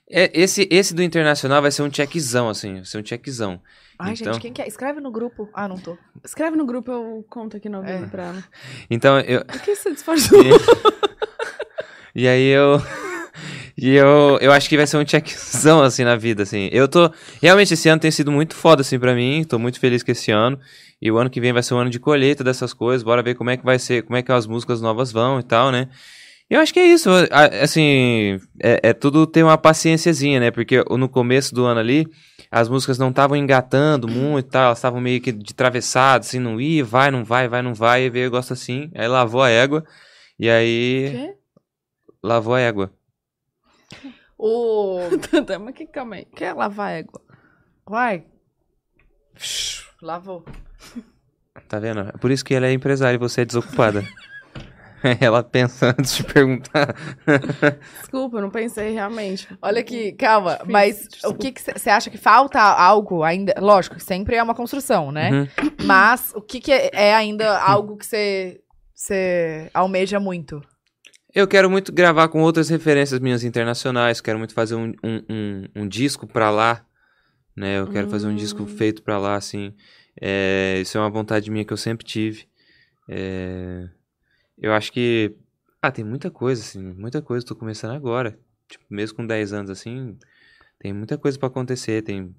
É, esse, esse do internacional vai ser um checkzão, assim. Vai ser um checkzão.
Ai,
Então.
gente, quem quer? Escreve no grupo. Ah, não tô.
Escreve no grupo, eu conto aqui no ao
É.
vivo pra ela.
Então, eu.
Por que você disfarçou?
E aí eu. E eu, eu acho que vai ser um checkzão, assim, na vida, assim. Eu tô. Realmente, esse ano tem sido muito foda, assim, pra mim. Tô muito feliz com esse ano. E o ano que vem vai ser um ano de colheita dessas coisas. Bora ver como é que vai ser, como é que as músicas novas vão e tal, né? E eu acho que é isso. A- Assim, é, é tudo ter uma paciênciazinha, né? Porque o- no começo do ano ali, as músicas não estavam engatando muito e tal. Elas estavam meio que de travessado, assim, não ia, vai, não vai, vai, não vai. E veio eu gosto assim. Aí lavou a égua. E aí.
Quê?
Lavou a égua.
O.
Tanta, Mas que calma aí. Quer lavar a égua?
Uai. Lavou.
Tá vendo? É por isso que ela é empresária e você é desocupada. ela pensa antes de perguntar.
Desculpa, eu não pensei realmente.
Olha que, calma,
Difícil,
mas o
desculpa.
que você acha que falta algo ainda? Lógico, sempre é uma construção, né?
Uhum.
Mas o que, que é, é ainda algo que você você almeja muito?
Eu quero muito gravar com outras referências minhas internacionais. Quero muito fazer um, um, um- um disco pra lá. Né? Eu quero fazer um disco feito pra lá, assim. É, isso é uma vontade minha que eu sempre tive. É, eu acho que. Ah, tem muita coisa, assim. Muita coisa. Tô começando agora. Tipo, mesmo com 10 anos, assim. Tem muita coisa pra acontecer. Tem.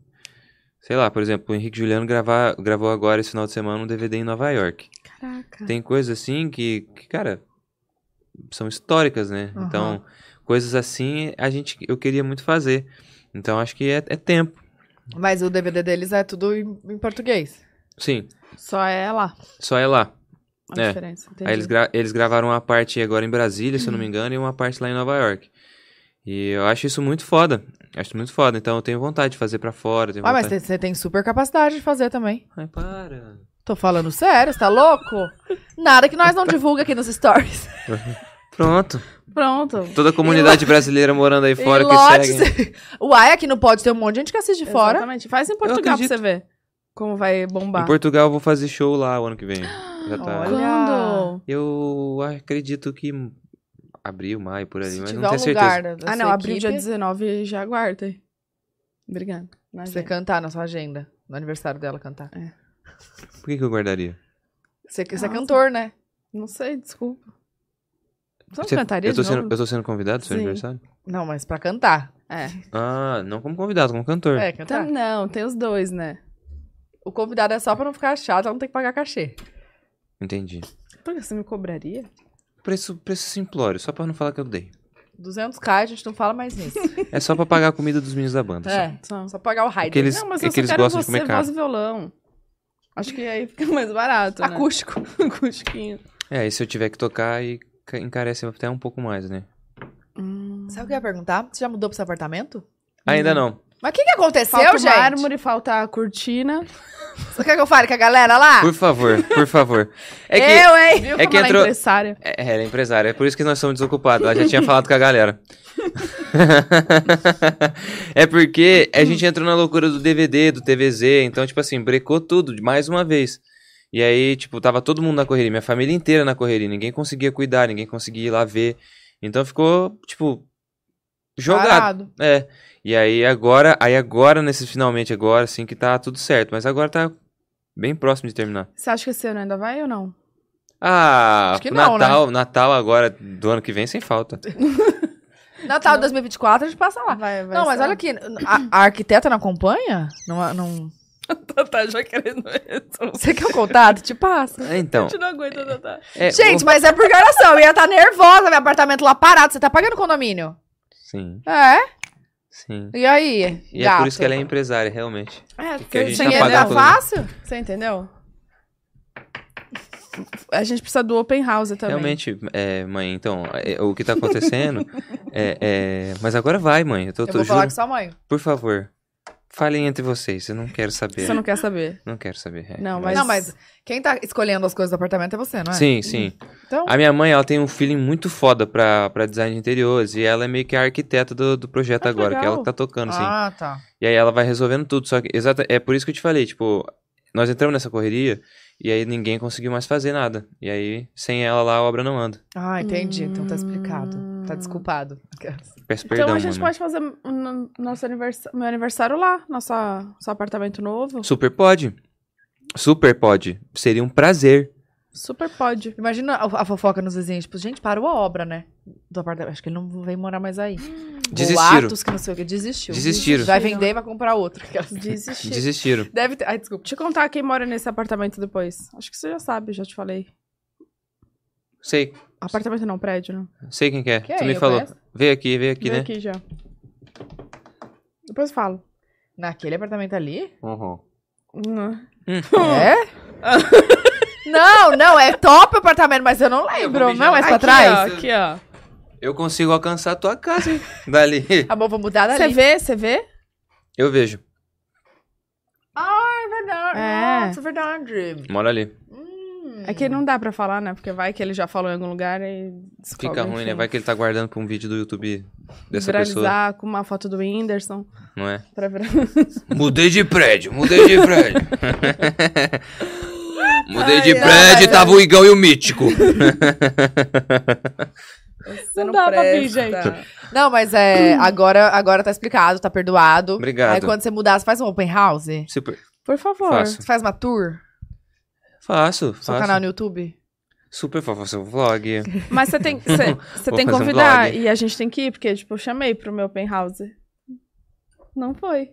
Sei lá, por exemplo, o Henrique Juliano gravar, gravou agora esse final de semana um DVD em Nova York.
Caraca.
Tem coisas assim que, que, cara, são históricas, né?
Aham.
Então, coisas assim a gente, eu queria muito fazer. Então, acho que é, é tempo.
Mas o DVD deles é tudo em, em português.
Sim,
Só é lá
só é lá.
a
É.
diferença. Entendi.
Aí eles, gra- eles gravaram uma parte agora em Brasília, se eu não
Uhum.
me engano, e uma parte lá em Nova York. E eu acho isso muito foda. Acho muito foda. Então, eu tenho vontade de fazer pra fora. Tenho
Ah, mas
vontade...
você tem super capacidade de fazer também.
Ai, para.
Tô falando sério, você tá louco? Nada que nós não
Tá.
divulga aqui nos stories.
Pronto.
Pronto.
Toda a comunidade brasileira morando aí fora
E
que
lotes-
segue. né?
Uai, aqui no Pod tem um monte de gente que assiste de fora.
Exatamente. Faz em Portugal pra
acredito.
você ver como vai bombar.
Em Portugal eu vou fazer show lá o ano que vem. Já tá.
Olha.
Quando?
Eu acredito que m- abril, maio, por ali,
Se
mas
tiver
não tenho
um
certeza.
lugar da, da
Ah, não.
sua
Abril, dia
equipe,
19, já aguardem. Obrigada. Na
pra Você
agenda.
cantar na sua agenda. No aniversário dela cantar.
Por que, que eu guardaria?
Você, você é
Nossa.
cantor, né?
Não sei, desculpa.
Então
Você não
Você-
cantaria
eu, tô
de
sendo,
novo? Tá.
eu tô sendo convidado pro seu
Sim.
aniversário?
Não, mas pra cantar.
É.
Ah, não como convidado, como cantor.
É, cantar.
Então, não, tem os dois, né?
O convidado é só pra não ficar chato, ela não tem que pagar cachê.
Entendi.
Por que você me cobraria?
Preço, preço simplório, só pra não falar que eu dei.
200k, a gente não fala mais nisso.
É só pra pagar a comida dos meninos da banda. só.
é,
Só-
só pagar o
Porque
Raider.
eles,
não, mas
é
eu
que
só
eles
quero
gostam de
você,
comer caro.
voz e violão. Acho que aí fica mais barato, né?
Acústico.
Acústico.
É, e se eu tiver que tocar, aí ca- encarece até um pouco mais,
Uhum.
né?
Hum.
Sabe o que eu ia perguntar? Você já mudou pro seu apartamento?
Ainda não.
Mas o que, que aconteceu,
Falta
gente?
mármore, falta a cortina.
Você quer que eu fale com a galera lá?
Por favor, por favor. É que,
Eu, hein?
Viu
É
é
que
que ela
entrou-
é empresária?
É, ela é empresária, é por isso que nós somos desocupados. Ela já tinha falado com a galera. é porque a gente entrou na loucura do DVD, do TVZ, então, tipo assim, brecou tudo de mais uma vez. E aí, tipo, tava todo mundo na correria, minha família inteira na correria, ninguém conseguia cuidar, ninguém conseguia ir lá ver. Então ficou, tipo, jogado.
Parado.
É. E aí agora, aí agora, nesse finalmente agora, assim, que tá tudo certo. Mas agora tá bem próximo de terminar.
Você acha que esse ano ainda vai ou não?
Ah,
Acho que não, né?
Natal, Natal agora, do ano que vem, sem falta.
Natal de 2024, a gente passa lá.
Vai, vai
não, mas
ser.
olha aqui, a, a arquiteta não acompanha? Não, não...
tá já querendo isso.
Você quer o contato? Te passa.
É, Então,
não aguenta, Tatá.
é,
Gente,
o-
mas é por enganação. Eu ia estar nervosa, meu apartamento lá parado. Você tá pagando condomínio?
Sim,
É?
sim.
E aí?
E é por isso que ela é empresária, realmente.
É,
que a
você
gente
Sem
tá
entendeu?
tá
pagando condomínio.
fácil?
Você entendeu? A gente precisa do open house também.
Realmente, é, mãe, então, é, o que tá acontecendo é, é, Mas agora vai, mãe. Eu tô,
Eu
tô-
vou
juro,
falar com sua mãe.
por favor. falem entre vocês, eu não quero saber.
Você não quer saber.
Não quero saber. é.
Não, mas-
Não, mas quem tá escolhendo as coisas do apartamento é você, não é?
Sim, sim.
Então-
A minha mãe, ela tem um feeling muito foda pra, pra design de interiores. E ela é meio que a arquiteta do, do projeto agora, que ela
legal.
que tá tocando, sim.
Ah, tá.
E aí ela vai resolvendo tudo. Só que, exata, é por isso que eu te falei, tipo, nós entramos nessa correria e aí ninguém conseguiu mais fazer nada. E aí, sem ela lá, a obra não anda.
Ah, entendi. Então tá explicado. Tá desculpado.
Peço
Então
perdão,
a gente
mamãe.
pode fazer no- nosso aniversário, meu aniversário lá, nossa, nosso apartamento novo.
Super pode. Super pode. Seria um prazer.
Super pode.
Imagina a, a fofoca nos vizinhos. Tipo, gente, parou a obra, né? Do apartamento. Acho que ele não vem morar mais aí.
Desistiram.
Boatos que não sei o que. Desistiu.
Desistiram.
Vai vender e vai comprar outro.
Desistir.
Desistiram.
Deve ter... Ai, desculpa.
Deixa eu contar quem mora nesse apartamento depois. Acho que você já sabe, já te falei.
Sei,
Apartamento não, prédio, né?
sei quem que é.
Quem?
tu me
Eu
falou.
conheço?
Veio aqui, veio aqui,
Vem
né?
aqui já. Depois eu falo.
Naquele apartamento ali?
Uhum.
Hum.
É? não, não. É top o apartamento, mas eu não lembro.
mijar
não, é
lá.
pra
Aqui,
trás?
ó, aqui, ó.
Eu consigo alcançar a tua casa, hein? Dali.
Amor, vou mudar dali.
Tá
Você vê, você vê?
Eu vejo.
É verdade.
É.
Nossa, é verdade.
Mora ali. Hum.
É que não dá pra falar, né? Porque vai que ele já falou em algum lugar e. descobre,
Fica ruim,
enfim.
né? Vai que ele tá guardando pra um vídeo do YouTube dessa pessoa,
Viralizar com uma foto do Whindersson.
não é?
Pra virar.
Mudei de prédio, mudei de prédio. mudei de
Ai, ai,
prédio, tava o Igão e o Mítico.
Não, dá pra vir, gente.
Não, mas é. Agora, agora tá explicado, tá perdoado.
Obrigado.
Aí quando você mudar, você faz um open house? Você
Super.
Por favor.
Faço,
faz uma tour?
faço,
Seu
faço.
canal no YouTube?
Super, faço seu vlog.
Mas você tem, você, você
Vou
tem que
fazer um
convidar
blog.
e a gente tem que ir, porque, tipo, eu chamei pro meu open house. Não foi.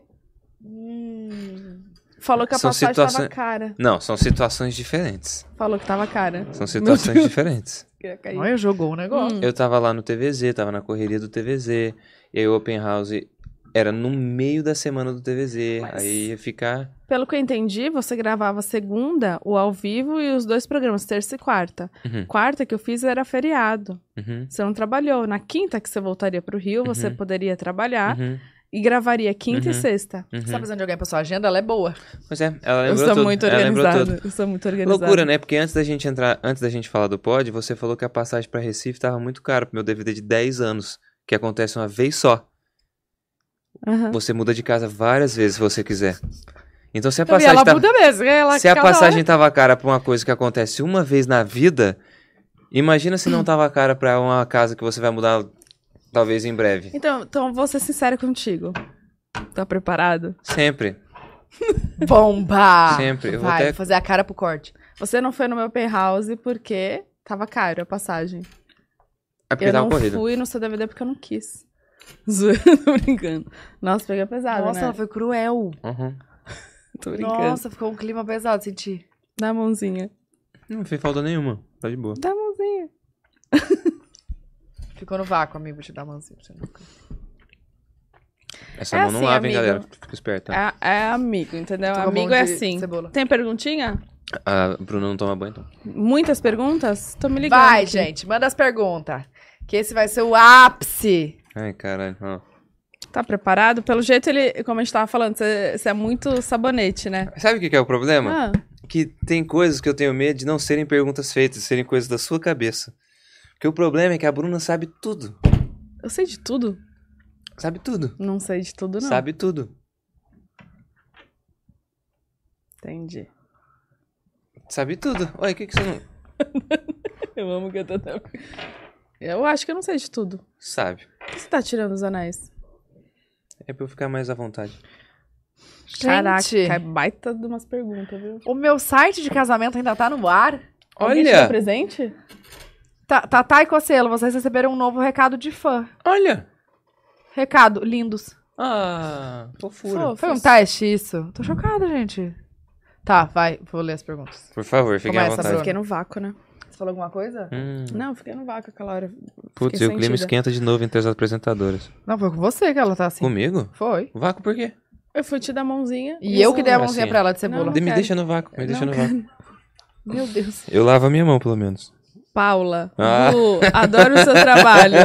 Hum. Falou que a
São
passagem
situações-
tava cara.
Não, são situações diferentes.
Falou que tava cara.
São situações diferentes.
Queria cair. Hum.
Olha, jogou o negócio.
Eu tava lá no TVZ, tava na correria do TVZ. E aí o Open House era no meio da semana do TVZ. Aí ia ficar.
Pelo que eu entendi, você gravava segunda, o ao vivo e os dois programas, terça e quarta.
Uhum.
Quarta que eu fiz era feriado.
Uhum,
Você não trabalhou. Na quinta que você voltaria pro Rio, você
Uhum.
poderia trabalhar
uhum,
e gravaria quinta e
Uhum.
sexta.
uhum.
Você tá precisando de alguém pra sua agenda? Ela é boa.
Pois é, ela
Eu
lembrou
sou
tudo.
muito
ela lembrou tudo.
organizada. Eu sou muito organizada.
Loucura, né? Porque antes da gente entrar, antes da gente falar do pod, você falou que a passagem pra Recife tava muito cara pro meu DVD de 10 anos, que acontece uma vez só.
Aham.
Você muda de casa várias vezes se você quiser. Então se a
Então, e
passagem
ela
tá-
muda mesmo. Ela
se a
cada hora-
passagem tava cara pra uma coisa que acontece uma vez na vida, imagina se não tava cara pra uma casa que você vai mudar talvez em breve.
Então, então vou ser sincera contigo. Tá preparado?
Sempre,
Bomba!
sempre. Eu vou
Vai,
até- é
vou fazer a cara pro corte.
Você não foi no meu open house porque tava caro a passagem.
É porque
eu
tava
não
corrido.
fui no seu DVD porque eu não quis. Zoeira, Tô brincando. Nossa, peguei pesado,
Nossa,
né?
ela foi cruel.
Uhum.
Tô brincando.
Nossa, ficou um clima pesado, senti.
Dá a mãozinha.
Não fez falta nenhuma. Tá de boa.
Dá a mãozinha.
Ficou no vácuo, amigo, vou te dar a mãozinha. pra você não ficar.
Essa
É
mão não
assim,
lava, hein,
amigo.
galera. Fica esperta.
É, é amigo, entendeu?
Tô com a
amigo
mão
é
de
assim.
Cebola.
Tem perguntinha?
A Bruna não toma banho, então.
Muitas perguntas? Tô me ligando.
Vai,
aqui.
gente, manda as perguntas. Que esse vai ser o ápice.
Ai, caralho. ó.
Tá preparado? Pelo jeito, ele, como a gente tava falando, você você é muito sabonete, né?
Sabe o que que é o problema?
Ah,
que tem coisas que eu tenho medo de não serem perguntas feitas, serem coisas da sua cabeça. Porque o problema é que a Bruna sabe tudo.
eu sei de tudo.
Sabe tudo.
Não sei de tudo, não.
Sabe tudo.
Entendi.
Sabe tudo. Ué, o que, que você não.
Eu amo que eu tô tão- Eu acho que eu não sei de tudo.
Sabe.
Por que você tá tirando os anéis?
É pra eu ficar mais à vontade.
Caraca,
Gente,
é baita de umas perguntas, viu?
o meu site de casamento ainda tá no ar.
Alguém te deu
Olha!
presente?
Tá- Tatá e Cocelo, vocês receberam um novo recado de fã.
Olha!
Recado, lindos.
Ah, fofura.
Fofos.
Foi um teste isso? Tô chocada, gente. Tá, vai, vou ler as perguntas.
Por favor, fiquem à
Começa,
vontade.
Bruna.
Fiquei no vácuo, né?
Você falou alguma coisa?
Hum,
Não, fiquei no vácuo aquela hora.
putz, e
fiquei
o clima
sentida.
esquenta de novo entre as apresentadoras.
Não, foi com você que ela tá assim.
Comigo?
Foi.
Vácuo por quê?
Eu fui te dar a mãozinha.
E eu que dei a mãozinha
Assim.
pra ela de cebola.
Não
De- me
quero.
deixa no vácuo, me deixa no vácuo.
Meu Deus.
Eu lavo a minha mão, pelo menos.
Paula,
Ah.
Lu, adoro o seu trabalho.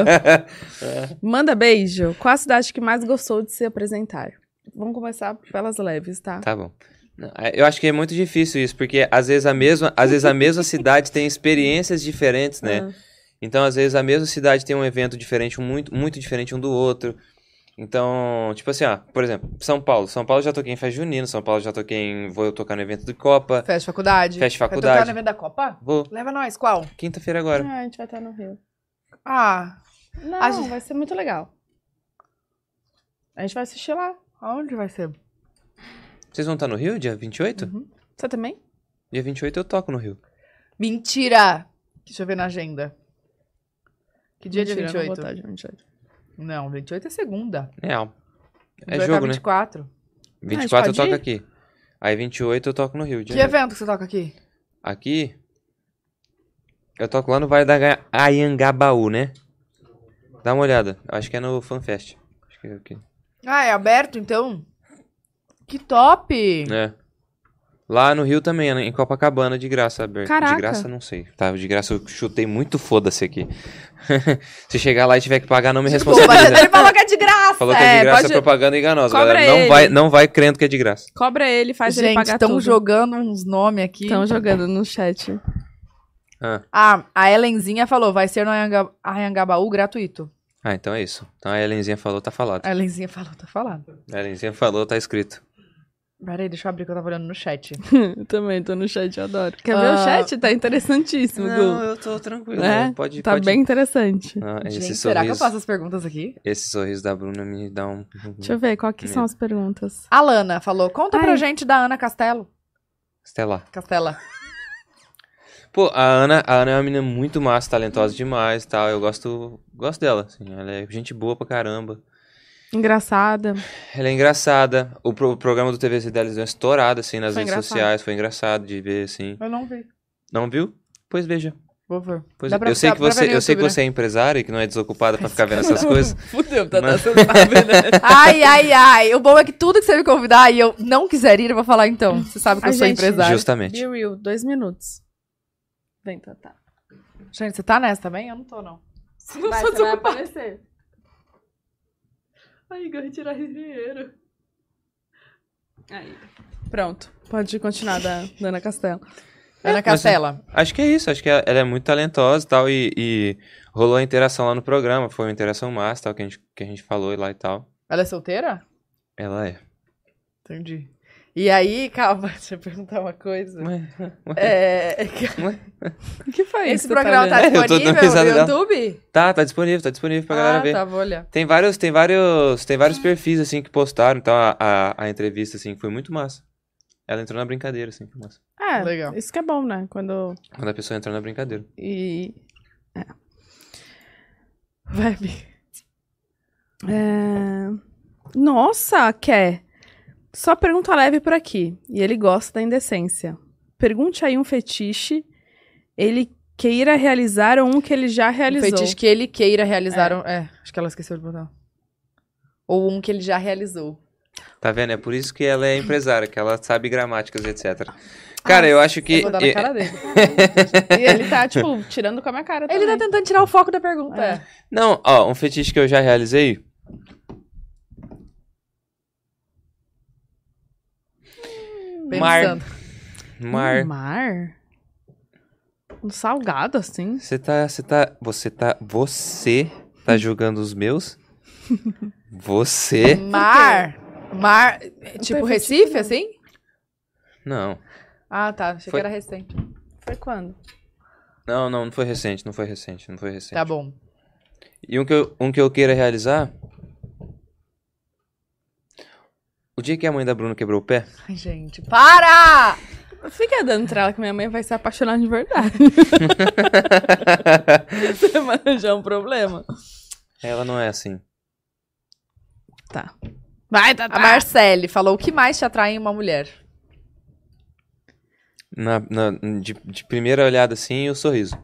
Manda beijo. Qual a cidade que mais gostou de se apresentar? vamos começar pelas leves, tá?
Tá bom. Não, é, Eu acho que é muito difícil isso, porque às vezes a mesma, às vezes a mesma cidade tem experiências diferentes, né?
Ah.
Então, às vezes a mesma cidade tem um evento diferente, muito, muito diferente um do outro. Então, tipo assim, ó, por exemplo, São Paulo. São Paulo já toquei em festa junina, São Paulo já toquei em vou tocar no evento de Copa,
Fecha faculdade.
festa de
Vai tocar
faculdade.
no evento da Copa?
Vou
Leva nós, qual?
quinta-feira agora.
Ah, a gente vai estar no Rio.
Ah,
Não,
A gente-
vai ser muito legal. A gente vai assistir lá.
aonde vai ser?
Vocês vão estar no Rio dia 28?
Uhum. Você também?
Dia 28 eu toco no Rio.
Mentira! Deixa eu ver na agenda. Que dia
Mentira, eu
é
não vou
28?
estar dia 28.
Não, 28 é segunda.
Real. É
Vai
jogo,
estar
né?
24.
Ah, a
24 eu
gente pode
toco
ir?
aqui. Aí 28 eu toco no Rio. dia
Que evento que você toca aqui?
Aqui. Eu toco lá no Vale da Ga- Ayangabaú, né? Dá uma olhada. Acho que é no FanFest. Acho que é aqui.
Ah, é aberto, então? Que top!
É. Lá no Rio também, né? em Copacabana, de graça. aberto.
Caraca.
De graça, não sei. Tá, de graça eu chutei muito foda-se aqui. Se chegar lá e tiver que pagar, não me responsabiliza.
Ele falou que é de graça.
Falou que é
É,
de graça,
pode-
é propaganda enganosa.
Cobra
galera. Não
ele.
vai, não vai crendo que é de graça.
Cobra ele, faz ele
Gente,
pagar
estão
tudo.
jogando uns nomes aqui.
Estão jogando no chat.
Ah,
Ah, a Helenzinha falou, vai ser no Ayanga- Ayangabaú gratuito.
Ah, então é isso. Então a Helenzinha falou, tá falado.
É.
A Helenzinha falou, tá falando.
A Helenzinha falou, tá escrito.
Peraí, deixa eu abrir que eu tava olhando no chat.
Eu também tô no chat, eu adoro. Quer ver o
Ah.
chat? Tá interessantíssimo,
Não,
Gu.
eu tô tranquilo.
É?
Pode,
Tá
pode...
bem interessante.
Ah, esse
Gente,
sorriso,
será que eu faço as perguntas aqui?
Esse sorriso da Bruna me dá um.
Deixa eu ver, qual que são
Medo.
as perguntas?
A Lana falou, conta pra
Ai.
gente da Ana Castelo.
Estela.
Castela.
Pô, a Ana, a Ana é uma menina muito massa, talentosa demais e tal. Eu gosto, gosto dela, assim. Ela é gente boa pra caramba.
Engraçada.
Ela é engraçada. O, pro- o programa do TVC dela deu uma estourada, assim, nas
Foi
redes
engraçado.
sociais. Foi engraçado de ver, assim.
Eu não vi.
Não viu? Pois veja.
Vou ver.
Pois
Dá
é.
pra-
eu sei
dá
que
pra ver
você,
no
eu sei que
YouTube, né?
você é empresária e que não é desocupada pra ficar vendo essas coisas.
Fudeu,
tá- tá- Mas-
né?
Ai, ai, ai. O bom é que tudo que você me convidar e eu não quiser ir, eu vou falar então. Você sabe que
Ai,
eu sou
gente.
empresária.
Justamente.
Be real, dois minutos. Vem, tá, tá.
Gente, você tá nessa também? Eu não tô, não.
Vai, você vai aparecer. Aí, Igor, retirar dinheiro. Aí. Pronto, pode continuar da da Ana Castelo.
Ana
É, mas você-
Castela.
Acho que é isso, acho que ela ela é muito talentosa e tal, e, e rolou a interação lá no programa, foi uma interação massa, tal, que a gente, que a gente falou lá e tal.
Ela é solteira?
Ela é.
Entendi. E aí, calma, deixa eu perguntar uma coisa.
Ué, ué.
É...
O que foi
Esse programa tá
olhando? É, eu tô dando
disponível
risada
no
dela.
YouTube?
Tá, tá disponível, tá disponível pra galera
ah,
ver.
tá, vou olhar.
Tem vários, tem vários, tem vários perfis, assim, que postaram, então a, a, a entrevista, assim, foi muito massa. Ela entrou na brincadeira, assim, foi massa.
É,
Legal.
isso que é bom, né? Quando...
Quando a pessoa entra na brincadeira.
E... é. Vai, Bi. É... Nossa, quer. Só pergunta leve por aqui. E ele gosta da indecência. Pergunte aí um fetiche ele queira realizar ou um que ele já
Um
realizou.
fetiche que ele queira realizar. um- É. acho que ela esqueceu de botar. Ou um que ele já realizou.
Tá vendo? É por isso que ela é empresária, que ela sabe gramáticas, e etc. Cara, eu acho que...
Ah, Eu vou dar na
e-
cara dele.
E ele tá, tipo, tirando com a minha cara
Ele tá
também.
tentando tirar o foco da pergunta.
É.
Não, ó, um fetiche que eu já realizei.
Pensando. Hum.
Mar.
Um mar? Um salgado, assim?
Você tá, você tá, você tá, você tá julgando os meus? Você?
Mar. Mar. Tipo
tem
Recife, assim?
Não.
Ah, tá. Achei
Foi-
que era recente.
Foi quando?
Não, não, não foi recente, não foi recente, não foi recente.
Tá bom.
E um que eu, um que eu queira realizar? O dia que a mãe da Bruna quebrou o pé?
Ai, gente. Para!
Fica dando trela que minha mãe vai se apaixonar de verdade. Você vai arranjar um problema.
Ela não é assim.
Vai,
Tá.
Tatá.
A Marcele falou: o que mais te atrai em uma mulher?
Na, na- de, de primeira olhada assim, o sorriso.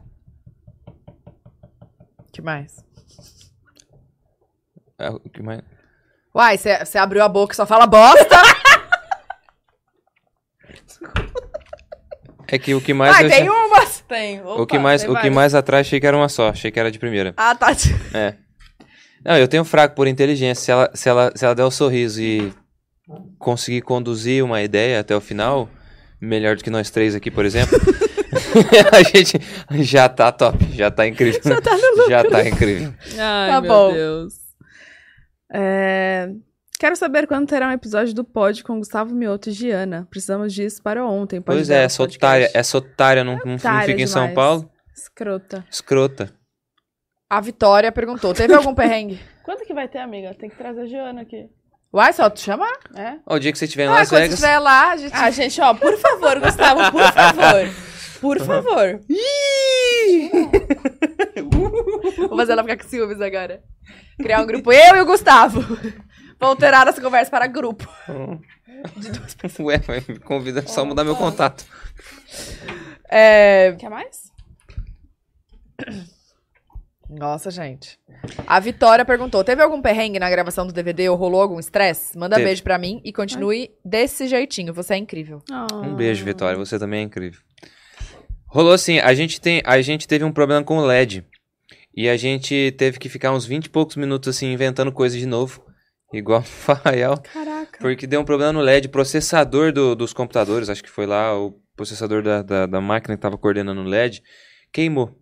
O que mais?
É o que mais-
Uai, você abriu a boca e só fala bosta.
É que o que mais
Ai,
eu
Ah, tem
já-
umas.
Tem.
o que mais, o que mais atrás achei que era uma só, achei que era de primeira.
Ah, tá.
É. Não, eu tenho fraco por inteligência. Se ela, se ela, se ela der o sorriso e conseguir conduzir uma ideia até o final, melhor do que nós três aqui, por exemplo, a gente já tá top, já tá incrível. Já tá, incrível.
Ai,
Tá
meu
bom.
Deus. É, Quero saber quando terá um episódio do Pod com Gustavo Mioto e Giana. Precisamos disso para ontem. Pode
Pois
dar
é,
um
essa
podcast.
otária, essa otária não, não
Otária
fica em São
demais.
Paulo,
Escrota.
escrota.
A Vitória perguntou: teve algum perrengue?
Quando que vai ter, amiga? Tem que trazer a Giana aqui.
Uai, só tu chamar.
É?
Ó, o dia que você estiver em
Ah,
Las
quando você
Vegas,
estiver lá, a gente.
Ah, gente, ó, por favor, Gustavo, por favor. Por
Uhum.
favor.
Vou fazer ela ficar com ciúmes agora. Criar um grupo, eu e o Gustavo. Vão alterar essa conversa para grupo.
ué, mas me convida é só mudar meu contato.
É...
Quer mais?
Nossa, gente. A Vitória perguntou: teve algum perrengue na gravação do DVD ou rolou algum estresse? Manda
Teve.
beijo pra mim e continue desse jeitinho. Você é incrível.
Ah,
Um beijo, Vitória. Você também é incrível. Rolou assim, a gente, tem, a gente teve um problema com o LED. E a gente teve que ficar uns 20 e poucos minutos assim, inventando coisa de novo. Igual no Farraial.
Caraca.
Porque deu um problema no LED, processador do- dos computadores, acho que foi lá, o processador da, da, da máquina que tava coordenando o LED, queimou.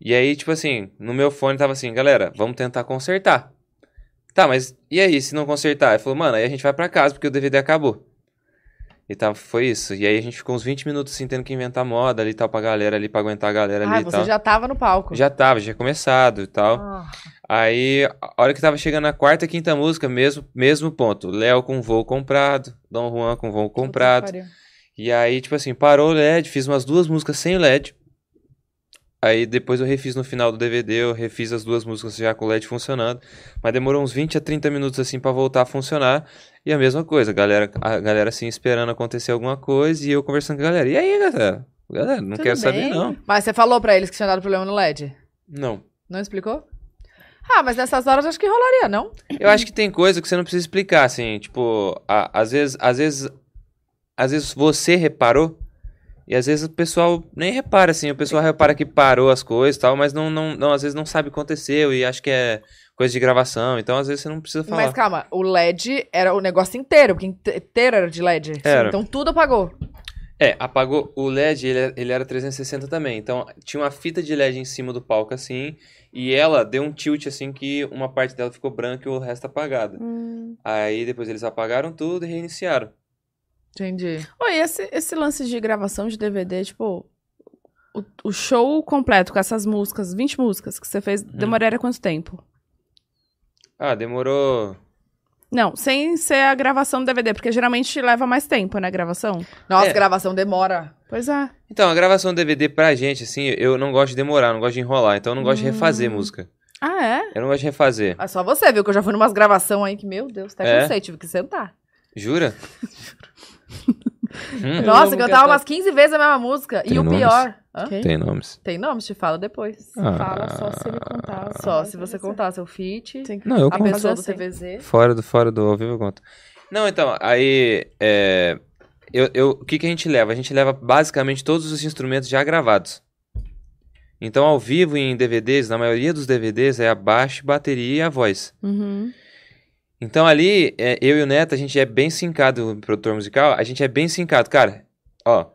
E aí, tipo assim, no meu fone tava assim, galera, vamos tentar consertar. Tá, mas e aí, se não consertar? Ele falou, mano, aí a gente vai pra casa, porque o DVD acabou. E tá, foi isso. E aí a gente ficou uns 20 minutos assim, tendo que inventar moda ali e tal pra galera ali, pra aguentar a galera ali
Ah,
e
você
tal.
já tava no palco.
Já tava, já tinha começado e tal.
Ah.
Aí, a hora que tava chegando na quarta, quinta música, mesmo, mesmo ponto. Léo com voo comprado, Dom Juan com voo comprado.
Puta que pariu.
E aí, tipo assim, parou o LED, fiz umas duas músicas sem o LED. Aí depois eu refiz no final do DVD, eu refiz as duas músicas já com o LED funcionando. Mas demorou uns 20 a 30 minutos assim pra voltar a funcionar. E a mesma coisa, a galera, a galera assim esperando acontecer alguma coisa e eu conversando com a galera. E aí, galera? Galera, não
Tudo
quero saber
bem?
não.
Mas você falou pra eles que tinha dado problema no LED?
Não.
Não explicou? Ah, mas nessas horas acho que rolaria, não?
Eu acho que tem coisa que você não precisa explicar, assim, tipo, a- às vezes, às vezes, às vezes você reparou e às vezes o pessoal nem repara, assim, o pessoal repara que parou as coisas e tal, mas não, não, não, às vezes não sabe o que aconteceu e acho que é coisa de gravação, então às vezes você não precisa falar.
Mas calma, o LED era o negócio inteiro, porque inte- inteiro era de LED.
Era.
Então tudo apagou.
É, apagou o LED, ele, é, ele era 360 também, então tinha uma fita de LED em cima do palco, assim, e ela deu um tilt, assim, que uma parte dela ficou branca e o resto apagada.
Hum.
Aí depois eles apagaram tudo e reiniciaram.
Entendi.
Oi, esse, esse lance de gravação de DVD, tipo, o, o show completo com essas músicas, 20 músicas que você fez,
Hum.
demoraria quanto tempo?
Ah, demorou...
Não, sem ser a gravação do DVD, porque geralmente leva mais tempo, né, a gravação?
Nossa,
É.
gravação demora.
Pois é.
Então, a gravação do DVD pra gente, assim, eu não gosto de demorar, não gosto de enrolar, então eu não gosto de refazer
Hum.
música.
Ah, é?
Eu não gosto de refazer.
É só você, viu? Que eu já fui numas gravações aí que, meu Deus, até
É?
cansei, tive que sentar.
Jura? Hum,
Nossa,
amo
cantava
cantar.
umas 15 vezes a mesma música.
Tem
e o
nomes?
pior. Hã?
Ok.
tem nomes.
Tem nomes, te falo depois.
Ah.
Fala só se ele contar. né?
Só se você contar seu feat,
Tem que...
Não, eu
a
conto.
pessoa do
Fazer assim.
TVZ.
Fora do, fora do ao vivo eu conto. Não, então, aí. é, eu, eu- o que, que a gente leva? A gente leva basicamente todos os instrumentos já gravados. Então, ao vivo e em DVDs, na maioria dos DVDs, é a baixo, bateria e a voz.
Uhum.
Então ali, é, eu e o Neto, a gente é bem sincado, produtor musical, a gente é bem sincado. Cara, ó,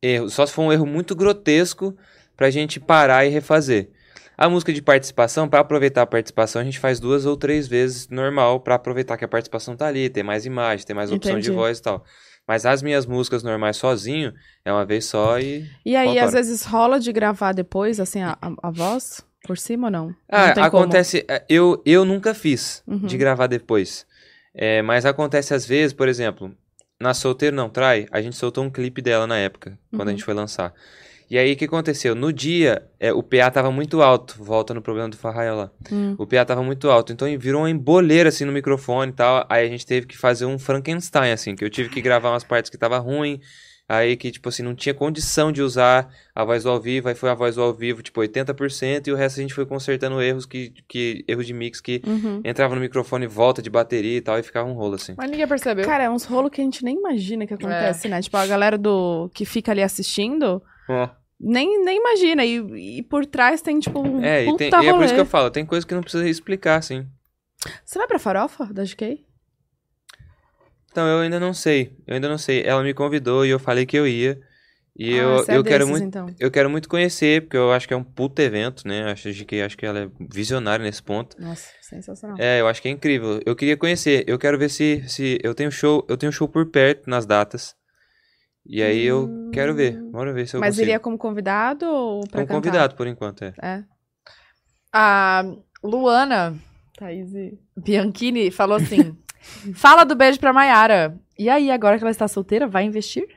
erro, só se for um erro muito grotesco pra gente parar e refazer. A música de participação, pra aproveitar a participação, a gente faz duas ou três vezes normal pra aproveitar que a participação tá ali, ter mais imagem, ter mais opção de
Entendi.
voz e tal. Mas as minhas músicas normais sozinho, é uma vez só e.
E aí,
Vambora.
às vezes, rola de gravar depois, assim, a, a, a voz por cima ou não?
Ah,
não tem como.
acontece. é, Eu, eu nunca fiz
Uhum.
de gravar depois. É, mas acontece às vezes, por exemplo, na Solteiro Não Trai, a gente soltou um clipe dela na época, quando a gente foi lançar. E aí o que aconteceu? No dia, é, o PA tava muito alto. Volta no problema do Farraia lá.
Hum.
O PA tava muito alto. Então virou uma emboleira assim no microfone e tal. Aí a gente teve que fazer um Frankenstein, assim, que eu tive que gravar umas partes que tava ruim. Aí que, tipo assim, não tinha condição de usar a voz do ao vivo, aí foi a voz do ao vivo, tipo, 80%, e o resto a gente foi consertando erros que. que erros de mix que
Uhum.
entrava no microfone, volta de bateria e tal, e ficava um rolo assim.
Mas ninguém percebeu.
Cara, é uns rolos que a gente nem imagina que
É.
acontece, né? Tipo, a galera do que fica ali assistindo nem, nem imagina. E, e por trás tem, tipo, um
É, e,
puta
tem- e é por isso
rolê.
que eu falo, tem coisa que não precisa explicar, assim.
Você vai pra farofa da GK?
Então, eu ainda não sei. Eu ainda não sei. Ela me convidou e eu falei que eu ia. E
Ah,
eu,
você é
eu quero
desses,
muito.
Então.
Eu quero muito conhecer, porque eu acho que é um puto evento, né? Eu Acho de que acho que ela é visionária nesse ponto.
Nossa, sensacional.
É, eu acho que é incrível. Eu queria conhecer. Eu quero ver se, se eu tenho show, eu tenho show por perto nas datas. E aí eu quero ver. Bora ver se eu
Hum. Mas
consigo.
iria como convidado ou pra
Como
cantar?
convidado por enquanto, é.
É.
A Luana
Thaís. e-
Bianchini falou assim: fala do beijo pra Mayara. E aí, agora que ela está solteira, vai investir?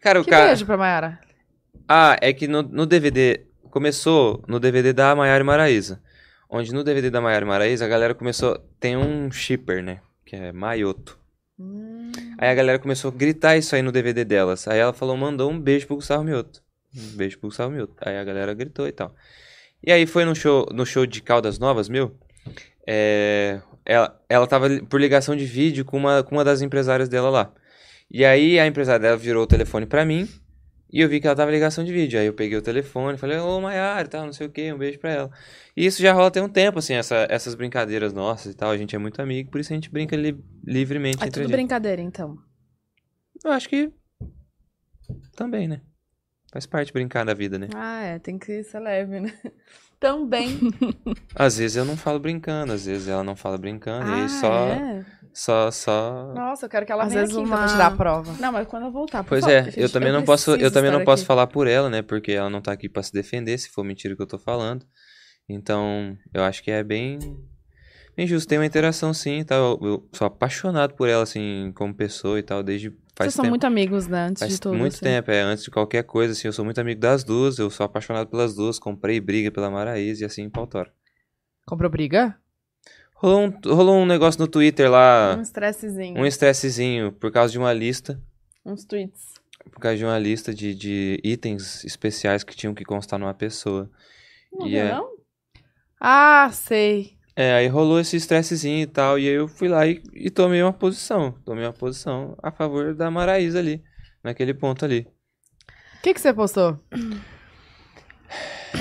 Cara, o
Que
cara.
beijo pra Mayara.
Ah, é que no, no DVD. Começou no DVD da Maiara e Maraíza. Onde no DVD da Maiara e Maraíza, a galera começou. Tem um shipper, né? Que é Maioto.
Hum,
Aí a galera começou a gritar isso aí no DVD delas. Aí ela falou, mandou um beijo pro Gustavo Mioto. Um beijo pro Gustavo Mioto. Aí a galera gritou e tal. E aí foi no show, no show de Caldas Novas, meu. é, ela, ela tava li- por ligação de vídeo com uma, com uma das empresárias dela lá. E aí a empresária dela virou o telefone pra mim. E eu vi que ela tava em ligação de vídeo. Aí eu peguei o telefone, falei, ô Maiara, e tal, não sei o que, um beijo pra ela. E isso já rola tem um tempo, assim, essa- essas brincadeiras nossas e tal. A gente é muito amigo, por isso a gente brinca li- livremente
É
entre a
tudo
gente.
brincadeira, então.
Eu acho que. Também, né? Faz parte brincar da vida, né?
Ah, é. Tem que ser leve, né?
Também.
Às vezes eu não falo brincando, às vezes ela não fala brincando, e
ah,
aí só.
é?
Só, só.
Nossa, eu quero que ela
Às
venha
vezes então,
aqui
uma-
pra tirar a prova.
Não, mas quando eu voltar, por
Pois
favor,
é,
gente,
eu também não posso, eu
preciso
também não
estar
posso
aqui.
falar por ela, né? Porque ela não tá aqui pra se defender, se for mentira o que eu tô falando. Então, eu acho que é bem bem justo, tem uma interação sim, tá? Eu, eu sou apaixonado por ela assim, como pessoa e tal, desde faz
Vocês
tempo.
são muito amigos, né? Antes
Faz
de tudo.
muito
assim.
tempo, é. Antes de qualquer coisa, assim, eu sou muito amigo das duas, eu sou apaixonado pelas duas, comprei briga pela Maraísa e assim, pau tora.
Comprou briga?
Rolou um, rolou um negócio no Twitter lá,
Um estressezinho.
um estressezinho, por causa de uma lista,
Uns tweets.
por causa de uma lista de, de itens especiais que tinham que constar numa pessoa.
Não
E
viu,
é-
não?
Ah, sei.
É, aí rolou esse estressezinho e tal, e aí eu fui lá e, e tomei uma posição, tomei uma posição a favor da Maraísa ali, naquele ponto ali.
O que, que você postou?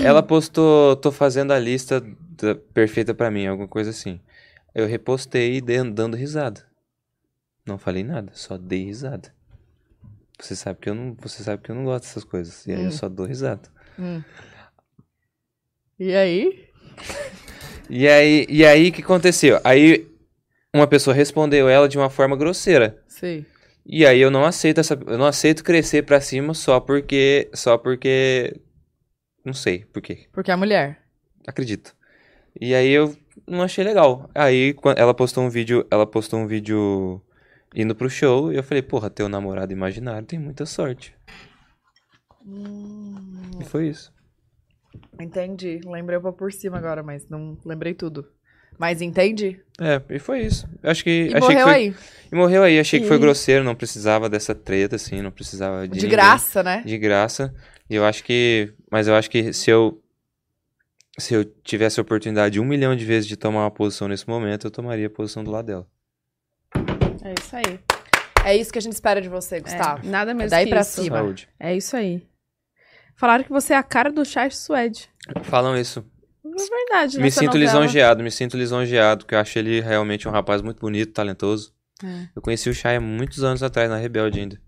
Ela postou, tô fazendo a lista da- perfeita pra mim, alguma coisa assim. Eu repostei e dei, dando risada. Não falei nada, só dei risada. Você sabe que eu não, você sabe que eu não gosto dessas coisas. E aí
Hum.
eu só dou risada.
E aí?
E aí, e aí o que aconteceu? Aí uma pessoa respondeu ela de uma forma grosseira.
Sei.
E aí eu não aceito essa, eu não aceito crescer pra cima só porque, só porque não sei por quê.
Porque é a mulher.
acredito. E aí eu não achei legal. Aí quan- ela postou um vídeo, ela postou um vídeo indo pro show e eu falei, porra, teu namorado imaginário tem muita sorte.
Hum,
E foi isso.
Entendi. Lembrei uma por cima agora, mas não lembrei tudo. Mas entendi.
É, e foi isso. Eu Acho que
E
achei que
morreu
foi,
aí.
E morreu aí, achei que foi
E-
grosseiro, não precisava dessa treta assim, não precisava de
De
ninguém.
graça, né?
De graça. E eu acho que, mas eu acho que se eu se eu tivesse a oportunidade um milhão de vezes de tomar uma posição nesse momento, eu tomaria a posição do lado dela.
É isso aí.
É isso que a gente espera de você,
É,
Gustavo.
nada menos
daí
que
pra
isso.
cima.
Saúde.
É isso aí. Falaram que você é a cara do Charles Suede.
Falam isso
É verdade.
Me
nessa
sinto
novela.
lisonjeado, me sinto lisonjeado, porque eu acho ele realmente um rapaz muito bonito, talentoso.
É.
Eu conheci o Chay há muitos anos atrás, na Rebelde ainda.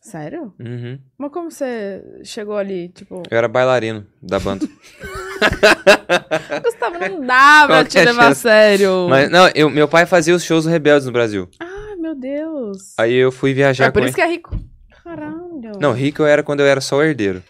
Sério?
Uhum.
Mas como você chegou ali, tipo...
Eu era bailarino da banda.
Gustavo, não dá pra
Ah. Qual que
te
é a
levar a
chance?
sério.
Mas, não, eu- meu pai fazia os shows do Rebeldes no Brasil.
Ai, meu Deus.
Aí eu fui viajar
É por
com
isso que é rico.
Caralho.
ele. Não, rico eu era quando eu era só o herdeiro.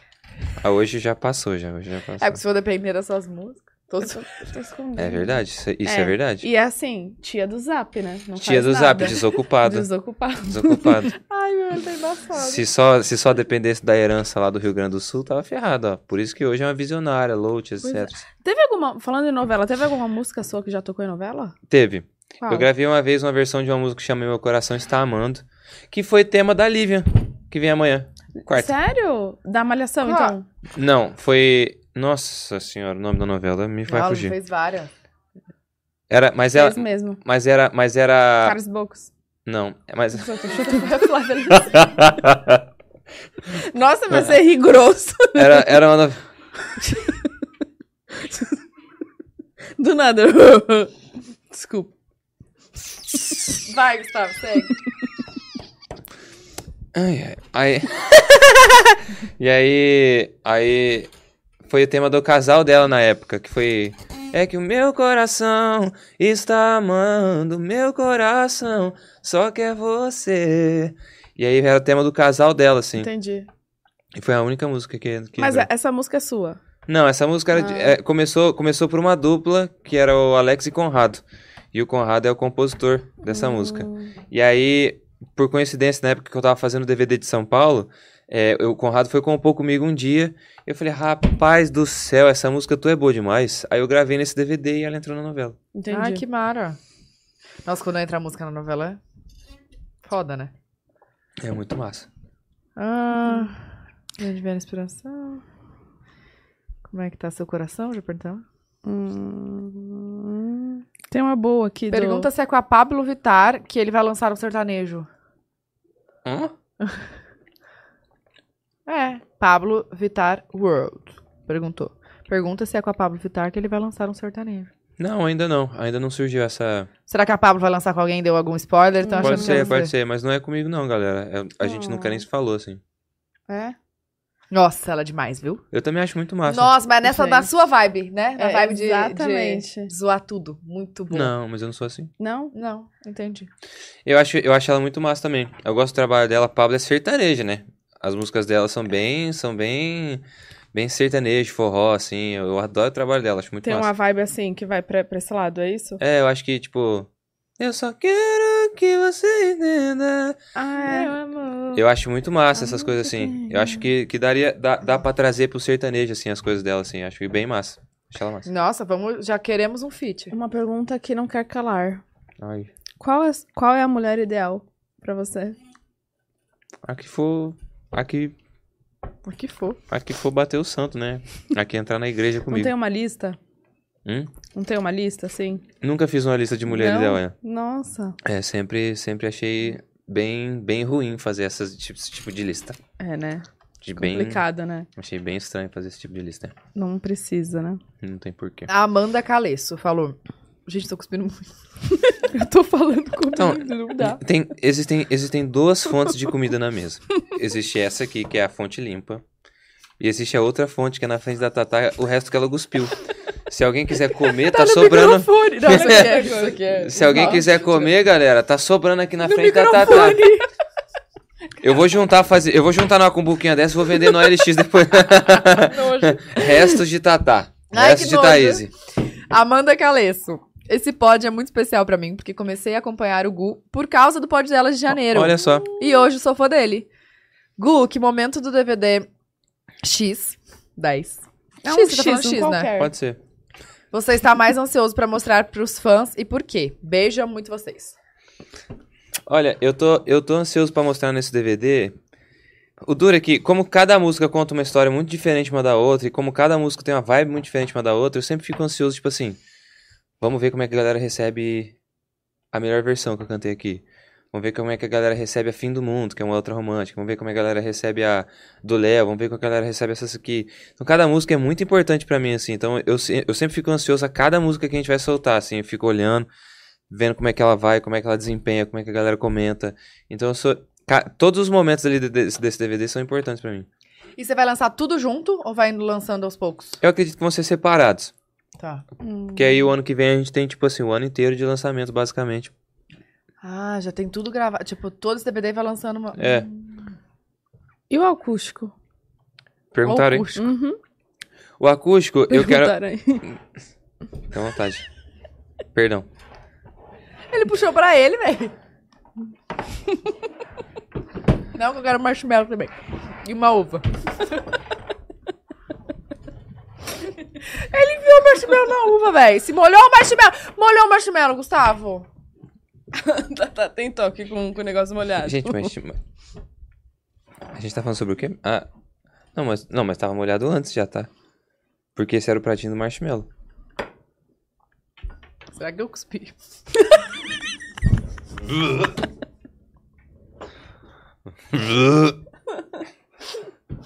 Ah, hoje já passou, já. Hoje já
É
passou.
porque se for depender das suas músicas.
Eu
Todos...
tô, eu tô escondendo.
É verdade, isso, isso é.
É.
verdade.
E é assim, tia do Zap, né? Não
Tia
faz
do
nada.
Zap, desocupado.
Desocupado.
Desocupado.
Ai, meu, ele tá embaçado.
se, só, se só dependesse da herança lá do Rio Grande do Sul, tava ferrado, ó. Por isso que hoje é uma visionária, Loach,
Pois é.
etc.
Teve alguma... Falando em novela, teve alguma música sua que já tocou em novela?
Teve.
Qual?
Eu gravei uma vez uma versão de uma música que chama Meu Coração Está Amando, que foi tema da Lívia, que vem amanhã. Quarta.
Sério? Da Malhação,
Qual?
então?
Não, foi. Nossa senhora, o nome da novela me vai
Ela
fugir.
fez várias.
Era, mas
É
era.
isso mesmo.
Mas era. Mas era.
Caras Bocos.
Não, mas.
Nossa, mas você ri grosso.
Era, era uma novela.
Do nada. Desculpa.
Vai, Gustavo, segue.
Ai, ai. Aí... e aí. Aí. Foi o tema do casal dela na época, que foi. É que o meu coração está amando, meu coração só quer você. E aí era o tema do casal dela, assim.
Entendi.
E foi a única música que. que
Mas
entrou.
é- essa música é sua.
Não, essa música era de-
Ah.
é, começou, começou por uma dupla que era o Alex e Conrado. E o Conrado é o compositor
Ah.
dessa música.
Hum,
E aí, por coincidência, na época que eu tava fazendo o DVD de São Paulo, é, eu- o Conrado foi compor comigo um dia. Eu falei, rapaz do céu, essa música tu é boa demais. Aí eu gravei nesse DVD e ela entrou na novela.
Entendi.
Ai, que mara. Nossa, quando entra a música na novela é foda, né?
É muito massa.
Ah, de onde vem a inspiração? Como é que tá seu coração? Já perguntamos.
Hum, Tem uma boa aqui. do-
Pergunta se é com a Pablo Vittar que ele vai lançar um sertanejo.
Hã?
É, Pablo Vittar World. Perguntou. Pergunta se é com a Pablo Vittar que ele vai lançar um sertanejo.
Não, ainda não. Ainda não surgiu essa.
Será que a Pablo vai lançar com alguém? Deu algum spoiler? Estão achando
Pode
que é
ser,
você.
pode ser, mas não é comigo, não, galera. É- a gente nunca nem se falou, assim.
É? Nossa, ela é demais, viu?
Eu também acho muito massa.
Nossa, mas nessa da
Gente.
sua vibe, né? Na
É,
vibe de,
exatamente.
de zoar tudo. Muito bom.
Não, mas eu não sou assim.
Não?
Não, entendi.
Eu acho, eu acho ela muito massa também. Eu gosto do trabalho dela. A Pablo é sertaneja, né? As músicas dela são bem, são bem, bem sertanejo, forró, assim. Eu, eu adoro o trabalho dela, acho muito
Tem uma
massa.
vibe assim que vai pra, pra esse lado, é isso?
É, eu acho que, tipo... Eu só quero que você entenda.
Ah, é.
Eu acho muito
Ah,
massa essas coisas, assim. Eu acho que, que daria, dá, dá pra trazer pro sertanejo, assim, as coisas dela, assim. Acho que bem massa. Acho ela massa.
Nossa, vamos, já queremos um feat.
É Uma pergunta que não quer calar.
Ai,
Qual é, qual é a mulher ideal pra você?
a que for... A que,
O que for.
a que for bater o santo, né? A que entrar na igreja
Não
comigo.
tem uma lista?
Hum?
Não tem uma lista, assim?
Nunca fiz uma lista de mulheres
Não?
ideal, né?
Nossa.
É, sempre, sempre achei bem, bem ruim fazer essas, tipo, esse tipo de lista.
É, né?
De bem,
Complicado, né?
achei bem estranho fazer esse tipo de lista.
Não precisa, né?
Não tem porquê.
A Amanda Calesso falou. Gente, tô cuspindo muito.
Eu tô falando comigo,
Então,
não dá.
Tem, existem, existem duas fontes de comida na mesa. Existe essa aqui, que é a fonte limpa. E existe a outra fonte, que é na frente da Tatá, o resto que ela cuspiu. Se alguém quiser comer, tá, sobrando.
Microfone, não,
Isso aqui é-
isso aqui é.
Se alguém quiser comer, galera, tá sobrando aqui na frente da Tatá. Eu vou juntar, fazer, eu vou juntar numa cumbuquinha dessa e vou vender no LX depois. Restos de Tatá.
Ai,
Restos
que
de
nojo.
Thaís.
Amanda Calesso. Esse pod é muito especial pra mim, porque comecei a acompanhar o Gu por causa do pod dela de janeiro.
Olha só.
E hoje sou fã dele. Gu, que momento do DVD X, 10.
É um
X,
X,
você tá falando
um
X, né?
qualquer.
Pode ser.
Você está mais ansioso pra mostrar pros fãs e por quê? Beijo amo muito vocês.
Olha, eu tô, eu tô ansioso pra mostrar nesse DVD. O duro é que, como cada música conta uma história muito diferente uma da outra, e como cada música tem uma vibe muito diferente uma da outra, eu sempre fico ansioso, tipo assim. Vamos ver como é que a galera recebe a melhor versão que eu cantei aqui. Vamos ver como é que a galera recebe a Fim do Mundo, que é uma outra romântica. Vamos ver como é que a galera recebe a do Léo. Vamos ver como é que a galera recebe essas aqui. Então, cada música é muito importante pra mim, assim. Então, eu, se- eu sempre fico ansioso a cada música que a gente vai soltar, assim. Eu fico olhando, vendo como é que ela vai, como é que ela desempenha, como é que a galera comenta. Então, eu sou... ca- Todos os momentos ali de- desse, desse DVD são importantes pra mim.
E você vai lançar tudo junto ou vai indo lançando aos poucos?
Eu acredito que vão ser separados.
Tá.
Hum.
Porque aí, o ano que vem, a gente tem, tipo assim, o ano inteiro de lançamento, basicamente.
Ah, já tem tudo gravado. Tipo, todo esse DVD vai lançando uma.
É.
E o acústico?
Perguntaram, hein?
Ou-
Uhum.
O acústico, eu quero...
Perguntaram aí.
Fica à vontade. Perdão.
Ele puxou pra ele, velho. Não, que eu quero marshmallow também. E uma uva. Ele enfiou o marshmallow na uva, velho. Se molhou o marshmallow. Molhou o marshmallow, Gustavo.
Tá, tá, tem toque com com o negócio molhado.
Gente, mas, mas- A gente tá falando sobre o quê? Ah. Não, mas, não, mas tava molhado antes já, tá? Porque esse era o pratinho do marshmallow.
Será que eu cuspi?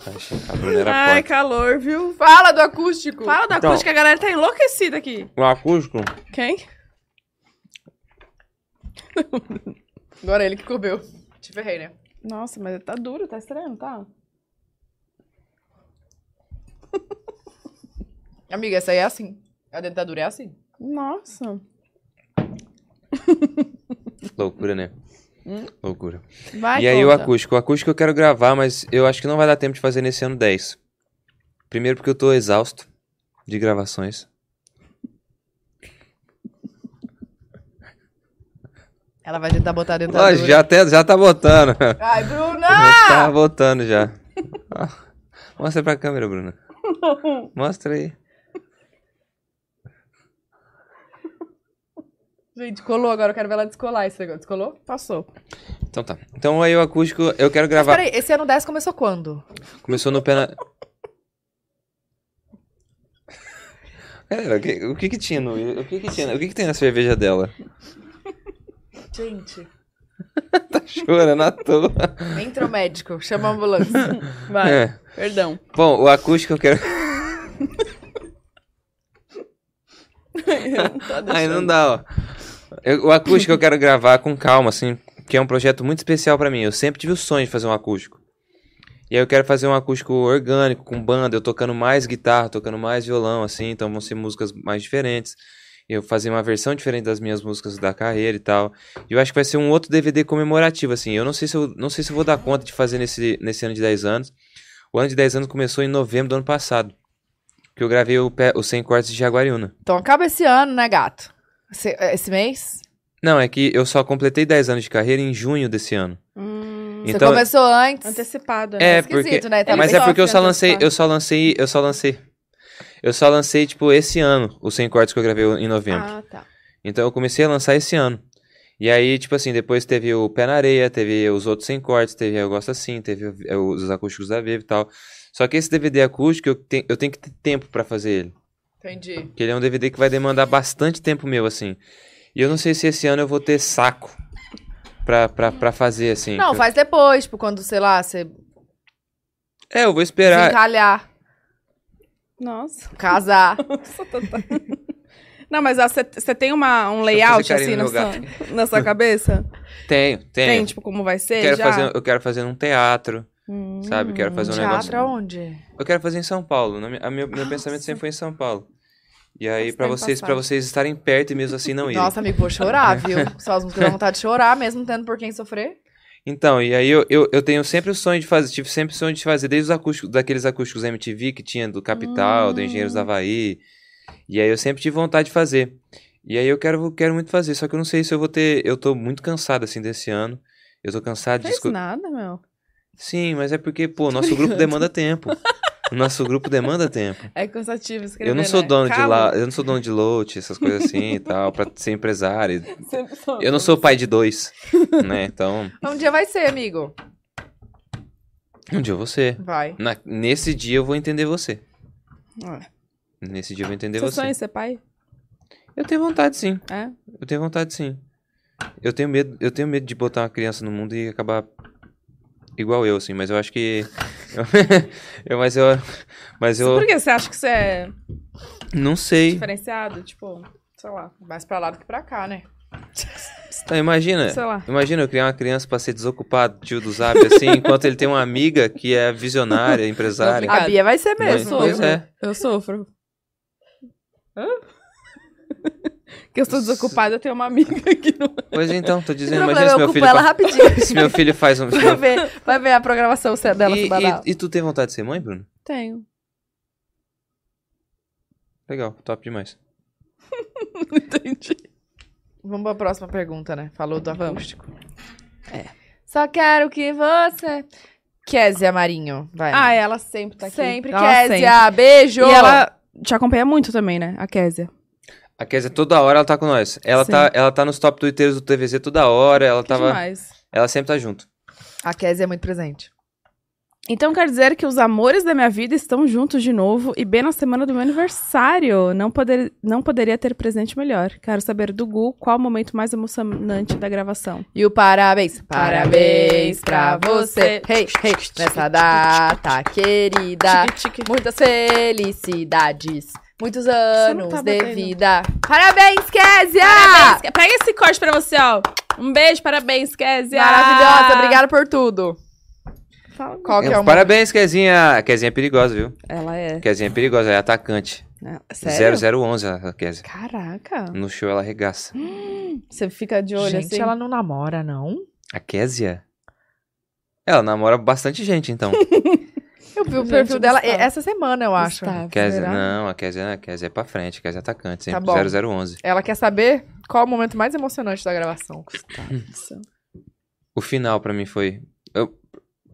Achei que a Bruna era
Ai,
porca.
calor, viu?
Fala do acústico.
Fala da
Então-
acústica, a galera tá enlouquecida aqui.
O acústico,
Quem?
Agora ele que comeu. Te ferrei, né?
Nossa, mas tá duro, tá estranho, tá?
Amiga, essa aí é assim. A dentadura é assim.
Nossa.
Loucura, né? Loucura.
Vai,
e aí o
conta.
acústico. O acústico eu quero gravar, mas eu acho que não vai dar tempo de fazer nesse ano 10. Primeiro porque eu tô exausto de gravações.
Ela vai tentar botar a
Ó,
dentadura.
já, até, já tá botando.
Ai, Bruna!
Ah!
tá botando já. Ó, Mostra pra câmera, Bruna. Mostra aí.
Gente, colou agora. Eu quero ver ela descolar esse negócio. Descolou? Passou.
Então tá. Então aí o acústico, eu quero
Mas
gravar.
peraí, esse ano 10 começou quando?
Começou no pena. Galera, o que, o que que tinha no. O que que, tinha, na- o que que tem na cerveja dela?
Gente,
Tá chorando à toa.
entra o médico. Chama a ambulância.
Vai,
É.
perdão.
Bom, o acústico eu quero.
Tá
Aí não dá, ó. Eu- o acústico eu quero gravar com calma, assim, que é um projeto muito especial pra mim. Eu sempre tive o sonho de fazer um acústico. E aí eu quero fazer um acústico orgânico, com banda, eu tocando mais guitarra, tocando mais violão, assim, então vão ser músicas mais diferentes. Eu fazer uma versão diferente das minhas músicas da carreira e tal. E eu acho que vai ser um outro DVD comemorativo, assim. Eu não sei se eu, não sei se eu vou dar conta de fazer nesse, nesse ano de 10 anos. O ano de 10 anos começou em novembro do ano passado. Que eu gravei o, pé- o 100 cortes de Jaguariúna.
Então acaba esse ano, né, gato? Esse, esse mês?
Não, é que eu só completei 10 anos de carreira em junho desse ano. Então,
Hum,
Você começou antes.
antecipado, né?
é
esquisito,
porque
né? Tá
mas
bem
é porque eu
sofre
só lancei,
antecipar.
eu só lancei, eu só lancei. Eu só lancei tipo esse ano, os 100 cortes que eu gravei em novembro.
Ah, tá.
Então eu comecei a lançar esse ano. E aí, tipo assim, depois teve o Pé na Areia, teve os outros sem cortes, teve Eu Gosto Assim, teve o- é, os acústicos da Vivo e tal. Só que esse DVD acústico, eu, te- eu tenho que ter tempo pra fazer ele.
Entendi.
Porque ele é um DVD que vai demandar bastante tempo meu, assim. E eu não sei se esse ano eu vou ter saco pra, pra, pra fazer, assim.
Não, faz depois, tipo, quando, sei lá, você
É, eu vou
se
esperar.
encalhar,
Nossa.
casar.
Nossa, Tatá. Não, mas você tem uma, um
Deixa eu
layout
fazer
assim
carinho
na
no
sua, na sua cabeça?
Tenho, tenho.
Tem, tipo, como vai ser
quero
já?
fazer, um- eu quero fazer num teatro,
Hum. é
sabe? Quero fazer um negócio.
Teatro aonde?
Eu quero fazer em São Paulo. na minha- a meu meu pensamento sempre foi em São Paulo. E aí,
Ah, Nossa,
pra
tem
vocês, pra
passado.
vocês estarem perto e mesmo assim não irem.
Nossa, amigo, vou chorar, viu? Só as músicas dão vontade de chorar, mesmo tendo por quem sofrer.
Então, e aí eu, eu, eu tenho sempre o sonho de fazer, tive sempre o sonho de fazer, desde os acústicos, daqueles acústicos MTV que tinha do Capital, do Engenheiros da Havaí. E aí eu sempre tive vontade de fazer. E aí eu quero, quero muito fazer, só que eu não sei se eu vou ter. Eu tô muito cansado assim desse ano. Eu tô cansado de
Fez
escutar.
nada, meu.
Sim, mas é porque, pô, nosso grupo demanda tempo. O nosso grupo demanda tempo.
É cansativo escrever,
Eu não sou
né?
dono de
Calma.
lá, eu não sou dono de lote, essas coisas assim e tal, pra ser empresário.
é
Sempre sou.
Eu não sou pai de dois, né? Então,
Um dia vai ser, amigo.
um dia eu vou ser.
Vai.
Na- nesse dia eu vou entender você.
É.
Nesse dia eu vou entender
Você
você.
sonha em ser pai?
Eu tenho vontade sim.
É?
Eu tenho vontade sim. Eu tenho medo, eu tenho medo de botar uma criança no mundo e acabar igual eu assim, mas eu acho que eu, mas eu mas eu
Por que você acha que você é
não sei.
diferenciado? Tipo, sei lá.
Mais pra lá do que pra cá, né?
Então, imagina,
Sei lá.
imagina eu criar uma criança pra ser desocupado, tio do Zap assim, enquanto ele tem uma amiga que é visionária, empresária.
A Bia vai ser
Mas-
mesmo.
pois é.
Eu sofro. Que eu estou desocupada, eu tenho uma amiga aqui no.
Pois então, tô
Não
dizendo,
tem
imagina
problema,
se
eu
meu
ocupo
filho
ela
fa-
rapidinho.
se meu filho faz um se
Vai
meu-
ver, vai ver a programação se- é dela
E-
semanal.
e, e tu tem vontade de ser mãe, Bruno?
Tenho.
Legal, top demais.
Entendi.
Vamos pra próxima pergunta, né? Falou do acústico. É.
Só quero que você.
Kézia Marinho,
É.
vai.
Ah, ela sempre tá aqui.
é. sempre,
Ela
Kézia. Beijo!
E ela te acompanha muito também, né? A Kézia.
A Kézia toda hora ela tá com nós. Ela,
Sim.
tá, ela tá nos top twitteiros do TVZ toda hora. Ela
Que
tava.
demais.
Ela sempre tá junto.
A Kézia é muito presente.
Então quer dizer que os amores da minha vida estão juntos de novo e bem na semana do meu aniversário. Não, poder, não poderia ter presente melhor. Quero saber do Gu qual o momento mais emocionante da gravação.
E o parabéns.
Parabéns
Parabéns
pra
pra
você.
você. Hey, hey, nessa data querida.
Tá. Tique, tique.
Muitas felicidades.
Muitos
não
anos
tá
de
batendo.
vida. Parabéns, Kézia!
Parabéns, Ke- Ah! pega esse corte pra você, ó. Um beijo, parabéns, Kézia.
Maravilhosa, obrigada por tudo.
Fala.
Qual que é o
Então, Parabéns, Kezinha. Kezinha é perigosa, viu?
Ela é.
Kezinha é perigosa, é atacante.
né?
é- Sério?
0011 a Kézia.
Caraca.
No show ela arregaça.
Você fica de olho
Gente,
assim.
ela não namora, não?
A Kézia? Ela namora bastante gente, então.
Eu vi o
Gente,
perfil dela
Gustavo.
essa semana, eu acho.
Gustavo,
Kézia,
será?
não, a Kézia, a Kézia é pra frente, a Kézia é atacante,
Tá
sempre
bom.
0011.
Ela quer saber qual o momento mais emocionante da gravação.
Nossa.
O final pra mim foi. eu-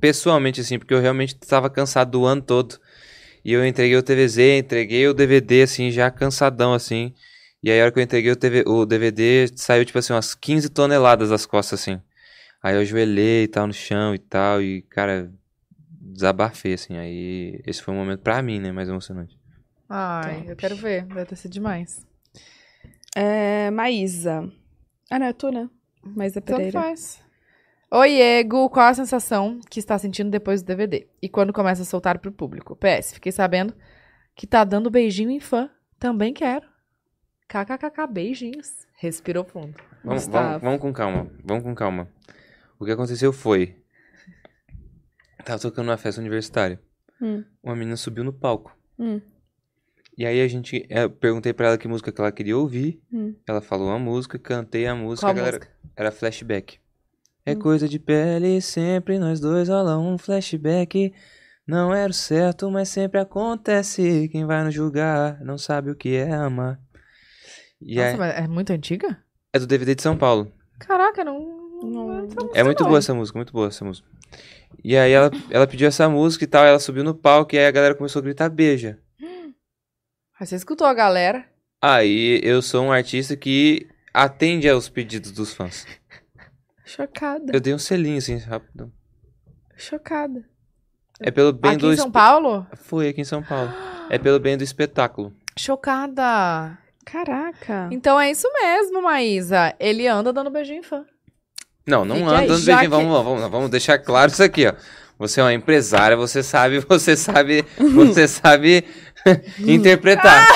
pessoalmente, assim, porque eu realmente tava cansado do ano todo. E eu entreguei o TVZ, entreguei o DVD, assim, já cansadão, assim. E aí, a hora que eu entreguei o, TV, o DVD, saiu, tipo assim, umas 15 toneladas das costas, assim. Aí eu ajoelhei e tal no chão e tal, e, cara, desabafei, assim. Aí, esse foi um momento pra mim, né, mais emocionante.
Ai, eu quero ver. Deve ter sido demais.
É, Maísa. Ah, não, é tu, né? Maísa
Então
Tanto
Pereira.
faz. Oi, Diego, qual a sensação que está sentindo depois do DVD? E quando começa a soltar pro público? PS, fiquei sabendo que tá dando beijinho em fã. Também quero. KKKK, beijinhos. Respirou fundo.
Vamos,
Gustavo.
vamos, vamos com calma, vamos com calma. O que aconteceu foi. Tava tocando numa festa universitária.
Hum.
Uma menina subiu no palco.
Hum.
E aí a gente. é, Eu perguntei pra ela que música que ela queria ouvir.
Hum.
Ela falou a música, cantei a música.
Qual
a galera-
música?
Era flashback.
Hum.
É coisa de pele, sempre nós dois rola um flashback. Não era o certo, mas sempre acontece. Quem vai nos julgar não sabe o que é amar. E
Nossa,
aí-
mas é muito antiga?
é do DVD de São Paulo.
Caraca, não.
Não.
É muito boa essa música, muito boa essa música. E aí ela, ela pediu essa música e tal, ela subiu no palco e aí a galera começou a gritar beija.
Aí Você escutou a galera?
Aí eu sou um artista que atende aos pedidos dos fãs.
Chocada.
Eu dei um selinho assim, rápido.
Chocada.
É pelo bem
Aqui
do
em
espe-
São Paulo?
Foi aqui em São Paulo. É pelo bem do espetáculo.
Chocada.
Caraca.
Então é isso mesmo, Maísa. Ele anda dando beijinho em fã.
Não, não
Fique
anda
aí,
dando
já
beijinho. Vamos, lá, vamos, lá, vamos deixar claro isso aqui, ó. Você é uma empresária, você sabe, você sabe, você sabe interpretar.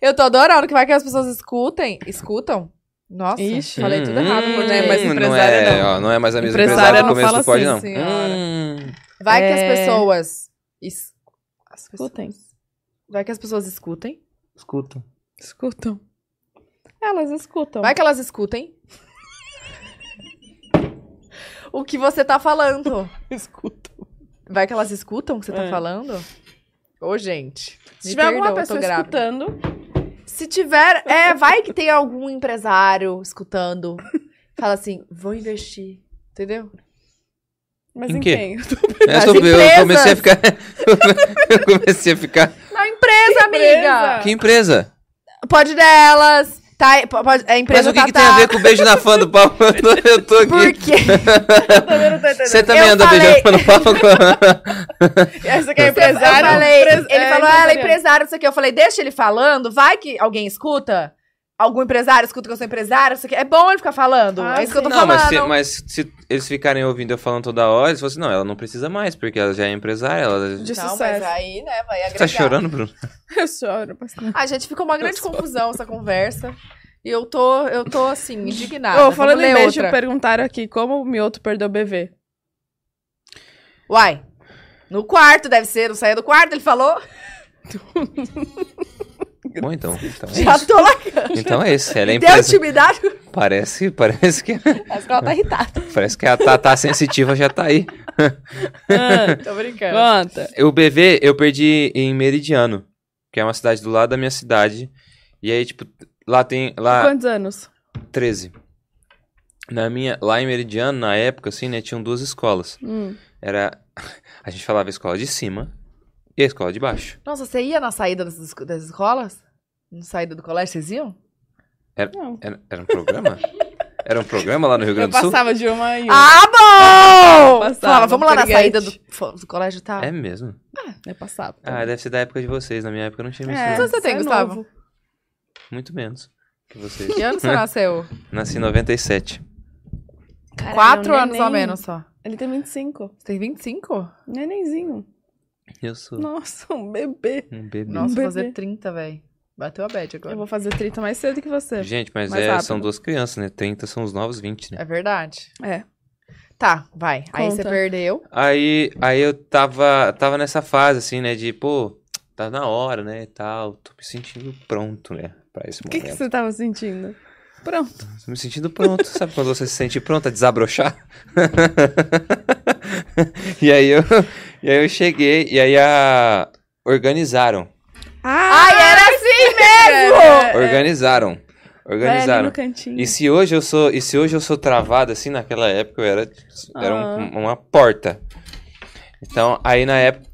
Eu tô adorando que vai que as pessoas escutem. Escutam? Nossa,
Ixi.
falei tudo errado,
Hum,
por
é mais
não
empresária,
é,
não.
ó, não é mais a mesma
Empresária
empresária no
não
começo
fala
do pódio,
assim,
não.
senhora.
Hum.
Vai que
É.
as pessoas. es- as
Então,
pessoas-
Escutem.
Vai que as pessoas escutem.
Escuta.
Escutam. Elas escutam.
Vai que elas escutem. o que você tá falando.
escutam.
Vai que elas escutam o que você tá
É.
falando? Ô, gente.
Se
me
tiver alguma
perdoa, eu tô
pessoa
grávida.
escutando,
Se tiver, é, vai que tem algum empresário escutando. Fala assim, vou investir. Entendeu?
mas
Em
em,
quê?
quem?
Eu,
As
É, sou- eu
empresas.
comecei a ficar. eu comecei a ficar.
Na empresa, amiga!
Que empresa?
Pode delas. Tá, p- pode, é
Mas
empresa
o que,
tá,
que tem a ver com o beijo na fã do palco? Eu tô- Eu tô
Por
aqui.
quê?
Você também
Eu
anda
falei-
beijando fã do palco?
Essa aqui é
Eu falei, ele
é,
falou, ah, ela é
empresarial.
empresária, não sei o quê. Eu falei, deixa ele falando, vai que alguém escuta. Algum empresário escuta que eu sou empresária, não sei o quê. É bom ele ficar falando.
Ah,
é isso que eu tô
Não,
falando.
mas se, mas se eles ficarem ouvindo eu falando toda hora, eles falam assim: não, ela não precisa mais, porque ela já é empresária. Ela...
De
Não, mas
sucesso.
aí, né, vai
Você
agregar.
tá chorando, Bruno?
Eu choro bastante.
Ah, gente, ficou uma grande confusão essa conversa. E eu tô, eu tô assim, indignada.
Ô,
Vamos
falando em
ler
beijo,
outra.
perguntaram aqui como o Mioto perdeu o bebê.
Uai. No quarto, deve ser. Não saía do quarto, ele falou.
Bom, então. Então é
Já
isso.
tô lá.
Então é isso. Ela é
Deu tipo
empresa.
intimidade.
Parece, parece, que,
Acho que ela tá irritada.
parece que a Tata sensitiva já tá aí.
Ah,
Tô brincando.
Conta.
O BV eu perdi em Meridiano, que é uma cidade do lado da minha cidade. E aí, tipo, lá tem.
Ah.
Lá,
Quantos anos?
13. Na minha, lá em Meridiano, na época, assim, né, tinham duas escolas.
Hum.
Era. A gente falava escola de cima e a escola de baixo.
Nossa, você ia na saída dessas, esco- das escolas? Na saída do colégio, vocês iam?
Não.
Era, era um programa? Era um programa lá no Rio
Eu
Grande do Sul?
passava de uma em uma.
Ah, bom!
Passava,
Falava, vamos lá na
Piriguete.
saída do, fo- do colégio, tá?
É mesmo?
Eu passava.
Ah, deve ser da época de vocês. Na minha época não tinha
É,
isso.
Quantos anos você tem,
é
Gustavo?
novo.
Muito menos que vocês.
Que ano você nasceu?
Nasci em 97.
Caralho,
Quatro
é um
anos ao
neném.
menos só.
Ele tem 25.
Você tem 25?
Nenenzinho.
Eu sou
Nossa, um bebê.
um bebê.
Nossa, vou
bebê.
fazer 30, velho. Bateu a bad agora.
Eu vou fazer 30 mais cedo que você.
Gente, mas
Mais
é,
rápido.
são duas crianças, né? 30 são os novos 20, né?
É verdade.
É.
Tá, vai. Aí
Conta.
você perdeu.
Aí, aí eu tava, tava nessa fase, assim, né? De, pô, tá na hora, né? E tal. Tô me sentindo pronto, né? Pra esse
O que,
momento.
que você tava sentindo? Pronto.
Tô me sentindo pronto. Sabe quando você se sente pronto a desabrochar? e, aí eu, e aí eu cheguei, e aí a... Organizaram.
Ah,
Ai, era assim mesmo!
É,
Organizaram. Organizaram.
no cantinho.
E se hoje eu sou, e se hoje eu sou travado assim, naquela época eu era era
Ah.
um- uma porta. Então, aí na época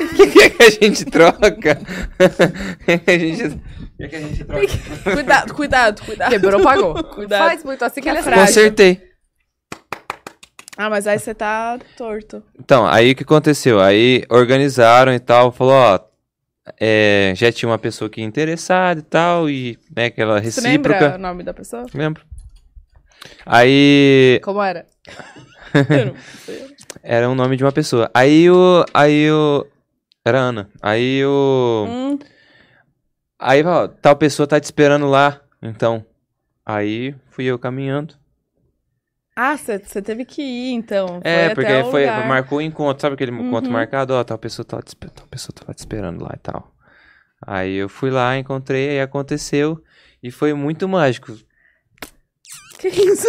O que, que é que a gente troca? O que, que a gente o que, que a gente troca?
Cuidado, cuidado, cuidado.
Quebrou, pagou.
Cuidado.
Faz muito assim que ele é
Frágil.
Consertei.
Ah, mas aí você tá torto.
Então, aí o que aconteceu? Aí organizaram e tal, falou, ó, é, já tinha uma pessoa aqui interessada e tal e né, aquela
Você lembra o
recíproca.
nome da pessoa?
Lembro. Aí
Como era?
Eu não sei.
Era o nome de uma pessoa. Aí o. Aí o. Era Ana. Aí o.
Hum,
Aí, ó, tal pessoa tá te esperando lá. Então. Aí fui eu caminhando.
Ah, você você teve que ir, então.
é,
até
porque
o
foi,
lugar.
marcou o encontro. Sabe aquele encontro
Uhum.
marcado? Ó, tal pessoa, tá te, espe- tal pessoa tava te esperando lá e tal. Aí eu fui lá, encontrei, aí aconteceu. E foi muito mágico.
Que isso?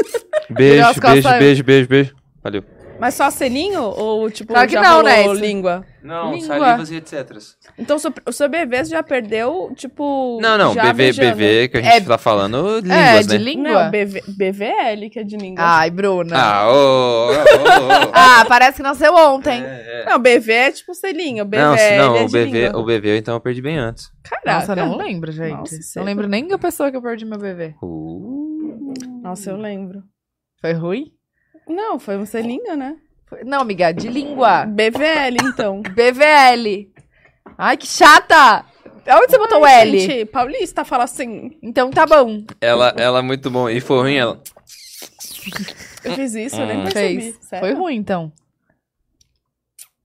Beijo,
as costas,
beijo,
saiu.
beijo, beijo, beijo. Valeu.
Mas só selinho? Ou, tipo,
Claro que
já
não,
rolou
né? Isso-
língua?
Não,
Língua. salivas
e etc.
Então, o seu- o seu bebê você já perdeu, tipo...
Não, não,
já
BV,
beijando. É
BV, que a gente tá falando línguas,
é, de
né?
língua?
Não, BV, BVL, que é de língua.
Ai, Bruna. Ah.
Ah, ô, ô, ô, ô, ô.
parece que nasceu ontem.
É, é.
Não, BV é tipo selinho, BVL
Não, se- não,
é
o
de
BV,
língua.
o BV, então eu perdi bem antes.
Caraca.
Nossa, não lembro, gente.
Nossa,
não
cedo.
lembro nem da pessoa que eu perdi meu bebê.
Uh.
Nossa, eu lembro.
Foi ruim?
Não, foi um selinho, né?
Foi- Não, amiga, de língua.
BVL, então.
BVL. Ai, que chata! Onde você botou o
Ai,
L?
Gente, paulista fala assim.
Então tá bom.
Ela, ela é muito bom. E foi ruim ela.
Eu fiz isso, eu nem
Hum.
percebi.
Fez.
sério.
Foi ruim, então.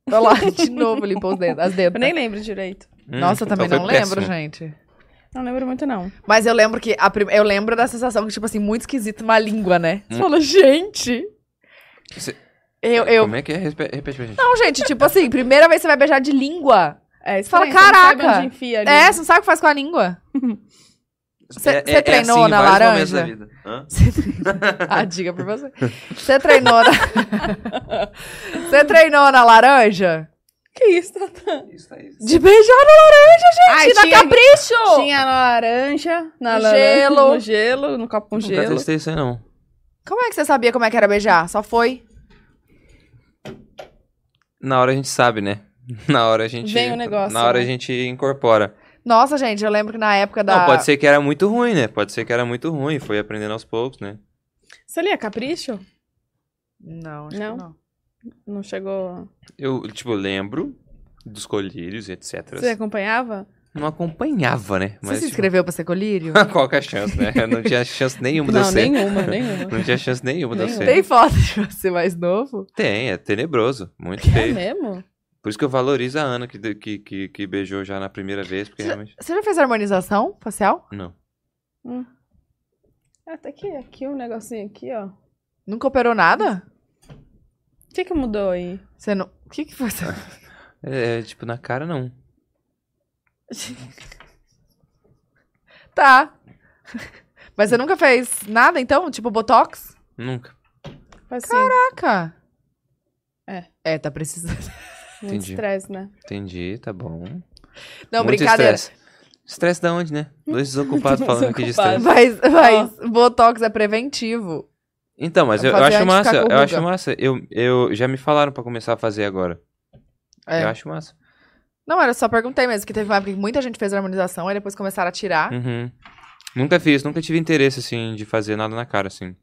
Tô lá de novo, limpou os dedos, as
Eu
dedos.
nem lembro direito.
Hum,
Nossa, eu também
então
não
foi
lembro,
péssimo.
gente.
Não lembro muito, não.
Mas eu lembro que. a prim- Eu lembro da sensação que, tipo assim, muito esquisito uma língua, né? Você
Hum.
falou, gente.
Você-
Eu, eu.
Como é que é? Respe- Repete pra gente.
Não, gente, tipo assim, primeira vez você vai beijar de língua.
É,
Você fala,
estranho, você não sabe
"Caraca!"
onde enfia ali.
É, você não sabe o que faz com a língua? Cê-
É-
cê
é- é
treinou
assim em
na
vários momentos
laranja?
da vida. Hã?
Ah, diga pra você. Você treinou na. Você treinou na laranja?
Que isso?
Isso, tá isso.
De beijar na laranja,
Ai,
gente!
tinha-
na capricho!
Tinha na laranja, na
No
laranja,
gelo.
no gelo, no copo com
Nunca
gelo.
testei isso aí, não.
Como é que você sabia como é que era beijar? Só foi?
Na hora a gente sabe, né? Na hora a gente.
Vem o negócio,
Na hora
né?
a gente incorpora.
Nossa, gente, eu lembro que na época da.
Não, pode ser que era muito ruim, né? Pode ser que era muito ruim. Foi aprendendo aos poucos, né?
Você lia Capricho?
Não, acho
Não.
que não.
Não chegou.
Eu, tipo, lembro dos colírios e etc.
Você acompanhava?
Não acompanhava, né?
Você se
tipo,
inscreveu pra ser colírio?
Qual que é a chance, né? Eu Não tinha chance nenhuma de eu
não,
ser.
nenhuma, nenhuma.
Não tinha chance nenhuma de eu
Nenhuma.
ser.
Tem foto de você mais novo?
Tem, é tenebroso. Muito
É
feio.
mesmo?
Por isso que eu valorizo a Ana que, de- que, que, que beijou já na primeira vez, porque realmente.
Você já fez harmonização facial?
Não.
Até que aqui um negocinho aqui, ó. O
Nunca operou nada?
que, que mudou aí?
Você não. O que que foi? essa-
É, é, tipo, na cara não.
Tá. Mas você nunca fez nada, então? Tipo botox?
Nunca.
Faz assim,
Caraca.
É.
É, tá precisando.
muito
entendi.
estresse, né?
Entendi, tá bom.
Não,
Muito
brincadeira.
Estresse. Estresse da onde, né? Dois desocupados falando aqui de
Desocupado.
estresse.
Mas, mas botox é preventivo.
Então, mas eu, eu
Fazer
acho
antes de
massa.
ficar com
Eu acho
ruga.
massa. Eu, eu, já me falaram pra começar a fazer agora.
É.
Eu acho massa.
Não, era só perguntei mesmo, que teve uma época que muita gente fez harmonização, aí depois começaram a tirar.
Uhum. Nunca fiz, nunca tive interesse, assim, de fazer nada na cara, assim.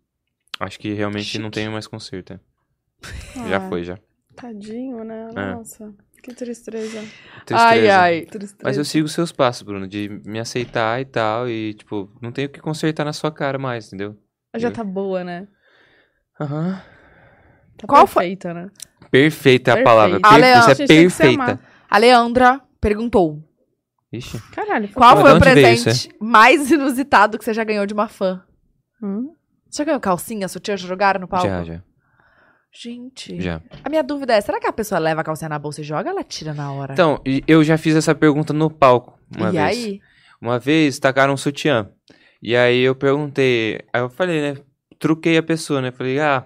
Acho que realmente
Chique.
não
É.
tenho mais conserto. é. Já
Ah,
foi, já.
Tadinho, né?
É.
Nossa, que tristeza.
Ai,
Tristeza.
ai.
tristeza.
Mas eu sigo os seus passos, Bruno, de me aceitar e tal, e, tipo, não tenho o que consertar na sua cara mais, entendeu?
Já tá boa, né?
Aham.
Tá
Qual foi-
perfeita, né?
Perfeita é a
Perfeita.
palavra.
Ah,
Per-
Leandro,
Isso é
gente, tem que se
perfeita.
A Leandra perguntou:
Ixi.
Caralho.
Qual
Mas
foi
de
o
onde veio isso,
presente mais inusitado que você já ganhou de uma fã?
Hum.
Você já ganhou calcinha, sutiã, já jogaram no palco?
Já, já,
Gente,
já.
a minha dúvida é, será que a pessoa leva a calcinha na bolsa e joga ou ela tira na hora?
Então, e- eu já fiz essa pergunta no palco uma
e
vez.
aí?
Uma vez tacaram um sutiã. E aí eu perguntei. Aí eu falei, né? Truquei a pessoa, né? Falei, ah,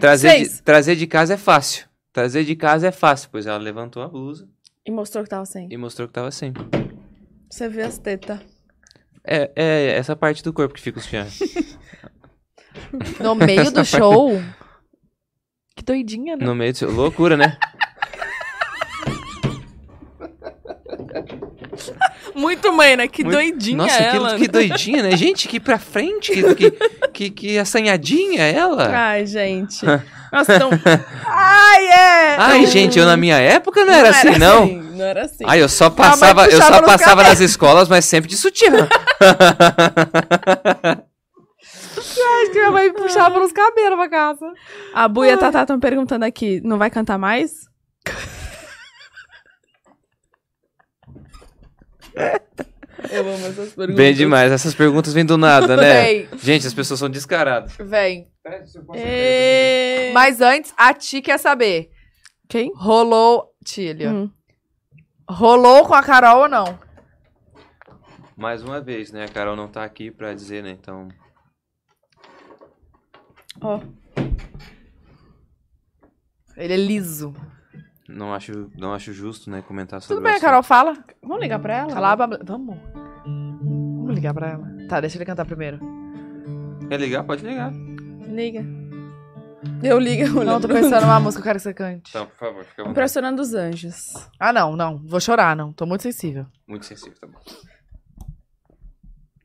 trazer
Fez.
de, trazer de casa é fácil. Trazer de casa é fácil. Pois ela levantou a blusa
E mostrou que tava sem.
e mostrou que tava assim.
Você vê as tetas.
É, é essa parte do corpo que fica o sutiã.
No meio do show? Que doidinha, né?
No meio do seu. Loucura, né?
Muito mãe, né? Que
Muito-
doidinha
Nossa, que-
ela.
que, doidinha, né? Gente, que pra frente, que, que, que, que assanhadinha é ela.
Ai, gente. Nossa, então.
é!
Ai, gente, eu na minha época não era assim,
era
não.
assim, não era assim.
Ai, eu só passava, eu
puxava
só
nos
passava nas escolas, mas sempre de sutiã.
Acho que minha mãe puxava nos cabelos pra casa.
A Bu e a Tatá estão perguntando aqui: não vai cantar mais? Eu amo essas perguntas.
Bem demais, essas perguntas vêm do nada, né?
Vem,
Gente, as pessoas são descaradas.
vem. É.
Ê,
Mas antes, a Ti quer saber.
Quem?
Rolou, Tília.
Hum.
Rolou com a Carol ou não?
Mais uma vez, né? A Carol não tá aqui pra dizer, né? Então.
Ele é liso.
Não acho, não acho justo, né, comentar sobre
Tudo bem, a
isso.
Carol fala.
Vamos ligar pra ela?
Cala a babla- Tá Vamos. Vamos ligar pra ela. Tá, deixa ele cantar primeiro.
Quer ligar? Pode ligar.
Liga. Eu ligo. eu
Não,
lembro.
tô pensando numa música que eu quero que você cante.
Então, por favor, fica à vontade.
Impressionando os anjos.
Ah, não, não. Vou chorar, não. Tô muito sensível.
Muito sensível, tá bom.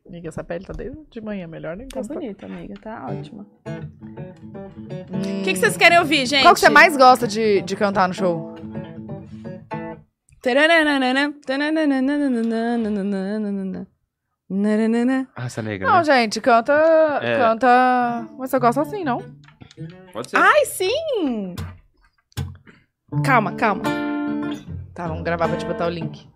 Amiga, essa pele tá desde de manhã. Melhor nem
Tá
encostar.
bonita, amiga. Tá ótima.
O que, que
Hum.
vocês querem ouvir, gente?
Qual que você mais gosta de, de cantar no show?
Tarananana, tarananananananananananana. Naranana.
Raça negra.
Não, gente, canta.
É.
Canta. Mas eu gosto assim, não?
Pode
Ah,
ser.
Ai, sim! Calma, calma.
Tá, vamos gravar pra te botar o link.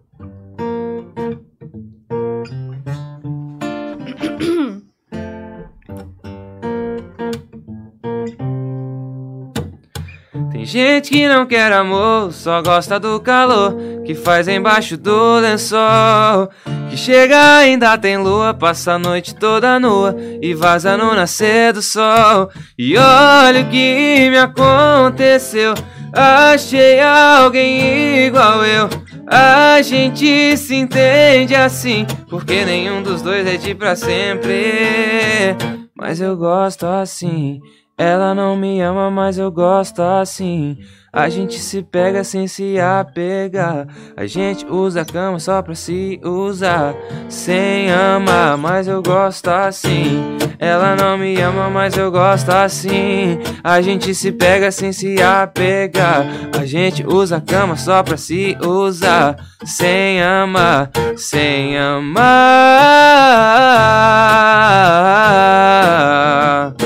Tem gente que não quer amor, só gosta do calor que faz embaixo do lençol. Que chega ainda tem lua, passa a noite toda nua e vaza no nascer do sol. E olha o que me aconteceu. Achei alguém igual eu. A gente se entende assim, porque nenhum dos dois é de pra sempre. Mas eu gosto assim. Ela não me ama, mas eu gosto assim. A gente se pega sem se apegar. A gente usa a cama só pra se usar. Sem amar, mas eu gosto assim. Ela não me ama, mas eu gosto assim. A gente se pega sem se apegar. A gente usa a cama só pra se usar. Sem amar, sem amar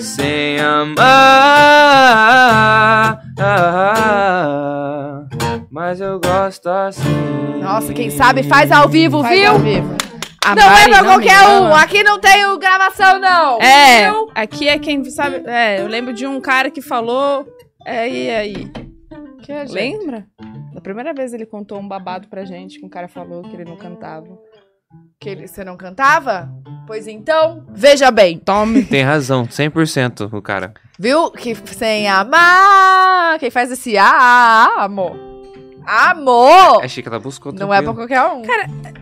sem amar. Mas eu gosto assim.
Nossa, quem sabe faz ao vivo,
Faz
viu?
ao vivo.
Não é pra
Marina
qualquer
Milana.
um. Aqui não tem o gravação, não.
É,
Viu?
aqui é quem sabe. É, eu lembro de um cara que falou. É, e aí?
Que é, gente?
Lembra? Da primeira vez ele contou um babado pra gente que um cara falou que ele não cantava.
Que ele- você não cantava? Pois então, veja bem.
Tome. Tem razão, 100% o cara.
Viu? Que f- sem amar. Quem faz esse ah, amor. Amor!
Achei que ela buscou
Não é pra qualquer um.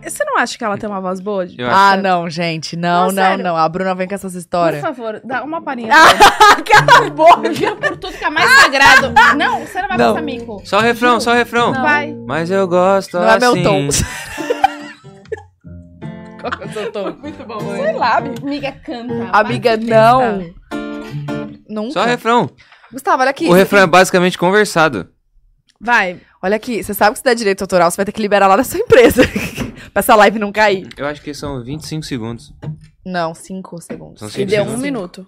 Você não acha que ela tem uma voz boa?
Eu acho. é
Ah, não, gente. Não,
Não,
não,
sério.
não. A Bruna vem com essas
Por
histórias.
favor, dá uma parinha. Ah,
Cala a boca!
Viu por tudo que é mais sagrado. Não, você não vai
Não.
passar mico.
Só o refrão, só o refrão.
Vai.
Mas eu gosto
é. Não é
assim.
meu tom. é
Muito bom, Sei lá, amiga, canta.
Amiga, não. Nunca.
Só o refrão.
Gustavo, olha aqui.
O refrão é basicamente conversado.
Vai.
Olha aqui. Você sabe que se dá direito autoral, você vai ter que liberar lá da sua empresa. pra essa live não cair.
Eu acho que são 25 segundos.
Não, cinco segundos.
São
E
cinco
deu um
segundos.
minuto.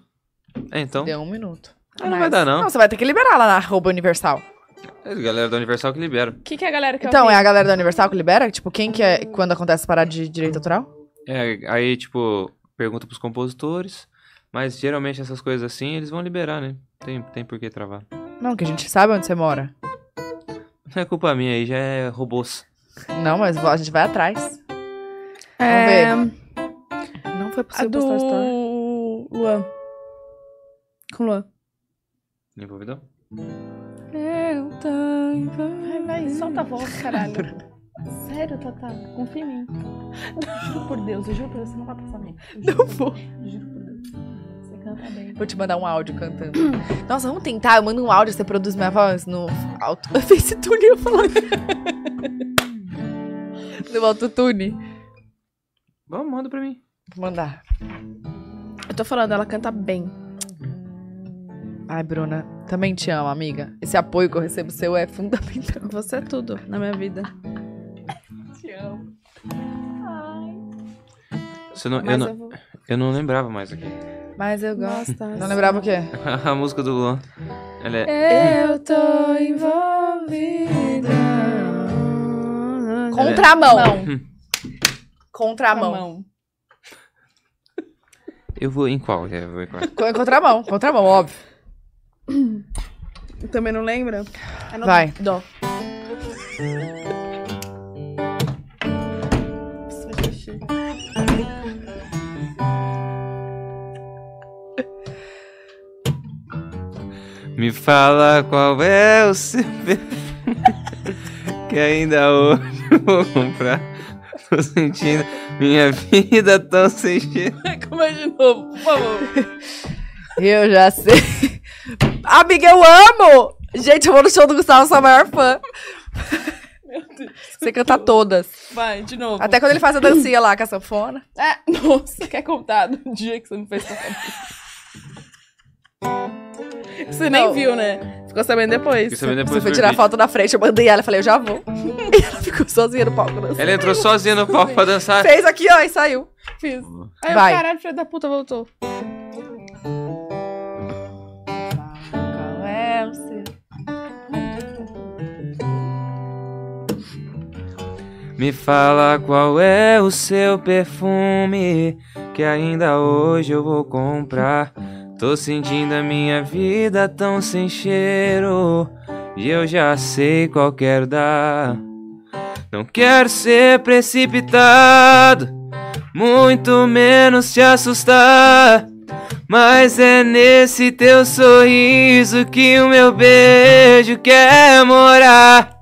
É, então.
Deu um minuto.
Ah, não vai dar, não.
Não, você vai ter que liberar lá na arroba universal.
É a galera da Universal que libera.
O que, que a galera quer
Então,
ouvir?
é a galera da Universal que libera? Tipo, quem que é quando acontece essa parada de direito autoral?
É, aí, tipo, pergunta pros compositores. Mas geralmente essas coisas assim, eles vão liberar, né? Tem, tem por que travar.
Não, que a gente sabe onde você mora.
Não é culpa minha aí, já é robôs.
Não, mas a gente vai atrás.
É,
É,
Não foi
a
possível postar story.
do Luan. Com Luan.
Envolvidão?
Ai, vai, solta a voz, caralho. Sério, Tata, confia em mim. Juro por Deus, eu juro por Deus, você não vai passar bem. Não vou. Juro por Deus. Você canta bem.
Vou te mandar um áudio cantando. Nossa, vamos tentar. Eu mando um áudio, você produz minha voz no alto. Facetune, eu falo. no autotune.
Bom, manda pra mim.
Vou mandar.
Eu tô falando, ela canta bem.
Ai, Bruna, também te amo, amiga. Esse apoio que eu recebo seu é fundamental.
Você é tudo na minha vida.
Te amo.
Você não, eu,
Mas
não,
é-
eu vou.
eu não lembrava mais aqui.
Mas eu gosto.
Gosta.
Não lembrava o quê?
A música do Luan. Ela é.
Eu tô envolvida.
Contramão.
Mão.
Contramão.
Mão.
Eu vou em qual? É, eu vou em qual?
Co- Contramão. Contramão, óbvio.
Também não lembra? Ah, não.
Vai.
Dó.
Me fala qual é o seu perfume que ainda hoje eu vou comprar. Tô sentindo minha vida tão sem cheiro.
Como é de novo, por favor.
Eu já sei. Amiga, eu amo! Gente, eu vou no show do Gustavo, sou a maior fã. Você canta todas.
Vai, de novo.
Até quando ele faz a dancinha lá com a sanfona.
Ah, nossa, quer contar do dia que você me fez tocar? Você nem
Não.
viu, né?
Ficou sabendo depois.
Isso também
Você
depois
foi
do
é tirar
vídeo.
foto na frente, eu mandei ela, eu falei, eu já vou. E ela ficou sozinha no palco. dançando.
Ela entrou sozinha no palco pra dançar.
Fez aqui, ó, e saiu.
Fiz.
Aí
Vai.
o caralho, filho da puta, voltou.
Qual é o seu?
Me fala qual é o seu perfume que ainda hoje eu vou comprar. Tô sentindo a minha vida tão sem cheiro e eu já sei qual quero dar. Não quero ser precipitado, muito menos te assustar. Mas é nesse teu sorriso que o meu beijo quer morar.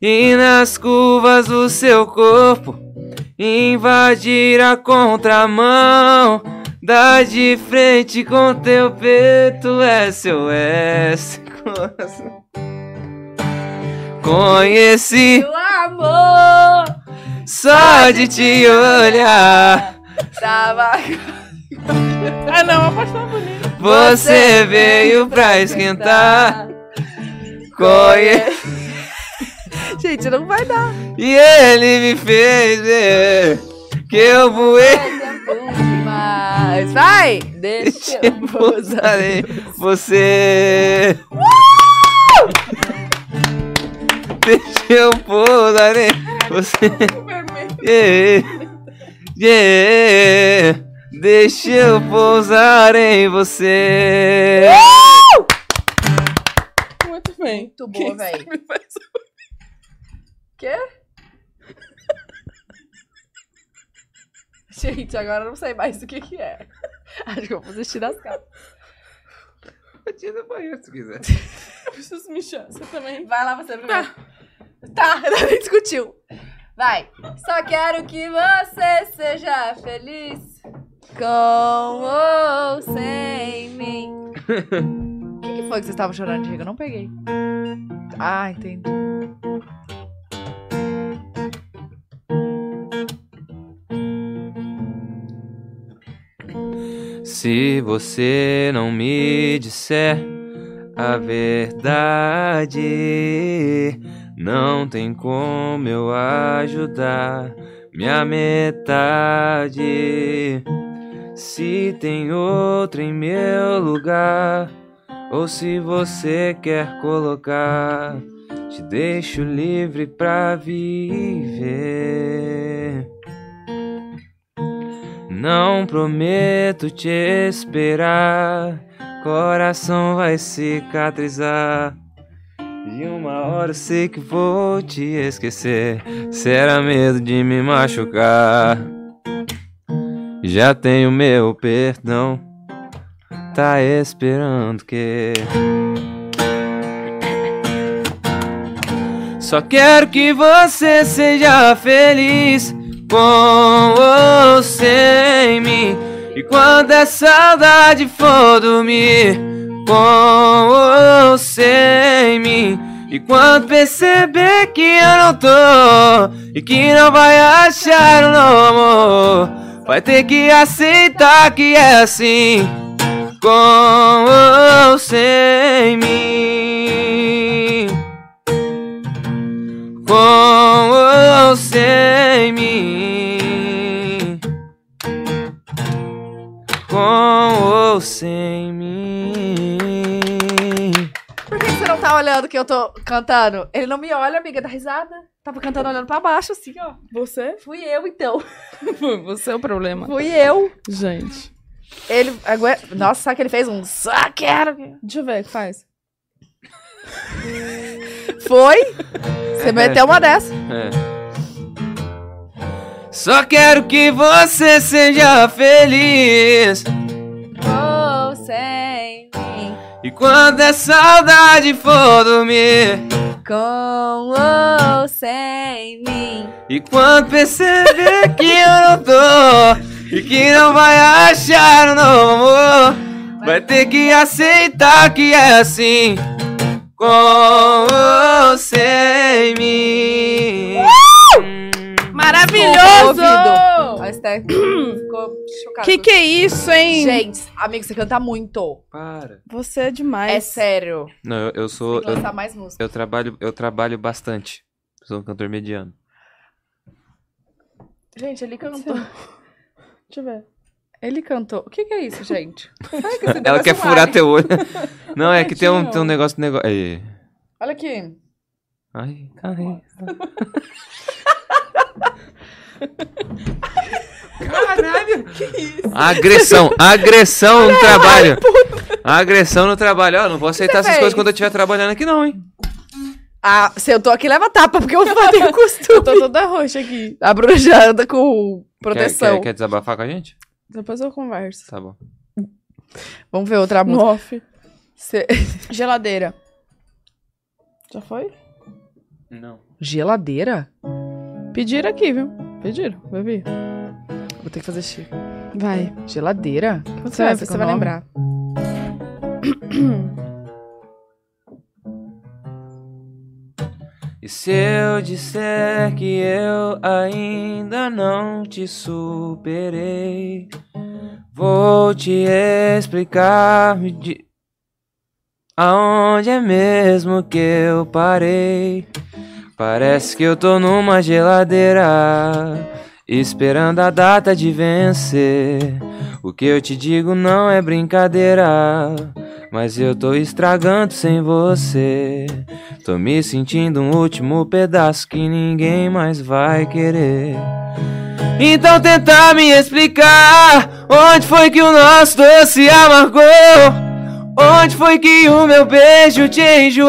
E nas curvas do seu corpo Invadir a contramão Dar de frente com teu peito SOS coração. Conheci
Meu amor!
só de te olhar
Tava.
Ah, não, eu posso falar bonito.
Você veio pra esquentar Conheci
Gente, não vai dar.
E ele me fez ver Que eu voei
Mas Um vai! Deixa eu pousar.
Usarei você. Deixa eu pousarei você. Yeah. Yeah. Deixa eu pousar em você.
Muito bem.
Muito boa, velho.
Me faz um
Gente, agora eu não sei mais o que que é. Acho que eu vou desistir das capas.
Eu preciso mijar. Você também.
Vai lá você primeiro. Tá, ela nem discutiu. Vai. Só quero que você seja feliz. Com ou sem mim. O que, que foi que vocês estavam chorando de rir? Eu não peguei. Ah, entendi.
Se você não me disser a verdade, não tem como eu ajudar minha metade. Se tem outra em meu lugar, Ou se você quer colocar, te deixo livre pra viver. Não prometo te esperar, coração vai cicatrizar. E uma hora eu sei que vou te esquecer. Será medo de me machucar? Já tenho meu perdão. Tá esperando que. Só quero que você seja feliz com ou sem mim. E quando a saudade for dormir, com ou sem mim. E quando perceber que eu não tô e que não vai achar um novo amor, vai ter que aceitar que é assim, com ou sem mim. Com ou sem mim. Com ou sem mim.
Por que que você não tá olhando que eu tô cantando? Ele não me olha, amiga, dá risada. Tava cantando olhando pra baixo, assim, ó.
Você?
Fui eu, então.
Você é o problema.
Fui eu.
Gente.
Ele aguenta... Nossa, sabe que ele fez um... Só quero...
Deixa eu ver o que faz.
Foi? Você meteu uma dessa.
É. Só quero que você seja feliz.
Oh, sem mim.
E quando a saudade for dormir.
Com ou sem mim.
E quando perceber que eu não tô. E que não vai achar um novo amor. Vai ter que aceitar que é assim. Com ou sem mim.
Maravilhoso!
Ouvido. A Esther ficou chocada.
Que que é isso, hein?
Gente, amigo, você canta muito.
Para.
Você é demais.
É sério.
Não, eu, eu sou.
Tem que
Eu,
lançar mais música.
eu trabalho, eu trabalho bastante. Sou um cantor mediano.
Gente, ele cantou.
Deixa eu ver.
Ele cantou. O que que é isso, gente? Sabe que esse
Ela
Tá
negócio
quer
é um
furar
alien?
teu olho. Não, é que tem um,
Tadinho.
tem um negócio. Nego... Aí.
Olha aqui.
Ai, ai. Caralho, que isso? Agressão, agressão no trabalho. Agressão no trabalho. Ó, não vou aceitar essas
fez?
coisas quando eu estiver trabalhando aqui, não, hein?
Ah, se eu tô aqui, leva tapa, porque eu tenho
Eu
costume.
tô toda roxa aqui.
A Bruna já anda com
Quer,
proteção.
quer, quer desabafar com a gente?
Depois eu converso.
Tá bom.
Vamos ver outra
No
música.
off.
Cê-
Geladeira. Já foi?
Não.
Geladeira?
Pediram aqui, viu? Pediram, vai vir.
Vou ter que fazer xixi.
Vai.
Geladeira?
Você,
Será
vai,
que é
você
o
vai
nome?
lembrar.
E se eu disser que eu ainda não te superei, vou te explicar me di- aonde é mesmo que eu parei. Parece que eu tô numa geladeira, esperando a data de vencer. O que eu te digo não é brincadeira, mas eu tô estragando sem você. Tô me sentindo um último pedaço que ninguém mais vai querer. Então tentar me explicar onde foi que o nosso doce amargou. Onde foi que o meu beijo te enjoou?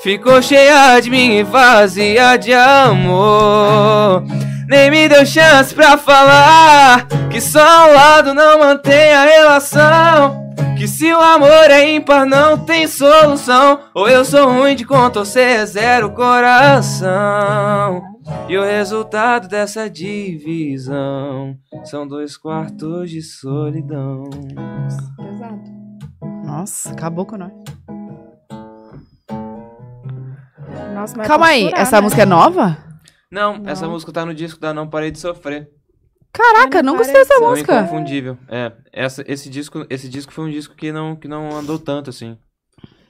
Ficou cheia de mim e vazia de amor. Nem me deu chance pra falar que só um lado não mantém a relação. Que se o amor é ímpar não tem solução Ou eu sou ruim de conta ou você é zero coração E o resultado dessa divisão São dois quartos de solidão
Nossa, acabou com nós.
Nossa, mas
Calma
é pra
aí,
chorar,
essa
né?
música é nova?
Não,
Não.
essa música tá no disco da Não Parei de Sofrer
Caraca, não gostei dessa
É um
música.
inconfundível É, essa, esse, disco, esse disco foi um disco que não, que não andou tanto assim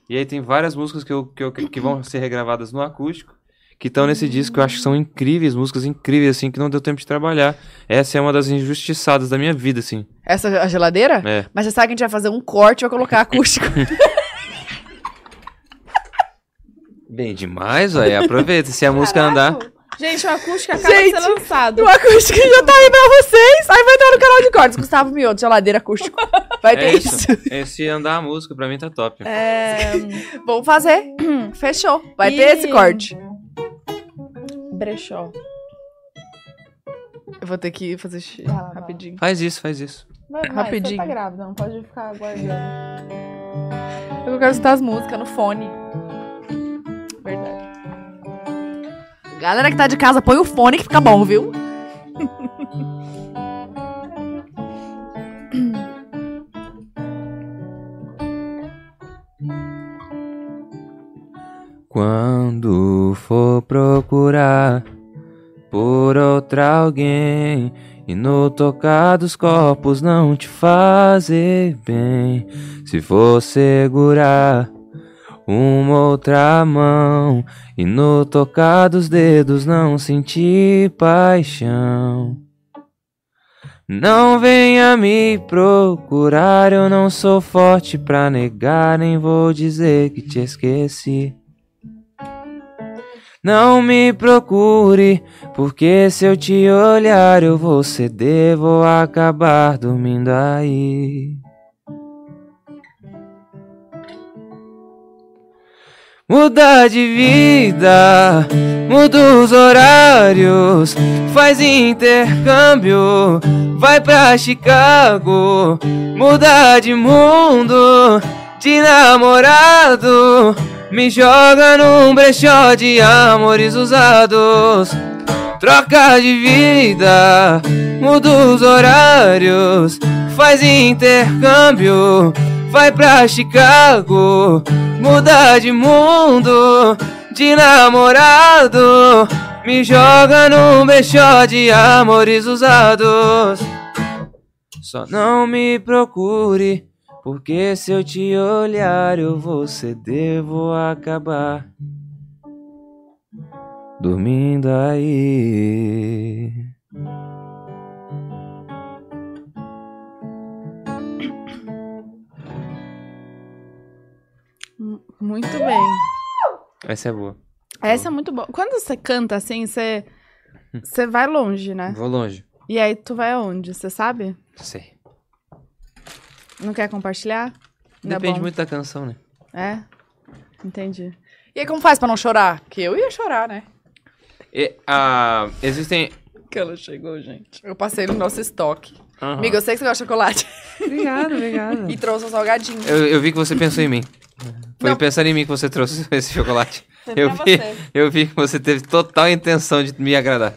E aí tem várias músicas que, eu, que, eu- que vão ser regravadas no acústico que estão nesse disco, que eu acho que são incríveis, músicas incríveis, assim, que não deu tempo de trabalhar. Essa é uma das injustiçadas da minha vida, assim.
Essa é a geladeira?
É.
Mas você sabe que a gente vai fazer um corte e vai colocar acústico.
Bem demais, ué. Aproveita. Se a música andar.
Gente, o acústico acaba de ser lançado.
O acústico já tá aí pra vocês. Aí vai estar no canal de cortes. Gustavo Mioto, geladeira acústico. Vai ter
É
isso.
isso. É, se andar a música, pra mim tá top.
É...
Vamos fazer. Fechou. Vai
E-
ter esse corte.
Brechó.
Eu vou ter que fazer xixi
Vai lá, vai lá.
rapidinho.
Faz isso, faz isso.
Vai, vai,
Rapidinho.
Você tá grávida, não pode ficar aguardando.
Eu quero escutar as músicas no fone.
Verdade.
Galera que tá de casa, põe o fone que fica bom, viu?
Quando for procurar por outra alguém e no tocar dos corpos não te fazer bem, se for segurar uma outra mão e no tocar dos dedos não sentir paixão. Não venha me procurar, eu não sou forte pra negar, nem vou dizer que te esqueci. Não me procure, porque se eu te olhar eu vou ceder, vou acabar dormindo aí. Mudar de vida, muda os horários, faz intercâmbio, vai pra Chicago, mudar de mundo, de namorado. Me joga num brechó de amores usados. Troca de vida, muda os horários, faz intercâmbio, vai pra Chicago, muda de mundo, de namorado, me joga num brechó de amores usados. Só não me procure, porque se eu te olhar, eu vou ceder, vou acabar dormindo aí.
Muito bem.
Essa é boa.
Essa é muito boa. Quando você canta assim, você. Você vai longe, né?
Vou longe.
E aí tu vai aonde? Você sabe?
Sei.
Não quer compartilhar? Não é
Depende
bom.
muito da canção, né?
É? Entendi.
E aí, como faz pra não chorar? Que eu ia chorar, né?
E, ah, existem.
Que ela chegou, gente.
Eu passei no nosso estoque.
Aham.
Amiga, eu sei que você gosta de chocolate.
Obrigada, obrigada.
E trouxe um salgadinho.
Eu, eu vi que você pensou em mim. Foi pensando em mim que você trouxe esse chocolate. Eu vi, eu vi que você teve total intenção de me agradar.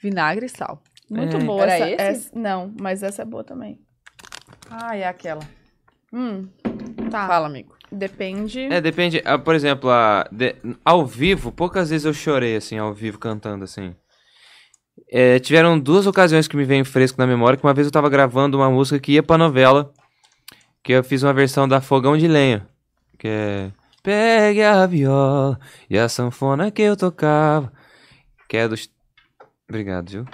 Vinagre e sal.
Muito
É.
boa.
Era
essa,
esse?
essa- Não, mas essa é boa também.
Ah, é aquela.
Hum. Tá.
Ah. Fala, amigo.
Depende.
É, depende. ah, por exemplo, a- de- ao vivo, poucas vezes eu chorei, assim, ao vivo, cantando, assim. É, tiveram duas ocasiões que me vem fresco na memória, que uma vez eu tava gravando uma música que ia pra novela, que eu fiz uma versão da Fogão de Lenha, que é... Pegue a viola e a sanfona que eu tocava, que é dos... Obrigado, viu?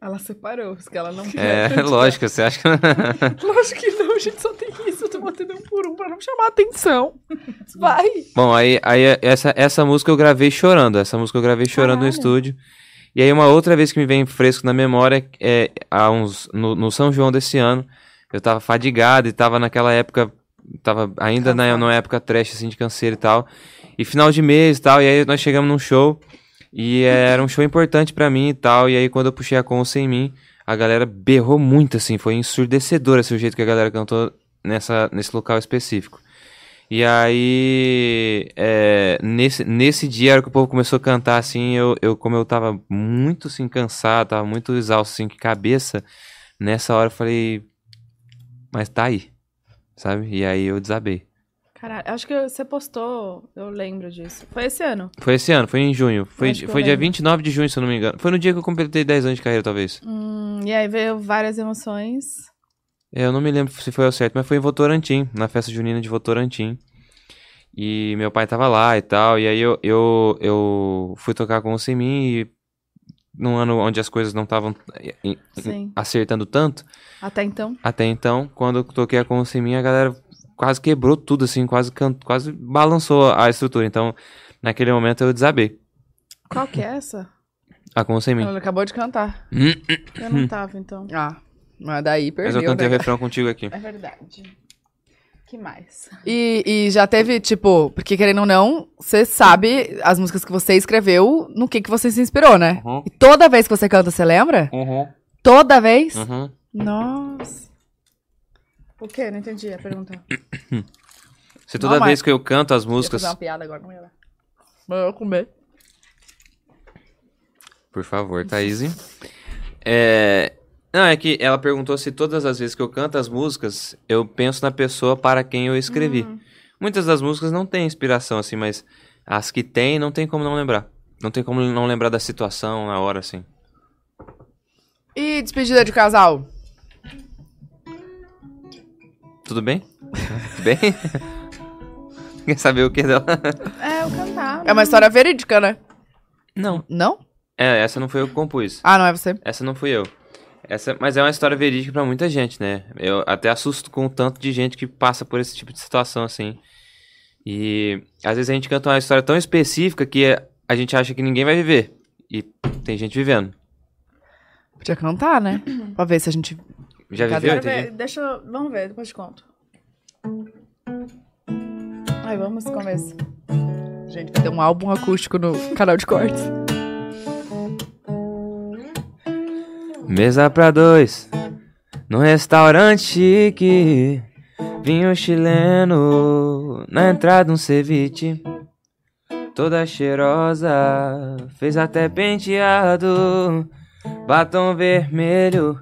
Ela separou, porque ela não
É, lógico, você acha que...
Lógico que não, gente só tem isso. Eu tô batendo um por um pra não chamar atenção. Vai.
Bom, aí, aí é, essa, essa música eu gravei chorando. Essa música eu gravei chorando no estúdio. E aí uma outra vez que me vem fresco na memória é há uns, no, no São João desse ano. Eu tava fadigado e tava naquela época. Tava ainda na, numa época trash, assim, de canseiro e tal. E final de mês e tal. E aí nós chegamos num show. E era um show importante pra mim e tal. E aí quando eu puxei a concha em mim, a galera berrou muito, assim. Foi ensurdecedor, assim, o jeito que a galera cantou nessa, nesse local específico. E aí, é, nesse, nesse dia, a hora que o povo começou a cantar, assim, eu, eu como eu tava muito, assim, cansado, tava muito exausto, assim, que cabeça, nessa hora eu falei, mas tá aí, sabe? E aí eu desabei.
Caralho, acho que você postou, eu lembro disso. Foi esse ano.
Foi esse ano, foi em junho, foi,
Acho que eu
foi dia
lembro.
29 de junho, se eu não me engano. Foi no dia que eu completei 10 anos de carreira, talvez.
Hum, e aí veio várias emoções.
É, Eu não me lembro se foi ao certo, mas foi em Votorantim, na festa junina de Votorantim. E meu pai tava lá e tal, e aí eu, eu, eu fui tocar com o Semin e num ano onde as coisas não estavam
Sim.
acertando tanto,
Até então.
até então, quando eu toquei a Consumim, a galera quase quebrou tudo, assim, quase, can- quase balançou a estrutura. Então, naquele momento eu desabei.
Qual que é essa?
A como sem mim.
Ele acabou de cantar.
Eu não tava, então.
Ah, mas daí
Mas eu
perdeu,
cantei
né?
o refrão contigo aqui.
É verdade. Que mais?
E, e já teve, tipo, porque querendo ou não, você sabe as músicas que você escreveu, no que que você se inspirou, né?
Uhum.
E toda vez que você canta, você lembra?
Uhum.
Toda vez?
Uhum.
Nossa.
O quê? Não entendi a pergunta.
Se toda
Não, mas-
vez que eu canto as músicas.
fazer uma piada agora com ela.
Eu vou comer.
Por favor, Thaís. É... Não, é que ela perguntou se todas as vezes que eu canto as músicas, eu penso na pessoa para quem eu escrevi. Muitas das músicas não têm inspiração, assim, mas as que tem, não tem como não lembrar. Não tem como não lembrar da situação na hora, assim.
E despedida de casal?
Tudo bem? Tudo bem? Quer saber o que dela?
É, eu cantar.
É uma história verídica, né?
Não.
Não?
É, essa não foi eu que compus.
Ah, não é você?
Essa não fui eu. Essa, mas é uma história verídica pra muita gente, né? Eu até assusto com o tanto de gente que passa por esse tipo de situação, assim. E às vezes a gente canta uma história tão específica que a gente acha que ninguém vai viver. E tem gente vivendo.
Podia cantar, né? pra ver se a gente.
Já
Cadê?
viveu?
Quero
Tem
ver,
gente-
deixa eu... Vamos ver, depois te conto. Ai, vamos começar.
Gente, vai ter um álbum acústico no canal de cortes.
Mesa pra dois, num restaurante chique. Vinho chileno, na entrada um ceviche. Toda cheirosa, fez até penteado. Batom vermelho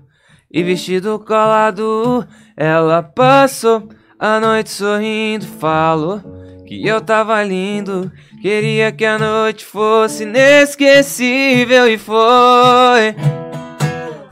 e vestido colado. Ela passou a noite sorrindo, falou que eu tava lindo. Queria que a noite fosse inesquecível e foi.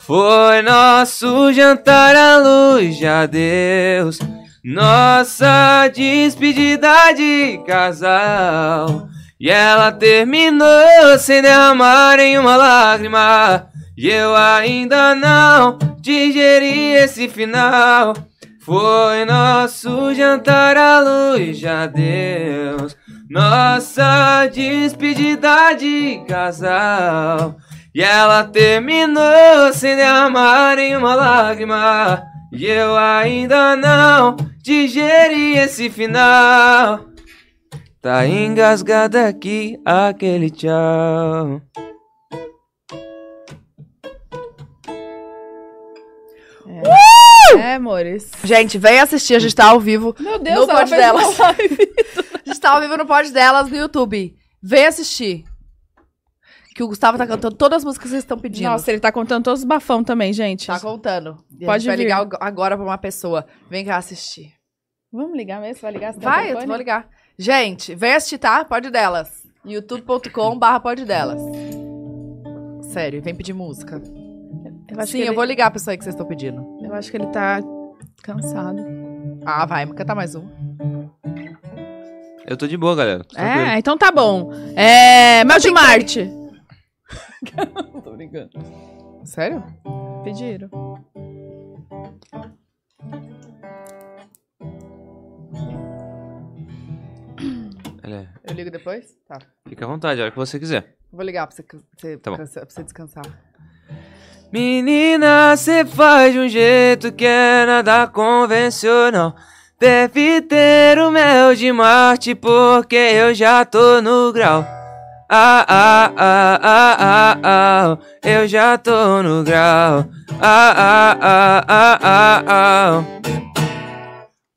Foi nosso jantar à luz de adeus, nossa despedida de casal. E ela terminou sem derramar nenhuma lágrima. E eu ainda não digeri esse final. Foi nosso jantar à luz de adeus, nossa despedida de casal. E ela terminou sem derramar nenhuma lágrima. E eu ainda não digeri esse final. Tá engasgada aqui aquele tchau.
É, amores.
Gente, vem assistir, a gente tá ao vivo.
Meu
Deus,
Deus,
ela
ela
fez uma A gente tá ao vivo no pod delas no YouTube. Vem assistir. Que o Gustavo tá cantando todas as músicas que vocês estão pedindo.
Nossa, ele tá contando todos os bafão também, gente.
Tá contando. E a
Pode
gente vai
vir.
ligar ag- agora pra uma pessoa. Vem cá assistir.
Vamos ligar mesmo? Você vai ligar? Você tá tem
Vai, eu
telefone?
vou ligar. Gente, vem assistir, tá? Pode delas. youtube.com barra pode delas. Sério, vem pedir música.
Eu acho
Sim,
que
eu
ele-
vou ligar a pessoa aí que vocês estão pedindo.
Eu acho que ele tá cansado.
Ah, vai, vou cantar mais um.
Eu tô de boa, galera. Tranquilo.
É, então tá bom. É. Mel de Marte. Tô brincando.
Sério?
Pediram.
Olha,
Eu ligo depois? Tá.
É, fica à vontade, a hora que você quiser.
Vou ligar pra você, pra você,
Tá bom.
pra você- pra você descansar.
Menina, cê faz de um jeito que é nada convencional. Deve ter o mel de Marte, porque eu já tô no grau. Ah, ah, ah, ah, ah, ah, eu já tô no grau. Ah, ah, ah, ah, ah, ah.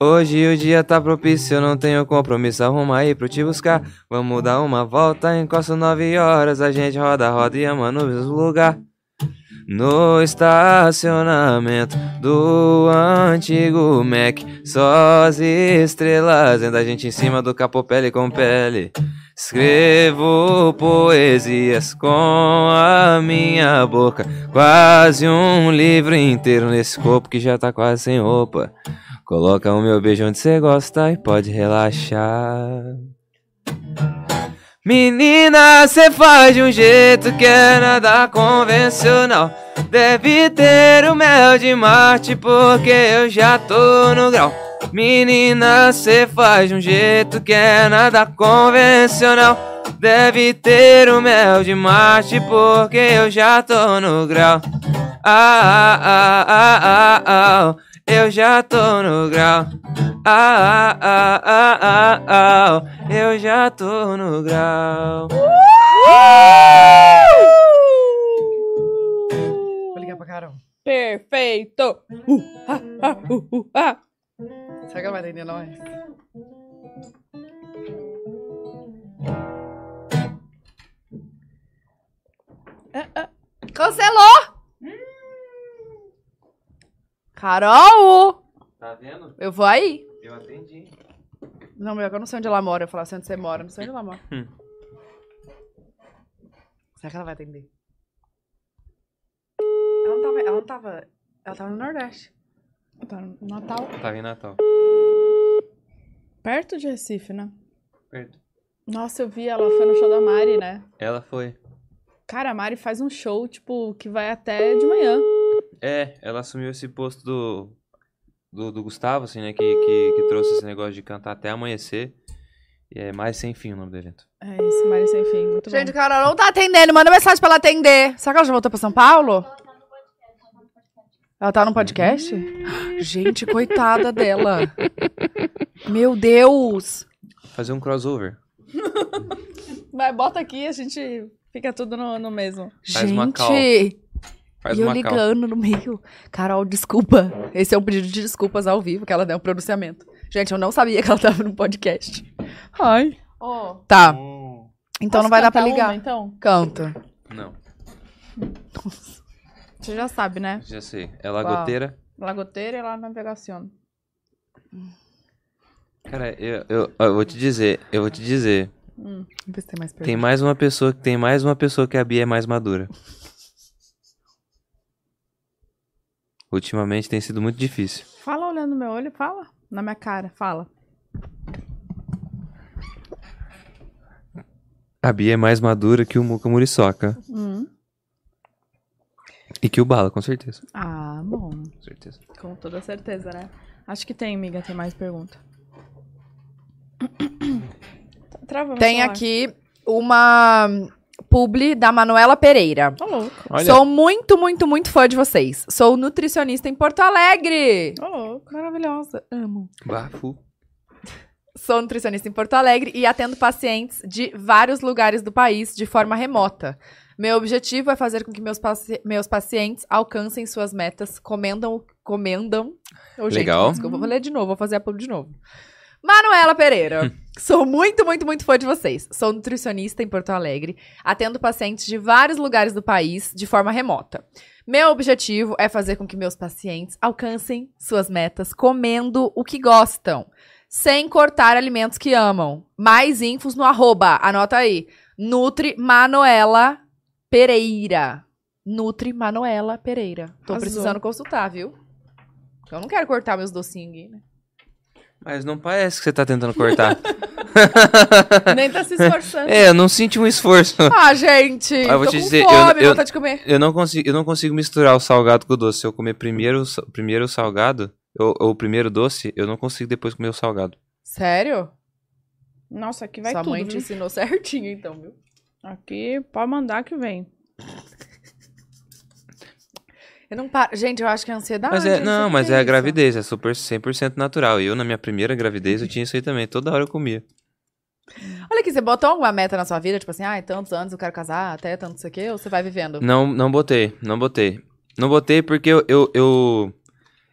Hoje o dia tá propício, eu não tenho compromisso, arruma aí pra eu te buscar. Vamos dar uma volta, encosta nove horas, a gente roda, roda e ama no mesmo lugar. No estacionamento do antigo Mac, só as estrelas, ainda a gente em cima do capô pele com pele. Escrevo poesias com a minha boca, quase um livro inteiro nesse corpo que já tá quase sem roupa. Coloca o meu beijo onde você gosta e pode relaxar. Menina, cê faz de um jeito que é nada convencional. Deve ter o mel de Marte, porque eu já tô no grau. Menina, cê faz de um jeito que é nada convencional. Deve ter o mel de Marte, porque eu já tô no grau. Ah, ah, ah, ah, ah, ah, eu já tô no grau. Ah, ah, ah, ah, ah, ah, eu já tô no grau.
Vou ligar pra Carol.
Perfeito! Uh, ah, ah, uh, uh, ah.
Será que ela vai atender nós?
Ah, Cancelou! Carol!
Tá vendo?
Eu vou aí.
Eu atendi.
Não, melhor que eu não sei onde ela mora. Eu falar assim, onde você mora, eu não sei onde ela mora.
Hum.
Será que ela vai atender?
Ela não tava. Ela não tava. Ela tava no Nordeste.
Tá no Natal.
Tá em Natal.
Perto de Recife, né?
Perto.
Nossa, eu vi ela, foi no show da Mari, né?
Ela foi.
Cara, a Mari faz um show, tipo, que vai até de manhã.
É, ela assumiu esse posto do, do, do Gustavo, assim, né? Que, que, que trouxe esse negócio de cantar até amanhecer. E é mais sem fim o nome do evento.
É isso, Mari sem fim, muito
Gente, Carol não tá atendendo. Manda mensagem pra ela atender. Será que ela já voltou pra São Paulo? Ela tá no podcast?
Uhum.
Gente, coitada dela. Meu Deus!
Fazer um crossover.
bom. Vai, bota aqui, a gente fica tudo no, no mesmo.
Faz uma call.
Gente!
Faz
e eu
uma cal.
ligando no meio. Carol, desculpa. Esse é um pedido de desculpas ao vivo que ela deu um pronunciamento. Gente, eu não sabia que ela tava no podcast. Ai.
Ó,
Tá.
Oh.
Então não vai dar pra
Uma,
ligar.
então?
Canta.
Não,
Você já sabe, né?
já sei. Ela é
Qual?
goteira.
Lagoteira e lá navegaciona.
Cara, eu, eu, ó, eu vou te dizer, eu vou te dizer.
Vamos ver se tem mais
Tem
perguntas.
mais uma pessoa que tem mais uma pessoa que a Bia é mais madura. Ultimamente tem sido muito difícil.
Fala olhando no meu olho, fala. Na minha cara, fala.
A Bia é mais madura que o Muca Muriçoca.
Hum.
E que o Bala, com certeza.
Ah, bom.
Com certeza.
Com toda certeza, né? Acho que tem, amiga, tem mais pergunta. Trava meu
Tem
celular.
aqui uma publi da Manuela Pereira.
Ô, louco.
Olha,
Sou muito, muito, muito fã de vocês. Sou nutricionista em Porto Alegre.
Ô, louco. Maravilhosa. Amo.
bafo.
Sou nutricionista em Porto Alegre e atendo pacientes de vários lugares do país de forma remota. Meu objetivo é fazer com que meus, paci- meus pacientes alcancem suas metas, comendam, comendam. Ô, gente,
Legal.
desculpa, vou ler de novo, vou fazer a publi de novo. Manuela
Hum.
Pereira, sou muito, muito, muito fã de vocês. Sou nutricionista em Porto Alegre, atendo pacientes de vários lugares do país de forma remota. Meu objetivo é fazer com que meus pacientes alcancem suas metas comendo o que gostam sem cortar alimentos que amam. Mais infos no arroba. Anota aí. Nutri Manuela Pereira. Nutri Manuela Pereira. Tô
Arrasou.
precisando consultar, viu? Eu não quero cortar meus docinhos aqui, né?
Mas não parece que você tá tentando cortar.
Nem tá se esforçando.
é, eu não senti um esforço.
Ah, gente!
Ah, eu vou
tô
te
com
dizer, eu-
fome,
eu-
vontade de comer.
Eu não consigo, eu não consigo misturar o salgado com o doce. Se eu comer primeiro, o sa- primeiro o salgado, ou, ou o primeiro doce, eu não consigo depois comer o salgado.
Sério?
Nossa, aqui vai
Sua
tudo. né?
mãe te
viu?
ensinou certinho, então, viu?
Aqui, pode mandar que vem.
Eu não paro. Gente, eu acho que é ansiedade.
Mas é,
isso
não,
que
mas
é
é a
isso.
gravidez, é super 100% natural. Eu, na minha primeira gravidez, eu tinha isso aí também. Toda hora eu comia.
Olha aqui, você botou alguma meta na sua vida? Tipo assim, ah, tantos anos eu quero casar, até tanto não sei o quê? Ou você vai vivendo?
Não, não botei, não botei. Não botei porque eu, eu, eu,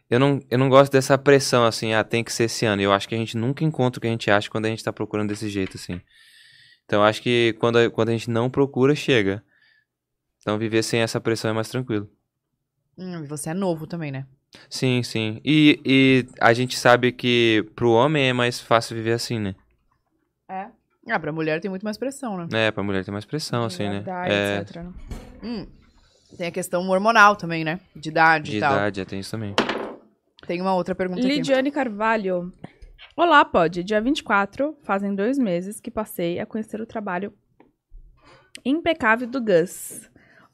eu não, eu não gosto dessa pressão, assim, ah, tem que ser esse ano. Eu acho que a gente nunca encontra o que a gente acha quando a gente tá procurando desse jeito, assim. Então, eu acho que quando a, quando a gente não procura, chega. Então, viver sem essa pressão é mais tranquilo.
Hum, e você é novo também, né?
Sim, sim. E, e a gente sabe que pro homem é mais fácil viver assim, né?
Ah, pra mulher tem muito mais pressão, né?
É, pra mulher tem mais pressão, assim, né?
Engravidar,
É,
etc. né?
Hum. Tem a questão hormonal também, né? De idade
de
e tal.
idade, é, tem isso também.
Tem uma outra pergunta aqui.
Lidiane Carvalho. Olá, Pod. Dia 24, fazem dois meses que passei a conhecer o trabalho impecável do Gus.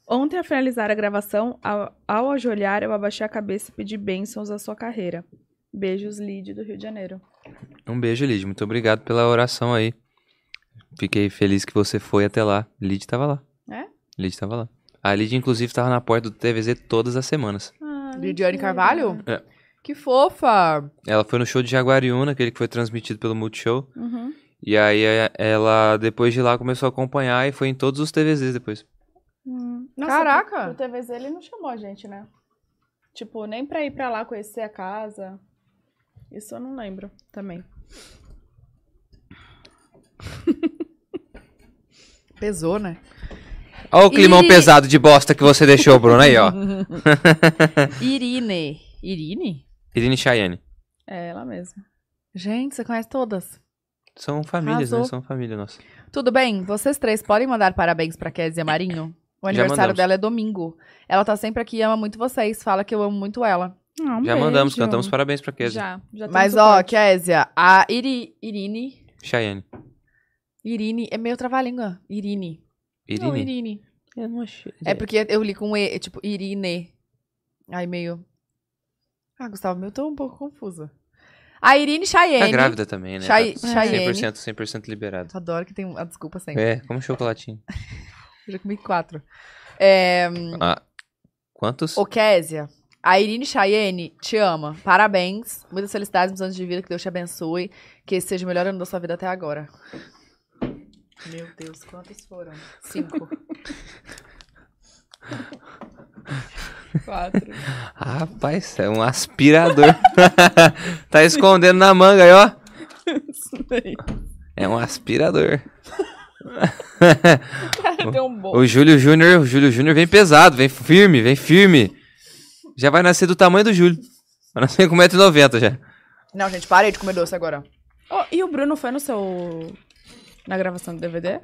Ontem, ao finalizar a gravação, ao, ao ajoelhar, eu abaixei a cabeça e pedi bênçãos à sua carreira. Beijos, Lid, do Rio de Janeiro.
Um beijo, Lid. Muito obrigado pela oração aí. Fiquei feliz que você foi até lá. Lid tava lá.
É?
Lid tava lá. A Lid, inclusive, tava na porta do TVZ todas as semanas.
Ah,
Lidiane Carvalho?
É.
Que fofa.
Ela foi no show de Jaguariúna, aquele que foi transmitido pelo Multishow.
Uhum.
E aí é, ela, depois de lá, começou a acompanhar e foi em todos os TVZs depois.
Hum. Nossa,
Caraca.
O o TVZ ele não chamou a gente, né? Tipo, nem pra ir pra lá conhecer a casa. Isso eu não lembro também.
Pesou, né?
Olha o climão
E-
pesado de bosta que você deixou, Bruno, aí, ó.
Irine. Irine?
Irine e Cheyenne.
É ela mesma.
Gente, você conhece todas.
São famílias, né?
Arrasou.
São família nossa.
Tudo bem, vocês três podem mandar parabéns pra Kézia Marinho? O aniversário
mandamos.
dela é domingo. Ela tá sempre aqui, ama muito vocês, fala que eu amo muito ela.
Ah, um
já mandamos,
beijo.
cantamos parabéns pra Kézia.
Já, já tem
Mas ó,
suporte.
Kézia, a Iri, Irine,
Cheyenne.
Irine, é meio trava-língua. Irine.
Irine.
Não, Irine.
Eu não achei.
É porque eu li com E, é tipo Irine. Aí meio. Ah, Gustavo, eu tô um pouco confusa. A Irine Cheyenne.
Tá grávida também, né?
Chey-
Tá
Cheyenne.
100%, 100% liberado.
Adoro que tem a desculpa sempre.
É, como chocolatinho.
Eu já comi quatro. É,
Ah, quantos?
ô, Késia, a Irine Cheyenne te ama. Parabéns. Muitas felicidades, muitos anos de vida. Que Deus te abençoe. Que esse seja o melhor ano da sua vida até agora. Meu Deus, quantos foram? Cinco.
Quatro.
Rapaz, é um aspirador. tá escondendo na manga aí, ó. É um aspirador.
Deu um bom.
O Júlio Júnior, o Júlio Júnior vem pesado, vem firme, vem firme. Já vai nascer do tamanho do Júlio. Vai nascer com 1,90m já.
Não, gente, parei de comer doce agora.
Ó, Oh, e o Bruno foi no seu. Na gravação do DVD?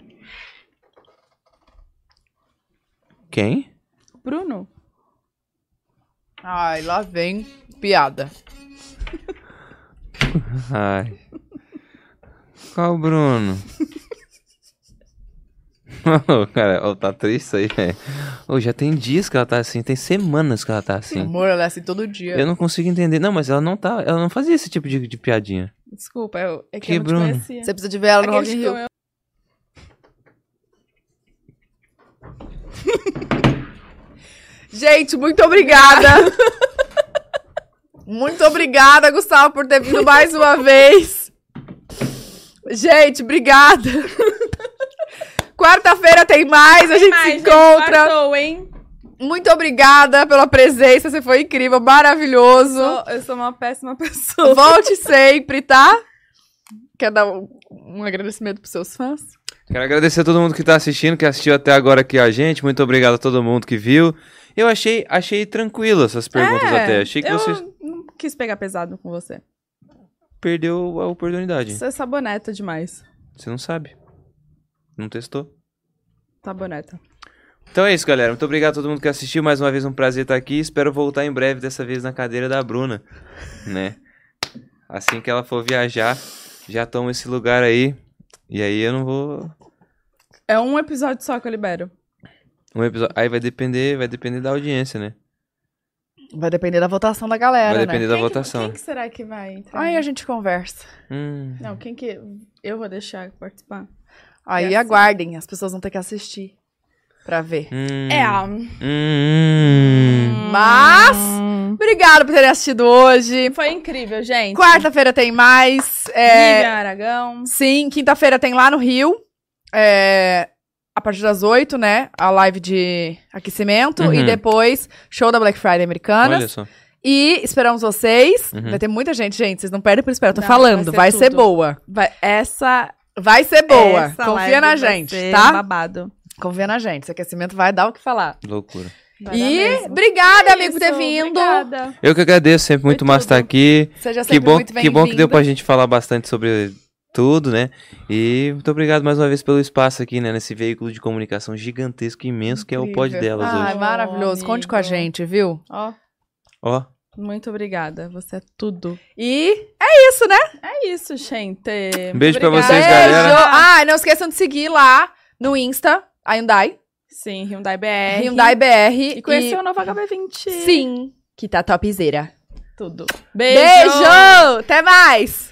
Quem?
Bruno?
Ai, lá vem piada.
Ai. Qual o Bruno? Ô, cara, ô, tá triste isso aí, velho. Ô, já tem dias que ela tá assim, tem semanas que ela tá assim.
Amor, ela é assim todo dia.
Eu não consigo entender. Não, mas ela não tá. Ela não fazia esse tipo de, de piadinha.
Desculpa, eu, é que,
Que
eu não
Bruno?
te conhecia.
Você precisa de ver ela no
Aquele
Rock in
que
Rio.
comeu-
Gente, muito obrigada. muito obrigada, Gustavo, por ter vindo mais uma vez. Gente, obrigada. Quarta-feira tem mais, a gente
Ai,
se
gente,
encontra.
Quartou, hein?
muito obrigada pela presença, você foi incrível, maravilhoso.
Sou- eu sou uma péssima pessoa.
Volte sempre, tá? Quer dar um, um agradecimento pros seus fãs?
Quero agradecer a todo mundo que tá assistindo, que assistiu até agora aqui a gente. Muito obrigado a todo mundo que viu. Eu achei, achei tranquilo essas perguntas
É,
até. Achei que
eu
vocês
não quis pegar pesado com você.
perdeu a oportunidade.
Você é saboneta demais.
Você não sabe. Não testou.
Saboneta.
Então é isso, galera. Muito obrigado a todo mundo que assistiu. Mais uma vez, um prazer estar aqui. Espero voltar em breve, dessa vez na cadeira da Bruna. Né? Assim que ela for viajar, já toma esse lugar aí. E aí eu não vou.
É um episódio só que eu libero.
Um episódio... Aí vai depender, vai depender da audiência, né?
Vai depender da votação da galera, né?
vai depender da
É, né? Quem que-
votação.
quem que será que vai entrar?
Aí a gente conversa.
Hum.
Não, quem que. Eu vou deixar participar.
Aí
É assim.
aguardem, as pessoas vão ter que assistir pra ver.
Hum.
É a.
Hum.
Mas, obrigado por terem assistido hoje.
Foi incrível, gente.
Quarta-feira tem mais. é,
Lilian Aragão.
sim, quinta-feira tem lá no Rio. é, a partir das 8, né? A live de aquecimento.
Uhum.
E depois, show da Black Friday americana.
Olha só.
E esperamos vocês.
Uhum.
Vai ter muita gente, gente. Vocês não perdem por esperar. Eu tô
Não,
falando, vai
vai
ser,
ser tudo.
boa.
Vai- essa.
Vai ser boa.
essa
é,
live
Confia na
vai
gente,
ser
tá?
Babado.
Confia na gente. Esse aquecimento vai dar o que falar.
Loucura.
Vai dar
e
mesmo.
obrigada,
É
amigo, por ter
isso,
vindo.
Obrigada.
Eu que agradeço, sempre muito
Foi
massa estar
tudo.
aqui.
Seja
Que
sempre
bom,
muito bem-vindo.
que bom que deu pra gente falar bastante sobre tudo, né? E muito obrigado mais uma vez pelo espaço aqui, né? Nesse veículo de comunicação gigantesco, imenso, que é o pod
Incrível. Ah.
delas
Ai,
hoje.
maravilhoso. Conte com a
amigo.
gente, viu?
Ó,
Ó,
muito obrigada. Você é tudo.
E é isso, né?
É isso, gente.
um beijo pra
Obrigada.
vocês, galera.
Beijo. Ah, não esqueçam de seguir lá no Insta, a Hyundai.
Sim, Hyundai BR.
Hyundai BR.
E conhecer o novo HB20.
Sim, que tá topzera.
Tudo.
Beijo! Até mais!